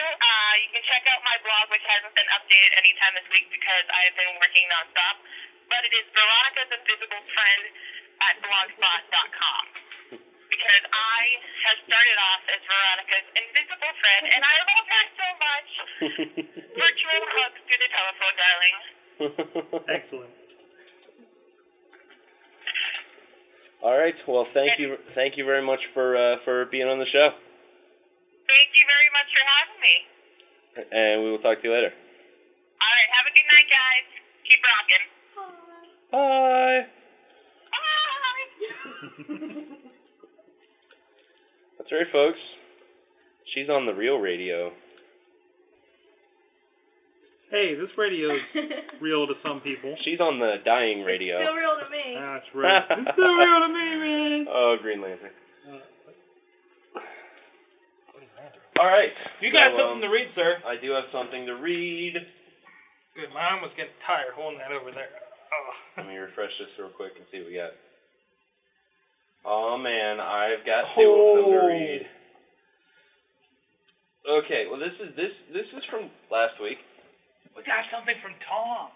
Speaker 3: Uh, you can check out my blog, which hasn't been updated any time this week because I have been working nonstop. But it is Veronica's Invisible Friend at blogspot.com. Because I have started off as Veronica's Invisible Friend, and I love her so much. Virtual hugs through the telephone, darling.
Speaker 6: Excellent.
Speaker 7: All right. Well, thank you, thank you very much for uh, for being on the show,
Speaker 3: Thank you very much for having me.
Speaker 7: and we will talk to you later.
Speaker 3: All right, have a good night, guys. Keep rocking.
Speaker 7: Bye.
Speaker 3: Bye.
Speaker 7: That's right, folks. She's on the real radio.
Speaker 6: Hey, this radio is real to some people.
Speaker 7: She's on the dying radio.
Speaker 12: Still real to me.
Speaker 6: That's right. it's still real to me, man.
Speaker 7: Oh, Green Lantern.
Speaker 6: Uh,
Speaker 7: All right.
Speaker 6: You got
Speaker 7: so,
Speaker 6: something
Speaker 7: um,
Speaker 6: to read, sir.
Speaker 7: I do have something to read.
Speaker 6: Good, mine was getting tired holding that over there. Oh.
Speaker 7: Let me refresh this real quick and see what we got. Oh man, I've got two of them to
Speaker 13: Oh.
Speaker 7: read. Okay, well this is this this is from last week.
Speaker 14: We got something from Tom.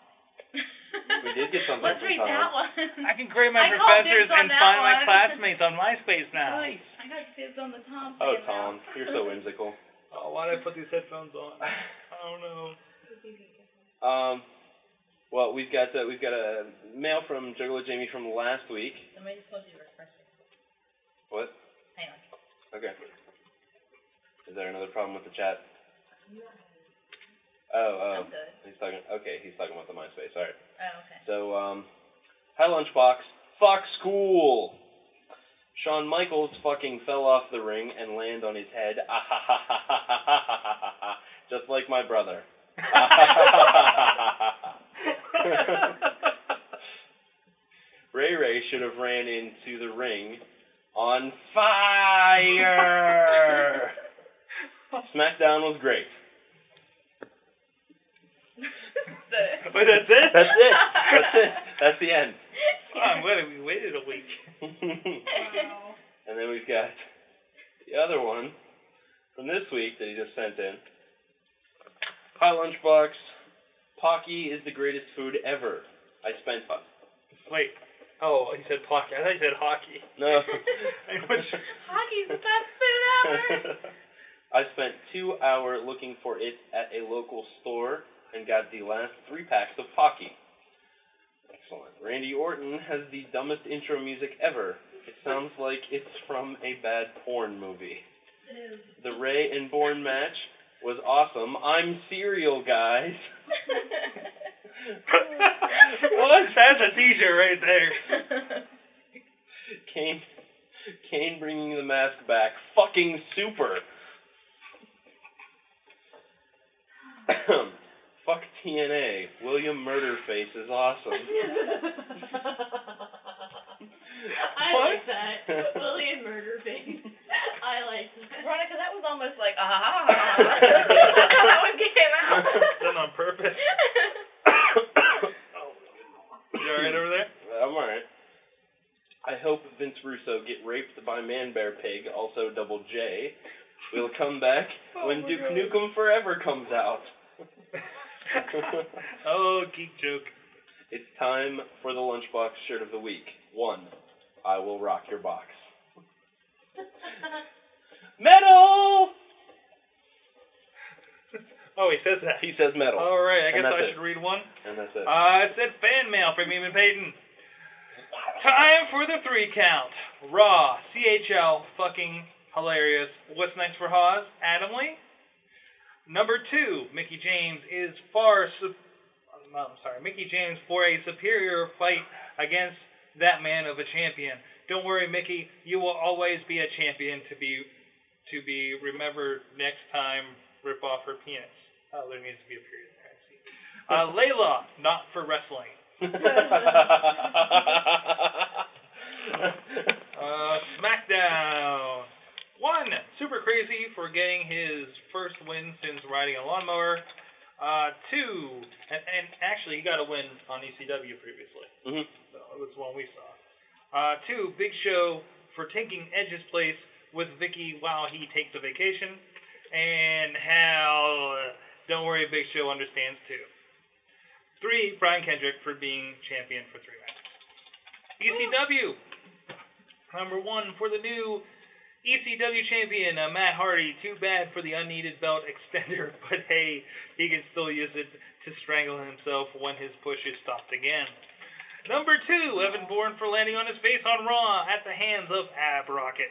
Speaker 7: We did get something from Tom.
Speaker 14: I can grade my
Speaker 8: I called
Speaker 14: professors
Speaker 8: dibs on
Speaker 14: and
Speaker 8: that
Speaker 14: find my
Speaker 8: one.
Speaker 14: classmates on MySpace now.
Speaker 8: I got dibs on the Tom.
Speaker 7: Oh Tom, you're so whimsical.
Speaker 6: Oh, why did I put these headphones on? I don't know.
Speaker 7: Um, well we've got uh, we've got a mail from Juggalo Jamie from last week.
Speaker 3: Somebody just told you to refresh it.
Speaker 7: What?
Speaker 3: Hang on.
Speaker 7: Okay. Is there another problem with the chat? Oh, um, he's talking. Okay, he's talking about the MySpace. All right.
Speaker 3: Oh, okay.
Speaker 7: So, um, hi, Lunchbox. Fuck school. Shawn Michaels fucking fell off the ring and landed on his head. Ah, Just like my brother. Ray Ray should have ran into the ring on fire. SmackDown was great.
Speaker 6: Wait, that's it?
Speaker 7: That's it. That's it. That's the end.
Speaker 6: Oh, I'm glad we waited a week.
Speaker 7: and then we've got the other one from this week that he just sent in. Hi, Lunchbox. Pocky is the greatest food ever. I spent.
Speaker 6: Wait. Oh, he said pocket. I thought he said hockey.
Speaker 7: No.
Speaker 3: Hockey's the best food ever.
Speaker 7: I spent two hour looking for it at a local store and got the last three packs of Pocky. Excellent. Randy Orton has the dumbest intro music ever. It sounds like it's from a bad porn movie. The Ray and Bourne match was awesome. I'm serial, guys.
Speaker 6: What? That's a t-shirt right there.
Speaker 7: Kane, Kane bringing the mask back. Fucking super. Fuck TNA. William Murderface is awesome.
Speaker 8: I like that. William murder thing. I like that.
Speaker 3: Veronica, that was almost like ah. that one came out.
Speaker 6: Done on purpose. You all right over there?
Speaker 7: I'm alright. I hope Vince Russo get raped by Man Bear Pig, also Double J. We'll come back
Speaker 6: Oh
Speaker 7: when
Speaker 6: my
Speaker 7: Duke
Speaker 6: God.
Speaker 7: Nukem Forever comes out.
Speaker 6: oh, geek joke.
Speaker 7: It's time for the lunchbox shirt of the week. One, I will rock your box. Metal.
Speaker 6: Oh, he says that.
Speaker 7: He says metal.
Speaker 6: All right, I
Speaker 7: And
Speaker 6: guess
Speaker 7: that's
Speaker 6: I
Speaker 7: it.
Speaker 6: should read one.
Speaker 7: And that's it.
Speaker 6: Uh, it said fan mail from Eamon Payton. Time for the three count. Raw, CHL, fucking hilarious. What's next for Hawes? Adam Lee. Number two, Mickey James is far. Su- no, I'm sorry, Mickey James for a superior fight against that man of a champion. Don't worry, Mickey. You will always be a champion to be to be remembered next time. Rip off her penis. Oh, there needs to be a period there. I see. Uh, Layla, not for wrestling. Uh, SmackDown. One, super crazy for getting his first win since riding a lawnmower. Uh, two, and, and actually, he got a win on ECW previously.
Speaker 7: Mhm.
Speaker 6: So it was one we saw. Uh, two, Big Show for taking Edge's place with Vicky while he takes a vacation. And hell, don't worry, Big Show understands too. Three, Brian Kendrick for being champion for three matches. ECW, E number one for the new ECW champion, uh, Matt Hardy. Too bad for the unneeded belt extender, but hey, he can still use it to strangle himself when his push is stopped again. Number two, Evan Bourne for landing on his face on Raw at the hands of Ab Rocket.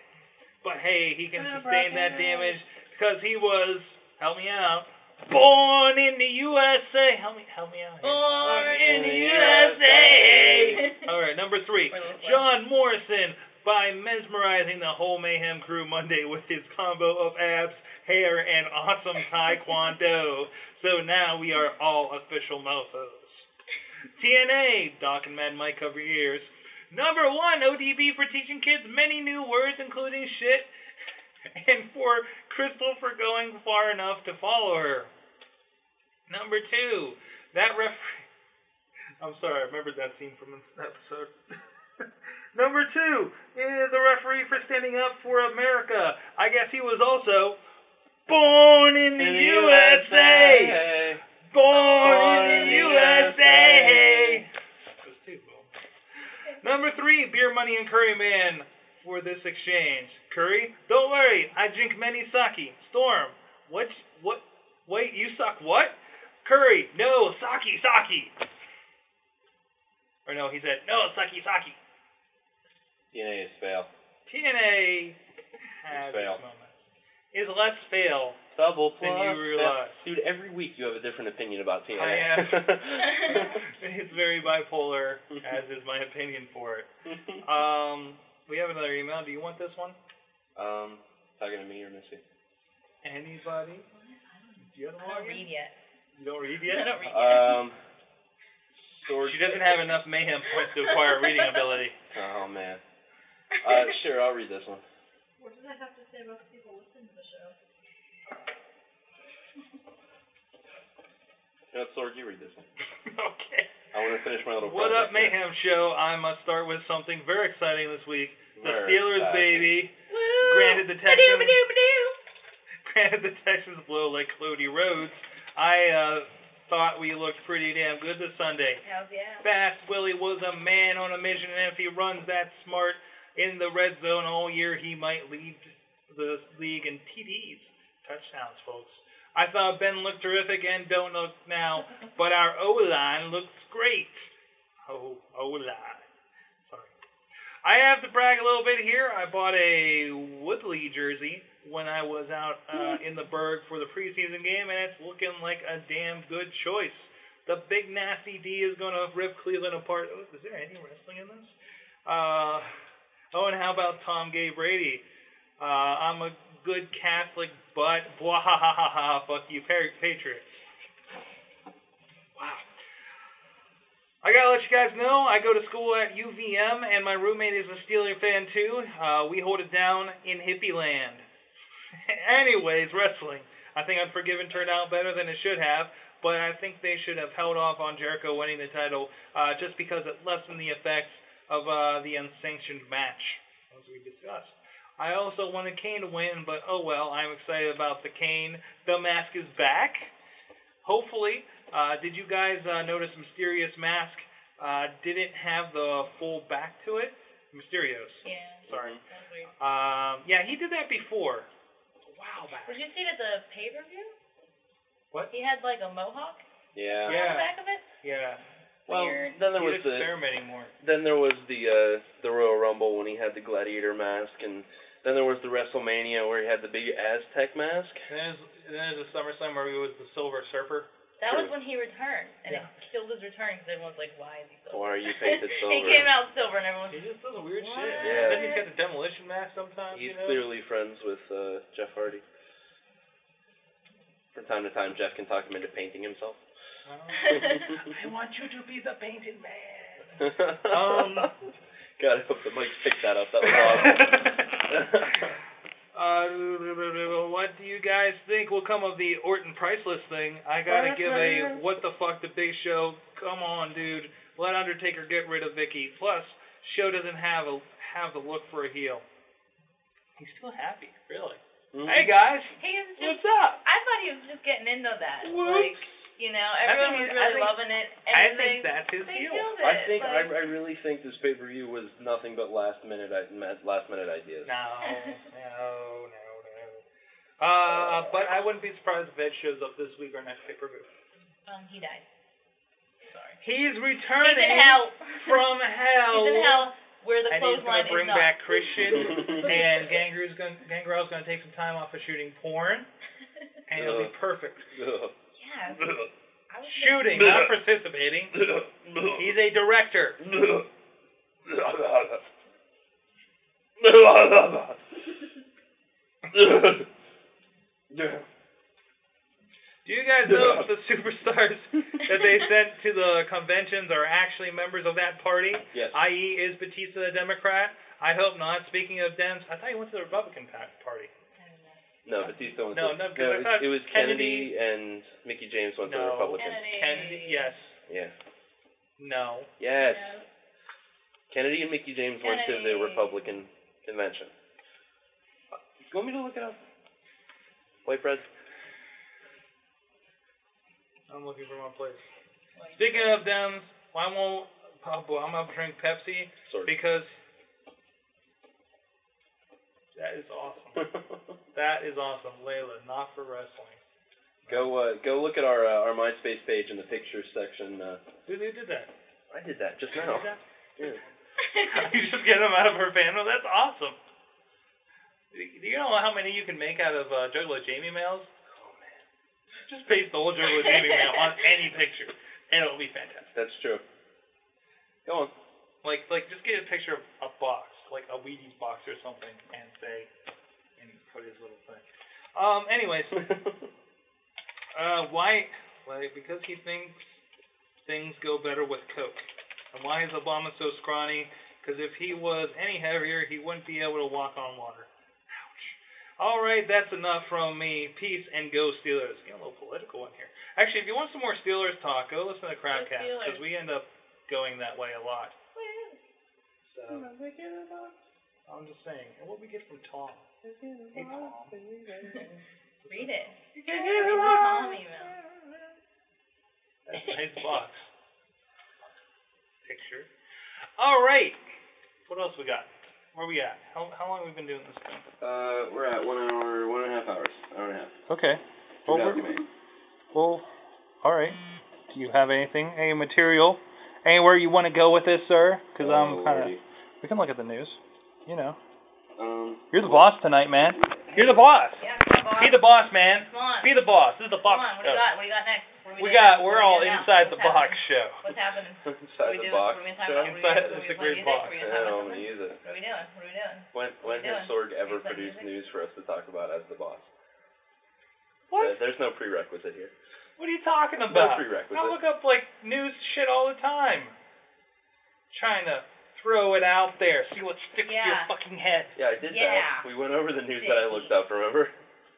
Speaker 6: But hey, he can
Speaker 14: Ab
Speaker 6: sustain that
Speaker 14: Rocket.
Speaker 6: damage because he was, help me out, born in the USA. Help me, help me out. here.
Speaker 14: Born in the USA.
Speaker 6: All right, number three, John Morrison by mesmerizing the whole Mayhem crew Monday with his combo of abs, hair, and awesome Taekwondo. So now we are all official mofos. TNA, Doc and Mad Mike over years. Number one, ODB for teaching kids many new words, including shit, and for Crystal for going far enough to follow her. Number two, that referee. I'm sorry, I remembered that scene from an episode. Number two is the referee for standing up for America. I guess he was also born in the, USA. Born, in the USA. Number three, beer money and Curry Man for this exchange. Curry, don't worry, I drink many sake. Storm, what? What? Wait, you suck what? Curry, no, sake, sake. Or no, he said no, sake, sake.
Speaker 7: DNA is fail.
Speaker 6: TNA has its
Speaker 7: fail.
Speaker 6: moments. Is less fail.
Speaker 7: Double
Speaker 6: Then you
Speaker 7: plus.
Speaker 6: realize.
Speaker 7: Dude, every week you have a different opinion about TNA.
Speaker 6: I am. it's very bipolar, as is my opinion for it. Um, we have another email. Do you want this one?
Speaker 7: um, talking to me or Missy?
Speaker 6: Anybody? Do you
Speaker 3: I
Speaker 6: have
Speaker 3: don't read yet.
Speaker 6: You don't read yet?
Speaker 3: I don't read
Speaker 7: Um,
Speaker 6: She doesn't have enough mayhem points to acquire reading ability.
Speaker 7: oh man. Uh, sure, I'll read this one.
Speaker 3: What does that have to say about the people listening to the show?
Speaker 7: No, Sorg, you read this one.
Speaker 6: okay.
Speaker 7: I want to finish my little.
Speaker 6: What up,
Speaker 7: project here.
Speaker 6: Mayhem Show? I must start with something very exciting this week. The
Speaker 7: Very
Speaker 6: Steelers,
Speaker 7: exciting.
Speaker 6: baby. Granted, the Texans. Granted, the Texans blow like Cody Rhodes. I uh, thought we looked pretty damn good this Sunday.
Speaker 3: Hells yeah.
Speaker 6: Fast Willie was a man on a mission, and if he runs that smart in the red zone all year, he might lead the league in TDs, touchdowns, folks. I thought Ben looked terrific and don't look now, but our O line looks great. Oh, O line. Sorry. I have to brag a little bit here. I bought a Woodley jersey when I was out uh, in the Berg for the preseason game, and it's looking like a damn good choice. The big nasty D is going to rip Cleveland apart. Oh, is there any wrestling in this? Uh, oh, and how about Tom Gay Brady? Uh, I'm a good Catholic, but blah ha ha ha ha. Fuck you, Par- Patriots. Wow. I gotta let you guys know I go to school at UVM, and my roommate is a Steeler fan too. Uh, we hold it down in hippie land. Anyways, wrestling. I think Unforgiven turned out better than it should have, but I think they should have held off on Jericho winning the title uh, just because it lessened the effects of uh, the unsanctioned match, as we discussed. I also wanted Kane to win, but oh well, I'm excited about the Kane. The mask is back. Hopefully, uh, did you guys uh, notice Mysterious Mask uh, didn't have the full back to it? Mysterios.
Speaker 3: Yeah.
Speaker 6: Sorry.
Speaker 3: That's weird.
Speaker 6: Um, yeah, he did that before. Wow, back.
Speaker 3: Did you see it at the pay per view?
Speaker 6: What?
Speaker 3: He had like a mohawk
Speaker 7: Yeah.
Speaker 3: on the back of it.
Speaker 6: Yeah.
Speaker 7: Well,
Speaker 3: Weird.
Speaker 7: then there
Speaker 6: He's
Speaker 7: was the
Speaker 6: experimenting more.
Speaker 7: then there was the uh, the Royal Rumble when he had the gladiator mask, and then there was the WrestleMania where he had the big Aztec mask.
Speaker 6: Then there's, then there's a SummerSlam where he was the Silver Surfer.
Speaker 3: That was
Speaker 7: True.
Speaker 3: when he returned, and
Speaker 6: Yeah.
Speaker 3: it killed his return because everyone's like, "Why is he silver?"
Speaker 7: Why are you painted
Speaker 3: he
Speaker 7: silver?
Speaker 3: came out silver, and everyone's
Speaker 6: He just does a weird
Speaker 3: What?
Speaker 6: shit.
Speaker 7: Yeah.
Speaker 6: Then he's got the demolition mask sometimes.
Speaker 7: He's
Speaker 6: you know?
Speaker 7: clearly friends with uh, Jeff Hardy. From time to time, Jeff can talk him into painting himself.
Speaker 14: I want you to be the painted man.
Speaker 7: um, God, I hope the mic picked that up. That was awesome.
Speaker 6: Uh, what do you guys think will come of the Orton priceless thing? I gotta give a what the fuck to Big Show. Come on, dude. Let Undertaker get rid of Vicky. Plus, Show doesn't have a have the look for a heel. He's still happy, really. Hey guys,
Speaker 3: he is just.
Speaker 6: what's up?
Speaker 3: I thought he was just getting into that.
Speaker 6: Whoops.
Speaker 3: Like, you know, everyone was
Speaker 6: think- I
Speaker 3: really
Speaker 6: think-
Speaker 3: loving it.
Speaker 6: I
Speaker 3: and
Speaker 6: think
Speaker 3: they-
Speaker 6: that's his
Speaker 3: they
Speaker 6: heel.
Speaker 3: killed it.
Speaker 7: I think I,
Speaker 3: like,
Speaker 7: I really think this pay per view was nothing but last minute i- ma- last minute ideas.
Speaker 6: No, no, no, no. Uh, but I wouldn't be surprised if Ed shows up this week or next pay per view.
Speaker 3: um, he died. Sorry.
Speaker 6: He's
Speaker 3: He's
Speaker 6: returning
Speaker 3: in hell.
Speaker 6: from hell.
Speaker 3: He's in hell. Where the
Speaker 6: and he's
Speaker 3: clothesline
Speaker 6: gonna
Speaker 3: is
Speaker 6: bring
Speaker 3: not.
Speaker 6: back Christian, and Gangrel's gonna Gangrel's gonna take some time off of shooting porn, and it'll be
Speaker 7: Ugh.
Speaker 6: perfect.
Speaker 7: Ugh.
Speaker 3: Yeah. I was
Speaker 6: Shooting, not participating. He's a director. Do you guys know if the superstars that they sent to the conventions are actually members of that party?
Speaker 7: yes.
Speaker 6: I.e., is Batista a Democrat? I hope not. Speaking of Dems, I thought he went to the Republican pa- party.
Speaker 7: No, Batista went
Speaker 6: No,
Speaker 7: to
Speaker 6: no,
Speaker 7: no,
Speaker 6: because I
Speaker 7: it was,
Speaker 6: thought
Speaker 7: it was
Speaker 6: Kennedy-
Speaker 7: Kennedy and Mickey James went to the
Speaker 6: No.
Speaker 7: Republicans.
Speaker 3: Kennedy.
Speaker 6: Kennedy, yes.
Speaker 7: Yeah.
Speaker 6: No.
Speaker 7: Yes. Kennedy and Mickey James went to the
Speaker 6: Kennedy.
Speaker 7: Republican convention. Uh, You want me to look it up? White bread.
Speaker 6: I'm looking for my place. Speaking of them, I won't. oh, boy, I'm gonna drink Pepsi
Speaker 7: Sorry.
Speaker 6: because that is awesome. that is awesome, Layla. Not for wrestling.
Speaker 7: Go uh, go look at our uh, our MySpace page in the pictures section. Uh,
Speaker 6: Who who did that?
Speaker 7: I did that just
Speaker 6: Who
Speaker 7: now.
Speaker 6: did that?
Speaker 7: Yeah.
Speaker 6: you just get them out of her van. Well, that's awesome. Do you know how many you can make out of uh, Juggalo Jamie mails?
Speaker 7: Oh,
Speaker 6: Just paste the whole Juggalo Jamie mail on any picture, and it'll be fantastic.
Speaker 7: That's true. Go on.
Speaker 6: Like, like just get a picture of a box, like a Wheaties box or something, and say, and put his little thing. Um. Anyways, uh, why? Like, because he thinks things go better with Coke. And why is Obama so scrawny? Because if he was any heavier, he wouldn't be able to walk on water. Ouch. All right, that's enough from me. Peace and go Steelers. Getting a little political in here. Actually, if you want some more Steelers talk, go listen to Crowdcast
Speaker 3: Steelers.
Speaker 6: because we end up going that way a lot. So I'm just saying. And what we get from Tom? Hey Tom.
Speaker 3: Read it. Read the
Speaker 6: Yeah, yeah,
Speaker 3: Tom email.
Speaker 6: That's a nice box. Picture. All right. What else we got? Where we at? How how long have we been doing this thing?
Speaker 7: Uh, we're at one hour, one and a half hours, hour and a half.
Speaker 6: Okay.
Speaker 7: Two
Speaker 6: Well,
Speaker 7: hour
Speaker 6: we're-
Speaker 7: remaining.
Speaker 6: Well, all right. Do you have anything, any material, anywhere you want to go with this, sir? Because I'm
Speaker 7: Oh,
Speaker 6: kind of.
Speaker 7: Lordy.
Speaker 6: We can look at the news. You know,
Speaker 7: Um,
Speaker 6: you're the boss tonight, man. You're the boss.
Speaker 3: Yeah, come on.
Speaker 6: Be the boss, man.
Speaker 3: Come on.
Speaker 6: Be the boss. This is the
Speaker 3: Come
Speaker 6: box
Speaker 3: on, what do
Speaker 6: show.
Speaker 3: you got? What do you got next? What are
Speaker 6: We
Speaker 3: doing?
Speaker 6: got. We're
Speaker 3: What are
Speaker 6: all
Speaker 3: we doing now?
Speaker 6: inside the
Speaker 3: What's happening?
Speaker 6: box show.
Speaker 3: What's happening?
Speaker 7: Inside
Speaker 3: we
Speaker 7: the
Speaker 3: doing?
Speaker 7: box.
Speaker 3: What are we
Speaker 7: so-
Speaker 3: talking about?
Speaker 6: Inside-
Speaker 3: What are we
Speaker 6: it's a
Speaker 3: doing?
Speaker 6: great
Speaker 3: What
Speaker 6: box.
Speaker 3: are we
Speaker 7: Yeah,
Speaker 3: doing? What
Speaker 7: I don't use it.
Speaker 3: are we doing? What are we doing?
Speaker 7: When when
Speaker 3: Yeah.
Speaker 7: has Sorg ever
Speaker 3: Exactly.
Speaker 7: produced news for us to talk about as the boss?
Speaker 6: What?
Speaker 7: There- There's no prerequisite here.
Speaker 6: What are you talking
Speaker 7: No
Speaker 6: about?
Speaker 7: prerequisite.
Speaker 6: I look up like news shit all the time. Trying to throw it out there, see what sticks to your
Speaker 3: Yeah.
Speaker 6: fucking head.
Speaker 7: Yeah, I did
Speaker 3: Yeah.
Speaker 7: that. We went over the news that I looked up. Remember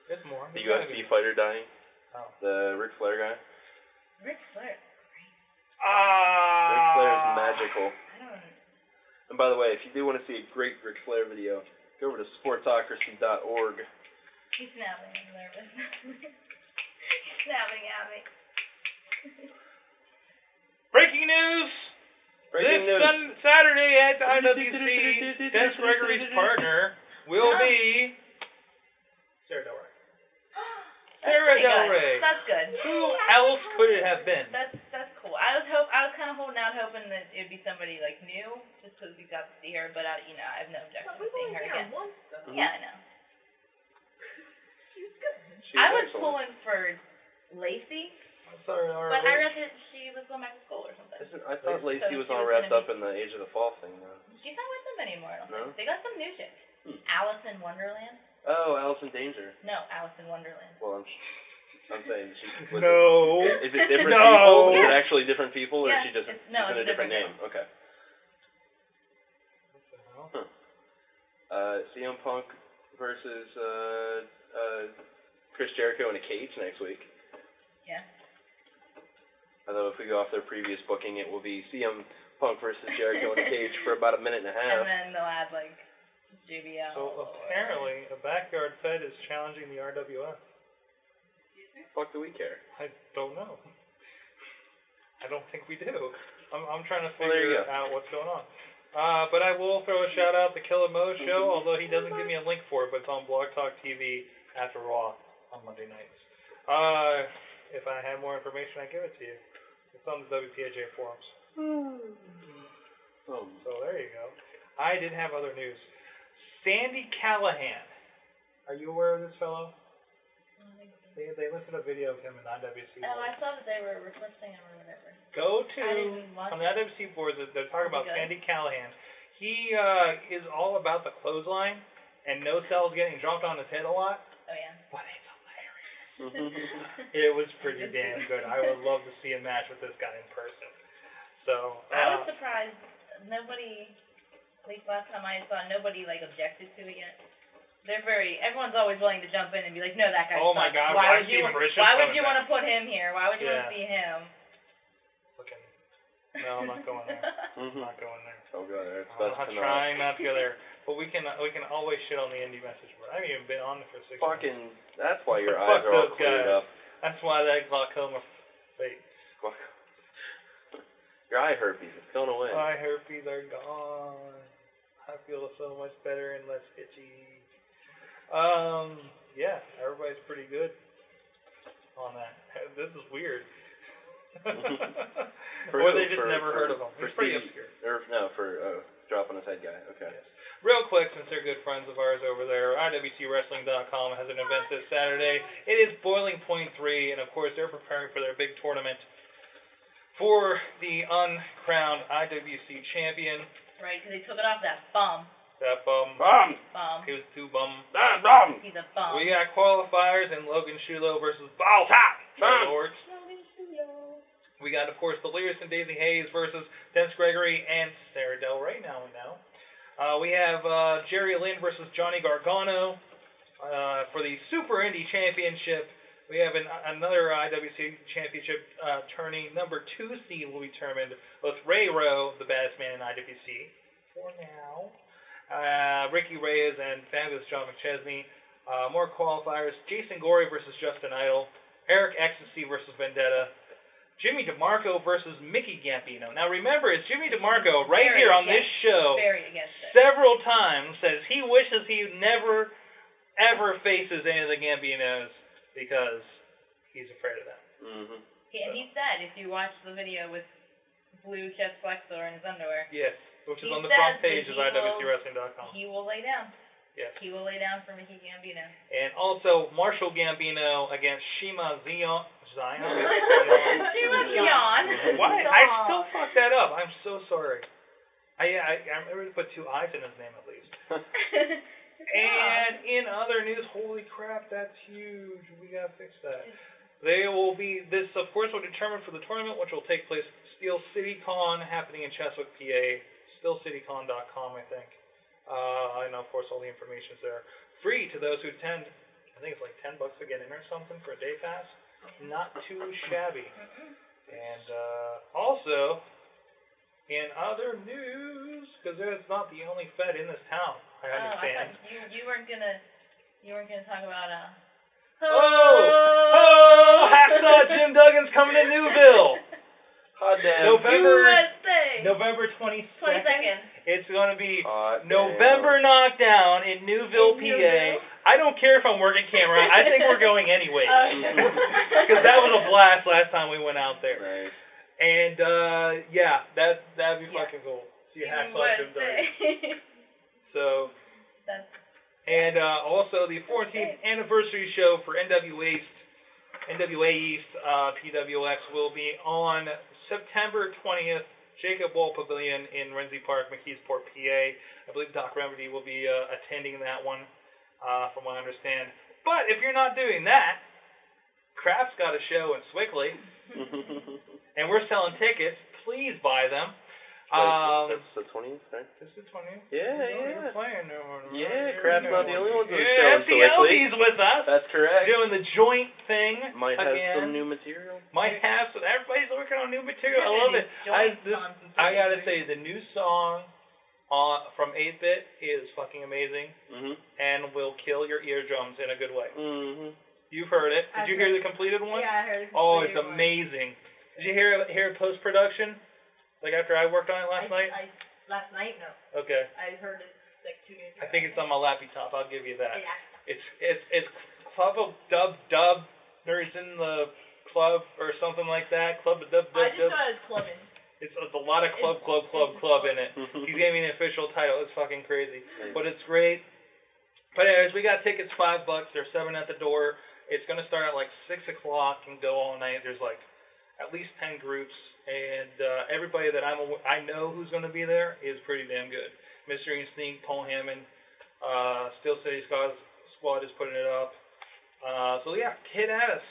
Speaker 6: There's more.
Speaker 7: the
Speaker 6: There's gotta
Speaker 7: UFC
Speaker 6: be-
Speaker 7: fighter dying,
Speaker 6: Oh.
Speaker 7: the Ric Flair guy.
Speaker 3: Ric Flair.
Speaker 7: Ric
Speaker 6: Ah.
Speaker 7: Flair is magical.
Speaker 3: I don't.
Speaker 7: And by the way, if you do want to see a great Ric Flair video, go over to sportsocracy.org.
Speaker 3: He's snapping. I'm nervous. He's snapping at me.
Speaker 6: Breaking news.
Speaker 7: Breaking
Speaker 6: this
Speaker 7: news.
Speaker 6: Sun- Saturday at IWC, Dennis Gregory's partner will
Speaker 3: Huh?
Speaker 6: be Sarah Del Rey. Sarah
Speaker 3: Pretty
Speaker 6: Del
Speaker 3: good.
Speaker 6: Rey.
Speaker 3: That's good.
Speaker 6: Who else could it have been?
Speaker 3: That's that's cool. I was hope I was kind of holding out, hoping that it'd be somebody like new, just 'cause we got to see her. But I, you know, I have no objection to seeing her again. Yeah, I know.
Speaker 7: She's
Speaker 3: I was
Speaker 7: excellent.
Speaker 3: pulling for Lacey,
Speaker 6: Sarah Del
Speaker 3: but I
Speaker 6: Rey.
Speaker 3: read that she was going back to school or something.
Speaker 7: Isn't- I thought
Speaker 3: So
Speaker 7: Lacey
Speaker 3: she was
Speaker 7: was all
Speaker 3: gonna
Speaker 7: wrapped
Speaker 3: be-
Speaker 7: up in the Age of the Fall thing. Though.
Speaker 3: She's not with them anymore. I don't
Speaker 7: No?
Speaker 3: think. They got some new shit.
Speaker 7: Hmm.
Speaker 3: Alice in Wonderland?
Speaker 7: Oh, Alice in Danger.
Speaker 3: No, Alice in Wonderland.
Speaker 7: Well, I'm, I'm saying she was it-
Speaker 6: No.
Speaker 7: Is it different
Speaker 6: No.
Speaker 7: people? Is it
Speaker 3: Yeah.
Speaker 7: actually different people, or
Speaker 3: Yeah,
Speaker 7: is she just
Speaker 3: it's- no,
Speaker 7: using a
Speaker 3: it's
Speaker 7: different,
Speaker 3: different
Speaker 7: name? Okay. Huh. Uh, CM Punk versus uh, uh, Chris Jericho in a cage next week.
Speaker 3: Yeah.
Speaker 7: Although if we go off their previous booking, it will be CM Punk versus Jericho in a cage for about a minute and a half.
Speaker 3: And then they'll add like JBL.
Speaker 6: So
Speaker 7: uh,
Speaker 3: or-
Speaker 6: apparently, a backyard fed is challenging the RWF.
Speaker 7: Fuck do we care?
Speaker 6: I don't know. I don't think we do. I'm, I'm trying to
Speaker 7: Well, there you
Speaker 6: figure
Speaker 7: go.
Speaker 6: out what's going on. Uh, but I will throw a shout out to Killer Mo show, although he doesn't give me a link for it, but it's on Blog Talk TV after Raw on Monday nights. Uh, if I have more information, I give it to you. It's on the WPAJ forums.
Speaker 7: Hmm. Oh,
Speaker 6: So there you go. I did have other news. Sandy Callahan. Are you aware of this fellow? They, they listed a video of him in IWC.
Speaker 3: Oh, I saw that they were requesting him or whatever. I
Speaker 6: Go to
Speaker 3: didn't watch
Speaker 6: on the IWC boards. they're- They're talking about
Speaker 3: Good.
Speaker 6: Sandy Callahan. He uh, is all about the clothesline and no cells getting dropped on his head a lot.
Speaker 3: Oh yeah.
Speaker 6: But it's hilarious. it was pretty damn good. I would love to see a match with this guy in person. So
Speaker 3: I was
Speaker 6: uh,
Speaker 3: surprised nobody at least last time I saw nobody like objected to it yet. They're very everyone's always willing to jump in and be like, No, that guy
Speaker 6: Oh my
Speaker 3: sucks.
Speaker 6: God,
Speaker 3: why
Speaker 6: why
Speaker 3: would you
Speaker 6: keep
Speaker 3: want-
Speaker 6: Briscoe
Speaker 3: why would you
Speaker 6: coming back?"
Speaker 3: want to put him here? Why would you want
Speaker 6: Yeah.
Speaker 3: to see him?
Speaker 6: fucking No, I'm not going there.
Speaker 7: I'm
Speaker 6: not going there.
Speaker 7: Don't go there. It's
Speaker 6: I'm
Speaker 7: best
Speaker 6: not
Speaker 7: to not.
Speaker 6: trying not to go there. But we can we can always shit on the indie message board. I haven't even been on it for six.
Speaker 7: Fucking. That's why your
Speaker 6: Fuck
Speaker 7: eyes are all
Speaker 6: those
Speaker 7: cleared
Speaker 6: guys.
Speaker 7: up.
Speaker 6: That's why that glaucoma fate.
Speaker 7: Your eye herpes is going away.
Speaker 6: My herpes are gone. I feel so much better and less itchy. Um, yeah, everybody's pretty good on that. This is weird. or they just never heard of him.
Speaker 7: For
Speaker 6: He's pretty
Speaker 7: Stevie-
Speaker 6: obscure.
Speaker 7: Or, no, for uh, dropping his head guy. Okay.
Speaker 6: Real quick, since they're good friends of ours over there, IWCWrestling.com has an event this Saturday. It is Boiling Point 3, and of course, they're preparing for their big tournament for the uncrowned IWC champion.
Speaker 3: Right, because he took it off that bum.
Speaker 6: That bum.
Speaker 7: Bum.
Speaker 3: Bum.
Speaker 6: He was too bum.
Speaker 3: He's a bum.
Speaker 6: We got qualifiers and Logan Shulo versus Balls Hot. Trey Lords. We got, of course, the Delirious and Daisy Hayes versus Dennis Gregory and Sarah Del Rey. Now we know. Uh, we have uh, Jerry Lynn versus Johnny Gargano uh, for the Super Indie Championship. We have an, another IWC Championship uh, tourney. Number two seed will be determined with Ray Rowe, the baddest man in IWC for now. Uh, Ricky Reyes and fabulous John McChesney. Uh, more qualifiers: Jason Gorey versus Justin Idol, Eric Ecstasy versus Vendetta, Jimmy DeMarco versus Mickey Gambino. Now remember, it's Jimmy DeMarco right
Speaker 3: Very
Speaker 6: here on
Speaker 3: against-
Speaker 6: this show
Speaker 3: Very against it.
Speaker 6: several times says he wishes he never ever faces any of the Gambinos because he's afraid of them.
Speaker 7: Mm-hmm.
Speaker 3: He, and he said, if you watch the video with blue Chef Flexor in his underwear,
Speaker 6: Yes, which is
Speaker 3: He
Speaker 6: on the
Speaker 3: says that
Speaker 6: front page of
Speaker 3: he will-
Speaker 6: IWCWrestling.com.
Speaker 3: he will lay down.
Speaker 6: Yes.
Speaker 3: He will lay down for Mickey Gambino.
Speaker 6: And also Marshall Gambino against Shima Zion. Zion?
Speaker 3: Shima Zion.
Speaker 6: Why? I still
Speaker 5: Oh,
Speaker 6: fuck that up. I'm so sorry. I I, I remember to put two I's in his name at least. And in other news, holy crap, that's huge. We gotta fix that. They will be this, of course, will determine for the tournament, which will take place at Steel City Con, happening in Cheswick, PA. SteelCityCon.com, I think. Uh, and of course, all the information's there. Free to those who attend. I think it's like ten bucks to get in or something for a day pass. Not too shabby. And uh, also, in other news, because that's not the only Fed in this town.
Speaker 3: Oh,
Speaker 6: I
Speaker 3: I
Speaker 6: understand.
Speaker 3: thought you you weren't gonna you weren't gonna talk about uh.
Speaker 6: Oh, Hacksaw Jim Duggan's coming to Newville.
Speaker 7: Hot damn.
Speaker 6: November
Speaker 3: USA.
Speaker 6: November twenty
Speaker 3: Twenty second.
Speaker 6: It's going to be
Speaker 7: Hot damn.
Speaker 6: November knockdown in
Speaker 3: In
Speaker 6: Newville, PA.
Speaker 3: Newville?
Speaker 6: I don't care if I'm working camera. I think we're going anyway
Speaker 5: Oh.
Speaker 15: Oh.
Speaker 6: because that was a blast last time we went out there.
Speaker 7: Nice.
Speaker 6: And uh, yeah, that that'd be fucking cool. See Hacksaw Jim Duggan. So
Speaker 3: That's
Speaker 6: and uh, also the 14th anniversary show for NWA East, NWA East uh, PWX will be on September 20th, Jacob Wall Pavilion in Renzi Park, McKeesport, PA. I believe Doc Remedy will be uh, attending that one, uh, from what I understand. But if you're not doing that, Kraft's got a show in Swickley, and we're selling tickets. Please buy them. Um,
Speaker 7: that's the 20th, right?
Speaker 6: This is 20th.
Speaker 7: Yeah,
Speaker 6: We're
Speaker 7: yeah.
Speaker 6: playing no one.
Speaker 7: Yeah, Kraft's not the only ones on the show.
Speaker 6: Yeah,
Speaker 7: so lately.
Speaker 6: SCLB's with us.
Speaker 7: That's correct.
Speaker 6: Doing the joint thing
Speaker 7: Might have
Speaker 6: again.
Speaker 7: some new material.
Speaker 6: Might have some. Everybody's working on new material. I love it. I, this, I gotta say, the new song uh, from 8-Bit is fucking amazing
Speaker 7: Mm-hmm.
Speaker 6: and will kill your eardrums in a good way.
Speaker 7: Mm-hmm.
Speaker 6: You've heard it. Did
Speaker 7: I've
Speaker 6: you hear the completed one?
Speaker 5: Yeah, I heard it.
Speaker 6: Oh, it's amazing. Did you hear hear post production? Like after I worked on it last night.
Speaker 5: I, last night, no.
Speaker 6: Okay.
Speaker 5: I heard it like two days
Speaker 6: I
Speaker 5: ago.
Speaker 6: think it's on my lappy top. I'll give you that.
Speaker 5: Yeah.
Speaker 6: It's it's it's club of dub dub nerds in the club or something like that. Club of dub
Speaker 5: I
Speaker 6: dub
Speaker 5: just
Speaker 6: dub.
Speaker 5: thought it was clubbing.
Speaker 6: It's, it's a lot of club club club club in it. He's gave me the official title. It's fucking crazy, but it's great. But anyways, we got tickets five bucks. There's seven at the door. It's gonna start at like six o'clock and go all night. There's like at least ten groups, and uh, everybody that I'm aw- I know who's gonna be there is pretty damn good. Mystery and Sneak, Paul Hammond, uh, Steel City Squad, Squad is putting it up. Uh, so yeah, hit at us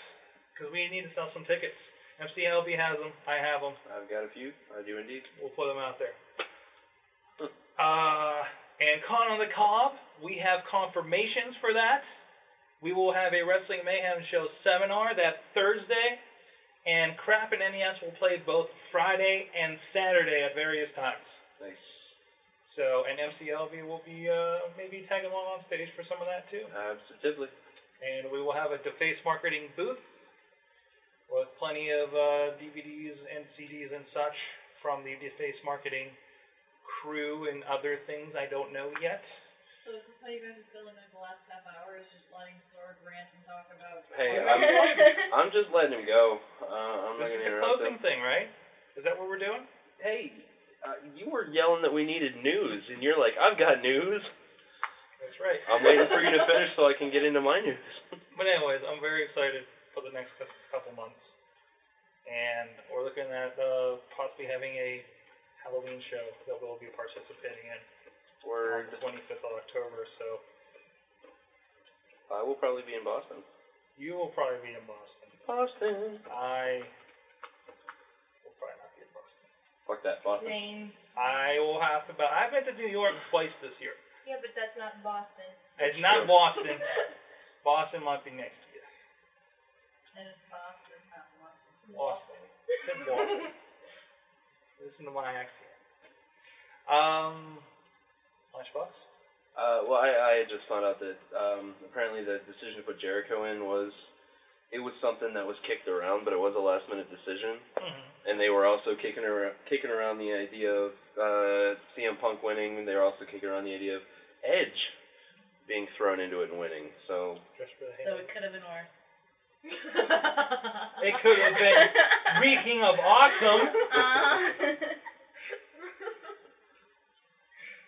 Speaker 6: because we need to sell some tickets. MCLB has them. I have them.
Speaker 7: I've got a few. I do indeed.
Speaker 6: We'll put them out there. Uh, and Con on the Cob, we have confirmations for that. We will have a Wrestling Mayhem Show seminar that Thursday, and Crap and NES will play both Friday and Saturday at various times.
Speaker 7: Nice.
Speaker 6: So, and MCLV will be uh, maybe tagging along on stage for some of that too.
Speaker 7: Absolutely.
Speaker 6: And we will have a deface marketing booth with plenty of uh, DVDs and CDs and such from the deface marketing crew and other things I don't know yet.
Speaker 15: So is this how you guys are filling like the last half hour? Is just letting Sword rant and talk about?
Speaker 7: Hey, I'm I'm just letting him go. Uh, I'm not
Speaker 6: This is
Speaker 7: gonna
Speaker 6: the
Speaker 7: interrupt him.
Speaker 6: closing thing, right? Is that what we're doing?
Speaker 7: Hey, uh, you were yelling that we needed news, and you're like, I've got news.
Speaker 6: That's right.
Speaker 7: I'm waiting for you to finish so I can get into my news.
Speaker 6: But anyways, I'm very excited for the next cou- couple months, and we're looking at uh, possibly having a Halloween show that we'll be participating in
Speaker 7: Word.
Speaker 6: on the 25th of October. So
Speaker 7: I will probably be in Boston.
Speaker 6: you will probably be in Boston.
Speaker 7: Boston.
Speaker 6: I will probably not be in Boston.
Speaker 7: Fuck that, Boston.
Speaker 6: I will have to. But I've been to New York twice this year.
Speaker 3: Yeah, but that's not in Boston.
Speaker 6: It's not Boston. Boston might be next year.
Speaker 3: And it's Boston, not Boston.
Speaker 6: Boston. It's in Boston. Listen to my accent. Um, Lunchbox?
Speaker 7: Uh, well, I, I had just found out that um, apparently the decision to put Jericho in was it was something that was kicked around, but it was a last minute decision. And they were also kicking around kicking around the idea of uh, CM Punk winning. They were also kicking around the idea of Edge being thrown into it and winning. So
Speaker 6: Just for the
Speaker 15: So it could have been worse.
Speaker 6: It could have been reeking of awesome.
Speaker 15: Uh-huh.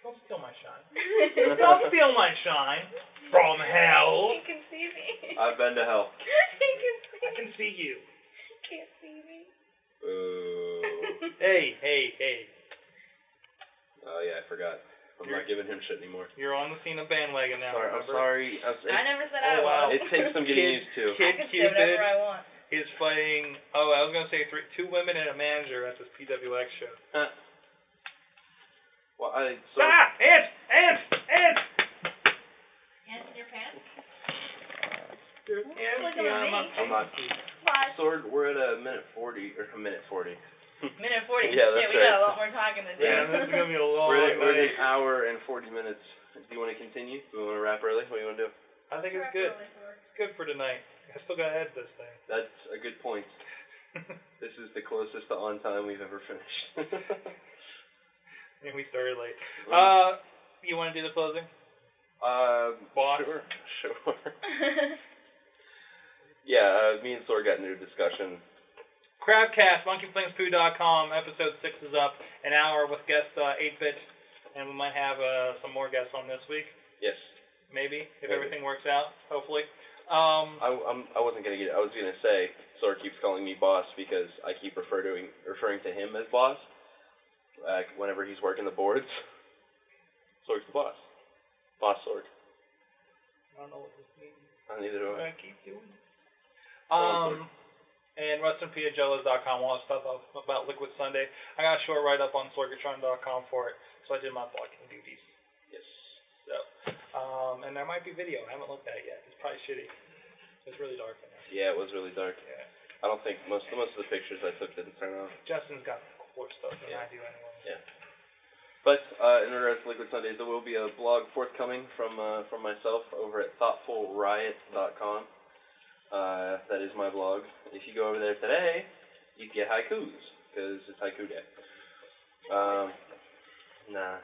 Speaker 6: Don't steal my shine. Don't steal my shine from hell.
Speaker 15: He can see me.
Speaker 7: I've been to hell.
Speaker 15: he can see.
Speaker 6: I can see you.
Speaker 15: He can't see me.
Speaker 7: Ooh.
Speaker 6: Hey, hey, hey.
Speaker 7: Oh yeah, I forgot. I'm not giving him shit anymore.
Speaker 6: You're on the Cena bandwagon now.
Speaker 7: Sorry, I'm
Speaker 6: remember?
Speaker 7: sorry. I, was,
Speaker 15: I never said I
Speaker 6: Oh, wow.
Speaker 15: was.
Speaker 7: It takes some getting
Speaker 6: Kid-
Speaker 7: used to.
Speaker 15: I
Speaker 6: Kid
Speaker 15: can say
Speaker 6: Cupid
Speaker 15: whatever I want.
Speaker 6: is fighting. Oh, I was gonna say three, two women and a manager at this PWX show.
Speaker 7: Uh, well, I so
Speaker 6: Ah, ants, ants, ants.
Speaker 15: Ants in your pants?
Speaker 6: There's ants
Speaker 15: Look at
Speaker 6: beyond my
Speaker 15: me.
Speaker 7: I'm not.
Speaker 15: Why?
Speaker 7: Sword, we're at a minute forty or a minute forty.
Speaker 15: Minute 40.
Speaker 7: Yeah, that's
Speaker 15: we got a
Speaker 7: right.
Speaker 15: lot more talking to do.
Speaker 6: Yeah, this is gonna be a long
Speaker 7: We're at, we're at
Speaker 6: night.
Speaker 7: an hour and forty minutes. Do you want to continue? Do you want to wrap early? What do you want to do?
Speaker 6: I think it's good. It's good for tonight. I still gotta edit this thing.
Speaker 7: That's a good point. this is the closest to on time we've ever finished.
Speaker 6: And we started late.
Speaker 7: Mm.
Speaker 6: Uh, you want to do the closing?
Speaker 7: Um,
Speaker 6: Boss.
Speaker 7: Sure. Sure. yeah, uh, me and Sword got into a discussion.
Speaker 6: Crabcast, monkeyflingspoo.com, episode 6 is up, an hour with guest uh, 8-Bit, and we might have uh, some more guests on this week,
Speaker 7: Yes.
Speaker 6: maybe, if
Speaker 7: Maybe.
Speaker 6: everything works out, hopefully. Um,
Speaker 7: I, I'm, I wasn't gonna get. I was gonna say Sword keeps calling me boss because I keep referring referring to him as boss. Like whenever he's working the boards, Sword's the boss. Boss Sword.
Speaker 6: I don't know what this means.
Speaker 7: I neither do
Speaker 6: I'm
Speaker 7: I.
Speaker 6: gonna keep doing it.
Speaker 15: Oh,
Speaker 6: Um, and rustinpiagellas.com, all that stuff up about Liquid Sunday. I got a short write-up on sorgatron.com for it, so I did my blogging duties.
Speaker 7: Yes.
Speaker 6: So, um, and there might be video. I haven't looked at it yet. It's probably shitty. It's really dark in there.
Speaker 7: Yeah, it was really dark.
Speaker 6: Yeah.
Speaker 7: I don't think most most of the pictures I took didn't turn out.
Speaker 6: Justin's got more stuff than I do anyway.
Speaker 7: Yeah. But uh, in regards to Liquid Sundays, there will be a blog forthcoming from uh, from myself over at thoughtfulriot.com. Uh, that is my blog. If you go over there today, you can get haikus because it's haiku day. Um, nah.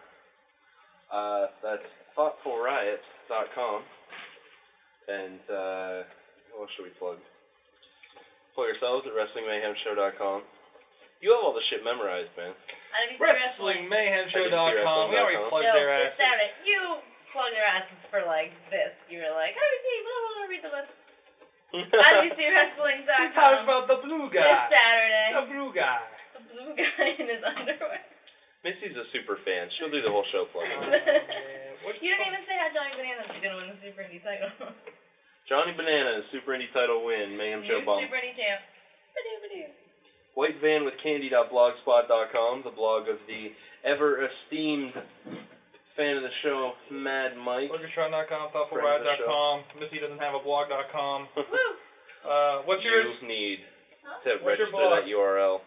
Speaker 7: Uh, that's thoughtfulriot.com. And uh, what should we plug? Plug ourselves at WrestlingMayhemShow.com. You have all the shit memorized, man.
Speaker 15: I think
Speaker 6: WrestlingMayhemShow.com. We already
Speaker 7: Yo,
Speaker 6: plugged
Speaker 15: no,
Speaker 6: their
Speaker 15: it's
Speaker 6: asses.
Speaker 15: Saturday. You plugged your asses for like this. You were like, how do you see? Blah, blah, blah, read the list. How do you see wrestling?
Speaker 6: We talked about the blue
Speaker 15: This
Speaker 6: guy.
Speaker 15: Saturday.
Speaker 6: The blue guy.
Speaker 15: The blue guy in his underwear.
Speaker 7: Missy's a super fan. She'll do the whole show
Speaker 6: Oh,
Speaker 7: plugging.
Speaker 6: man. What-
Speaker 15: you didn't even say how Johnny Bananas is going to win the Super Indie title.
Speaker 7: Johnny Bananas, Super Indie title win, Mayhem Show
Speaker 15: New
Speaker 7: bomb.
Speaker 15: Super Indie champ. Ba-doo, ba-doo.
Speaker 6: Uh-huh.
Speaker 7: White Van with Candy.blogspot.com, the blog of the ever esteemed fan of the show, Mad Mike.
Speaker 6: Sorgatron.com,
Speaker 7: Friend of the
Speaker 6: thoughtfulride.com, Missy doesn't have a blog.com. Uh, what's yours?
Speaker 7: You need
Speaker 15: Huh?
Speaker 7: to
Speaker 6: What's your blog?
Speaker 7: register that URL.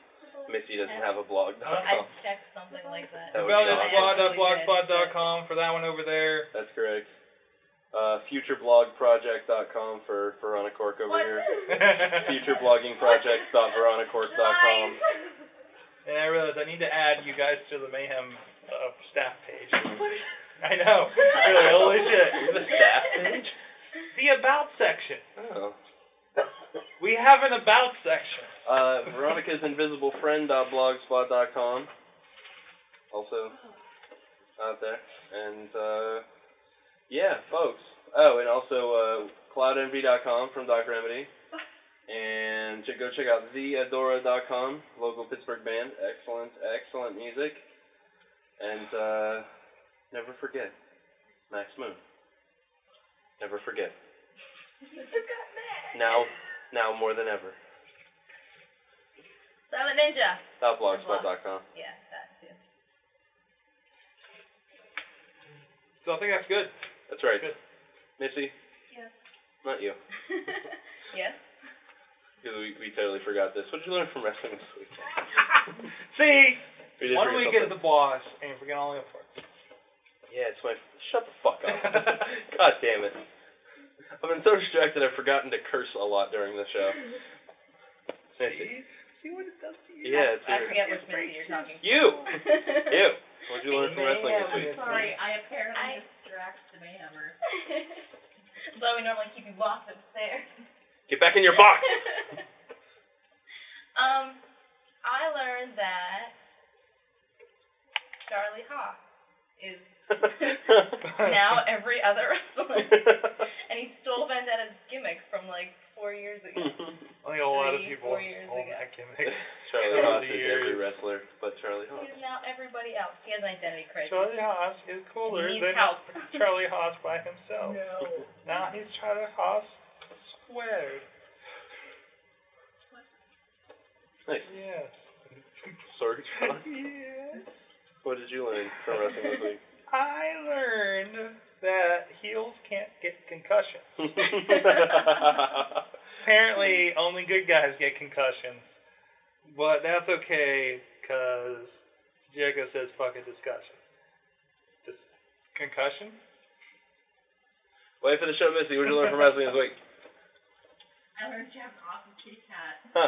Speaker 7: Missy doesn't have a blog.
Speaker 3: I checked something like that.
Speaker 7: That would be
Speaker 6: Rebelliousblog.blogspot.com for that one over there.
Speaker 7: That's correct. Uh, futureblogproject.com for Verona Cork over here. Futurebloggingproject.veronacork.com.
Speaker 6: And I realized I need to add you guys to the Mayhem uh, staff page. I know. Really, holy shit.
Speaker 7: The staff page?
Speaker 6: The about section.
Speaker 7: Oh.
Speaker 6: We have an about section.
Speaker 7: Uh, Veronica's Invisible Friend.blogspot.com. Also out there. And, uh, yeah, folks. Oh, and also, uh, cloudenvy.com from Doc Remedy. And uh, ch- go check out theadora.com, local Pittsburgh band. Excellent, excellent music. And, uh, never forget, Max Moon. Never forget. Now, now more than ever.
Speaker 3: Silent Ninja.
Speaker 7: Dot blogspot.com.
Speaker 3: Yeah, that too.
Speaker 6: So I think that's good.
Speaker 7: That's right. Missy,
Speaker 3: Yes.
Speaker 7: not you.
Speaker 3: yes.
Speaker 7: Because we, we totally forgot this. What did you learn from wrestling this week?
Speaker 6: See,
Speaker 7: We did
Speaker 6: one
Speaker 7: forget
Speaker 6: week is
Speaker 7: something.
Speaker 6: the boss, and we can only afford.
Speaker 7: Yeah, it's my. Shut the fuck up. God damn it. I've been so distracted I've forgotten to curse a lot during the show. Missy.
Speaker 6: See what it does to you.
Speaker 7: Yeah, it's
Speaker 15: I
Speaker 7: weird.
Speaker 15: forget which Missy you're talking to.
Speaker 7: You! Ew. What did you learn from wrestling this week?
Speaker 15: Sorry, I apparently distract the mayhemmer. Though we normally keep you locked upstairs.
Speaker 7: Get back in your box!
Speaker 3: Um, I learned that Charlie Hawk is
Speaker 7: Oh.
Speaker 3: now every other wrestler, and he stole Vendetta's gimmick from like four years ago.
Speaker 7: Hmm.
Speaker 6: I think a lot of
Speaker 3: Three,
Speaker 6: people
Speaker 3: four years ago.
Speaker 6: own that gimmick.
Speaker 7: Charlie
Speaker 6: Over
Speaker 7: Haas
Speaker 6: the
Speaker 7: is
Speaker 6: years.
Speaker 7: every wrestler, but Charlie Haas.
Speaker 3: He's now everybody else. He has an identity crisis.
Speaker 6: Charlie Haas is cooler
Speaker 3: He needs
Speaker 6: than
Speaker 3: help.
Speaker 6: Charlie Haas by himself. Now he's Charlie Haas squared.
Speaker 7: Nice.
Speaker 6: Yes.
Speaker 7: Sorry, Charlie.
Speaker 6: yes.
Speaker 7: What did you learn from wrestling this week?
Speaker 6: I learned that heels can't get concussions. Apparently, only good guys get concussions. But that's okay, because Jericho says fuck a discussion. Just concussion?
Speaker 7: Wait for the show, Missy. What did you learn from wrestling this week?
Speaker 8: I learned you have an awesome kitty cat.
Speaker 7: Huh.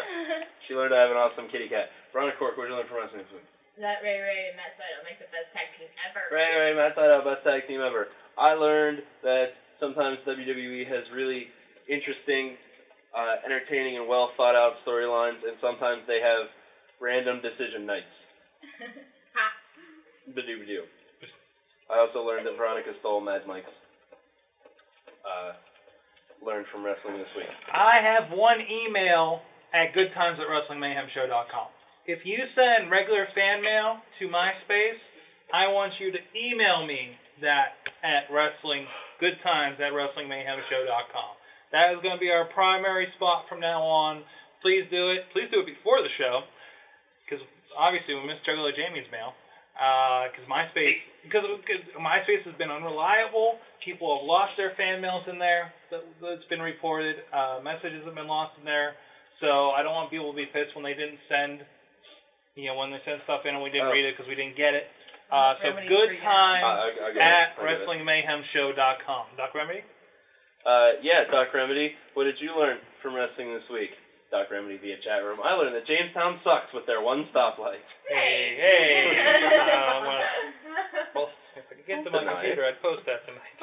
Speaker 7: She learned I have an awesome kitty cat. Veronica Cork, what did you learn from wrestling this week?
Speaker 15: That Ray Ray and Matt Sydal make the best tag team ever.
Speaker 7: Right, right, Matt thought out best tag team ever. I learned that sometimes WWE has really interesting, uh, entertaining, and well thought out storylines, and sometimes they have random decision nights. Badoo-badoo. I also learned that Veronica stole Mad Mike's. Uh, learned from wrestling this week.
Speaker 6: I have one email at goodtimes at wrestlingmayhemshow.com. If you send regular fan mail to MySpace, I want you to email me that at wrestling goodtimes at wrestlingmayhemshow.com. That is going to be our primary spot from now on. Please do it. Please do it before the show, because obviously we missed Juggalo Jamie's mail. Because MySpace, because MySpace has been unreliable. People have lost their fan mails in there. That, that's been reported. Uh, messages have been lost in there. So I don't want people to be pissed when they didn't send, you know, when they sent stuff in and we didn't
Speaker 7: Oh.
Speaker 6: read it because we didn't get it. Uh, so
Speaker 7: Remedy's
Speaker 6: good
Speaker 7: free now.
Speaker 6: time
Speaker 7: I- I- I get it. I
Speaker 6: at
Speaker 7: get it.
Speaker 6: wrestlingmayhemshow.com. Doc Remedy?
Speaker 7: Uh, yeah, Doc Remedy, what did you learn from wrestling this week? Doc Remedy via chat room. I learned that Jamestown sucks with their one stoplight.
Speaker 6: Hey, hey. Uh, I'm gonna- well, if I could get to my
Speaker 7: Tonight.
Speaker 6: computer, I'd post that tonight.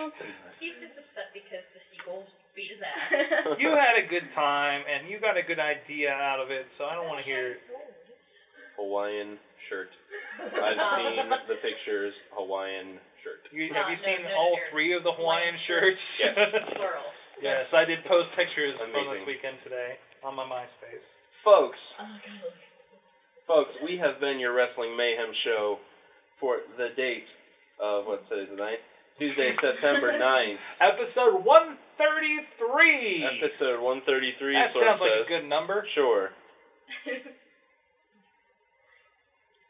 Speaker 15: He did this stuff because the seagulls beat his ass.
Speaker 6: you had a good time and you got a good idea out of it, so I don't want to hear.
Speaker 7: Hawaiian shirt. I've seen the pictures. Hawaiian shirt.
Speaker 6: You, have you seen all three of the Hawaiian shirts?
Speaker 7: Yes.
Speaker 6: yes, I did post pictures from
Speaker 7: Amazing.
Speaker 6: this weekend today on my MySpace.
Speaker 7: Folks,
Speaker 15: Oh,
Speaker 7: folks, we have been your Wrestling Mayhem show for the date of what's today's the ninth? Tuesday, September 9th.
Speaker 6: Episode 133.
Speaker 7: Episode 133.
Speaker 6: that
Speaker 7: source
Speaker 6: sounds like
Speaker 7: says.
Speaker 6: a good number.
Speaker 7: Sure.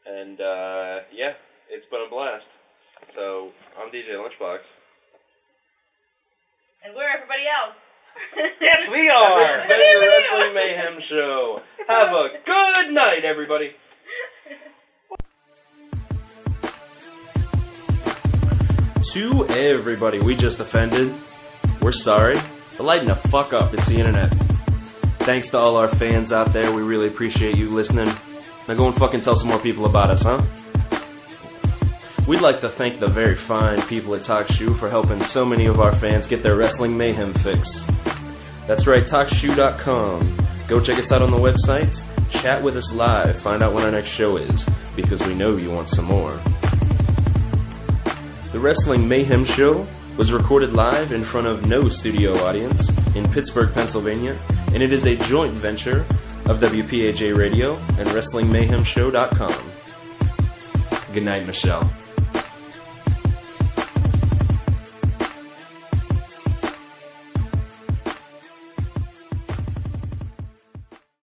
Speaker 7: And uh, yeah, it's been a blast. So I'm DJ Lunchbox.
Speaker 3: And we're everybody else.
Speaker 6: Yes, we are.
Speaker 7: This has been your Wrestling Mayhem Show. Have a good night, everybody.
Speaker 4: To everybody we just offended, we're sorry, but lighten the fuck up, it's the internet. Thanks to all our fans out there, we really appreciate you listening. Now go and fucking tell some more people about us, huh? We'd like to thank the very fine people at TalkShoe for helping so many of our fans get their wrestling mayhem fix. That's right, TalkShoe.com. Go check us out on the website, chat with us live, find out when our next show is, because we know you want some more. The Wrestling Mayhem Show was recorded live in front of no studio audience in Pittsburgh, Pennsylvania, and it is a joint venture of WPAJ Radio and WrestlingMayhemShow.com. Good night, Michelle.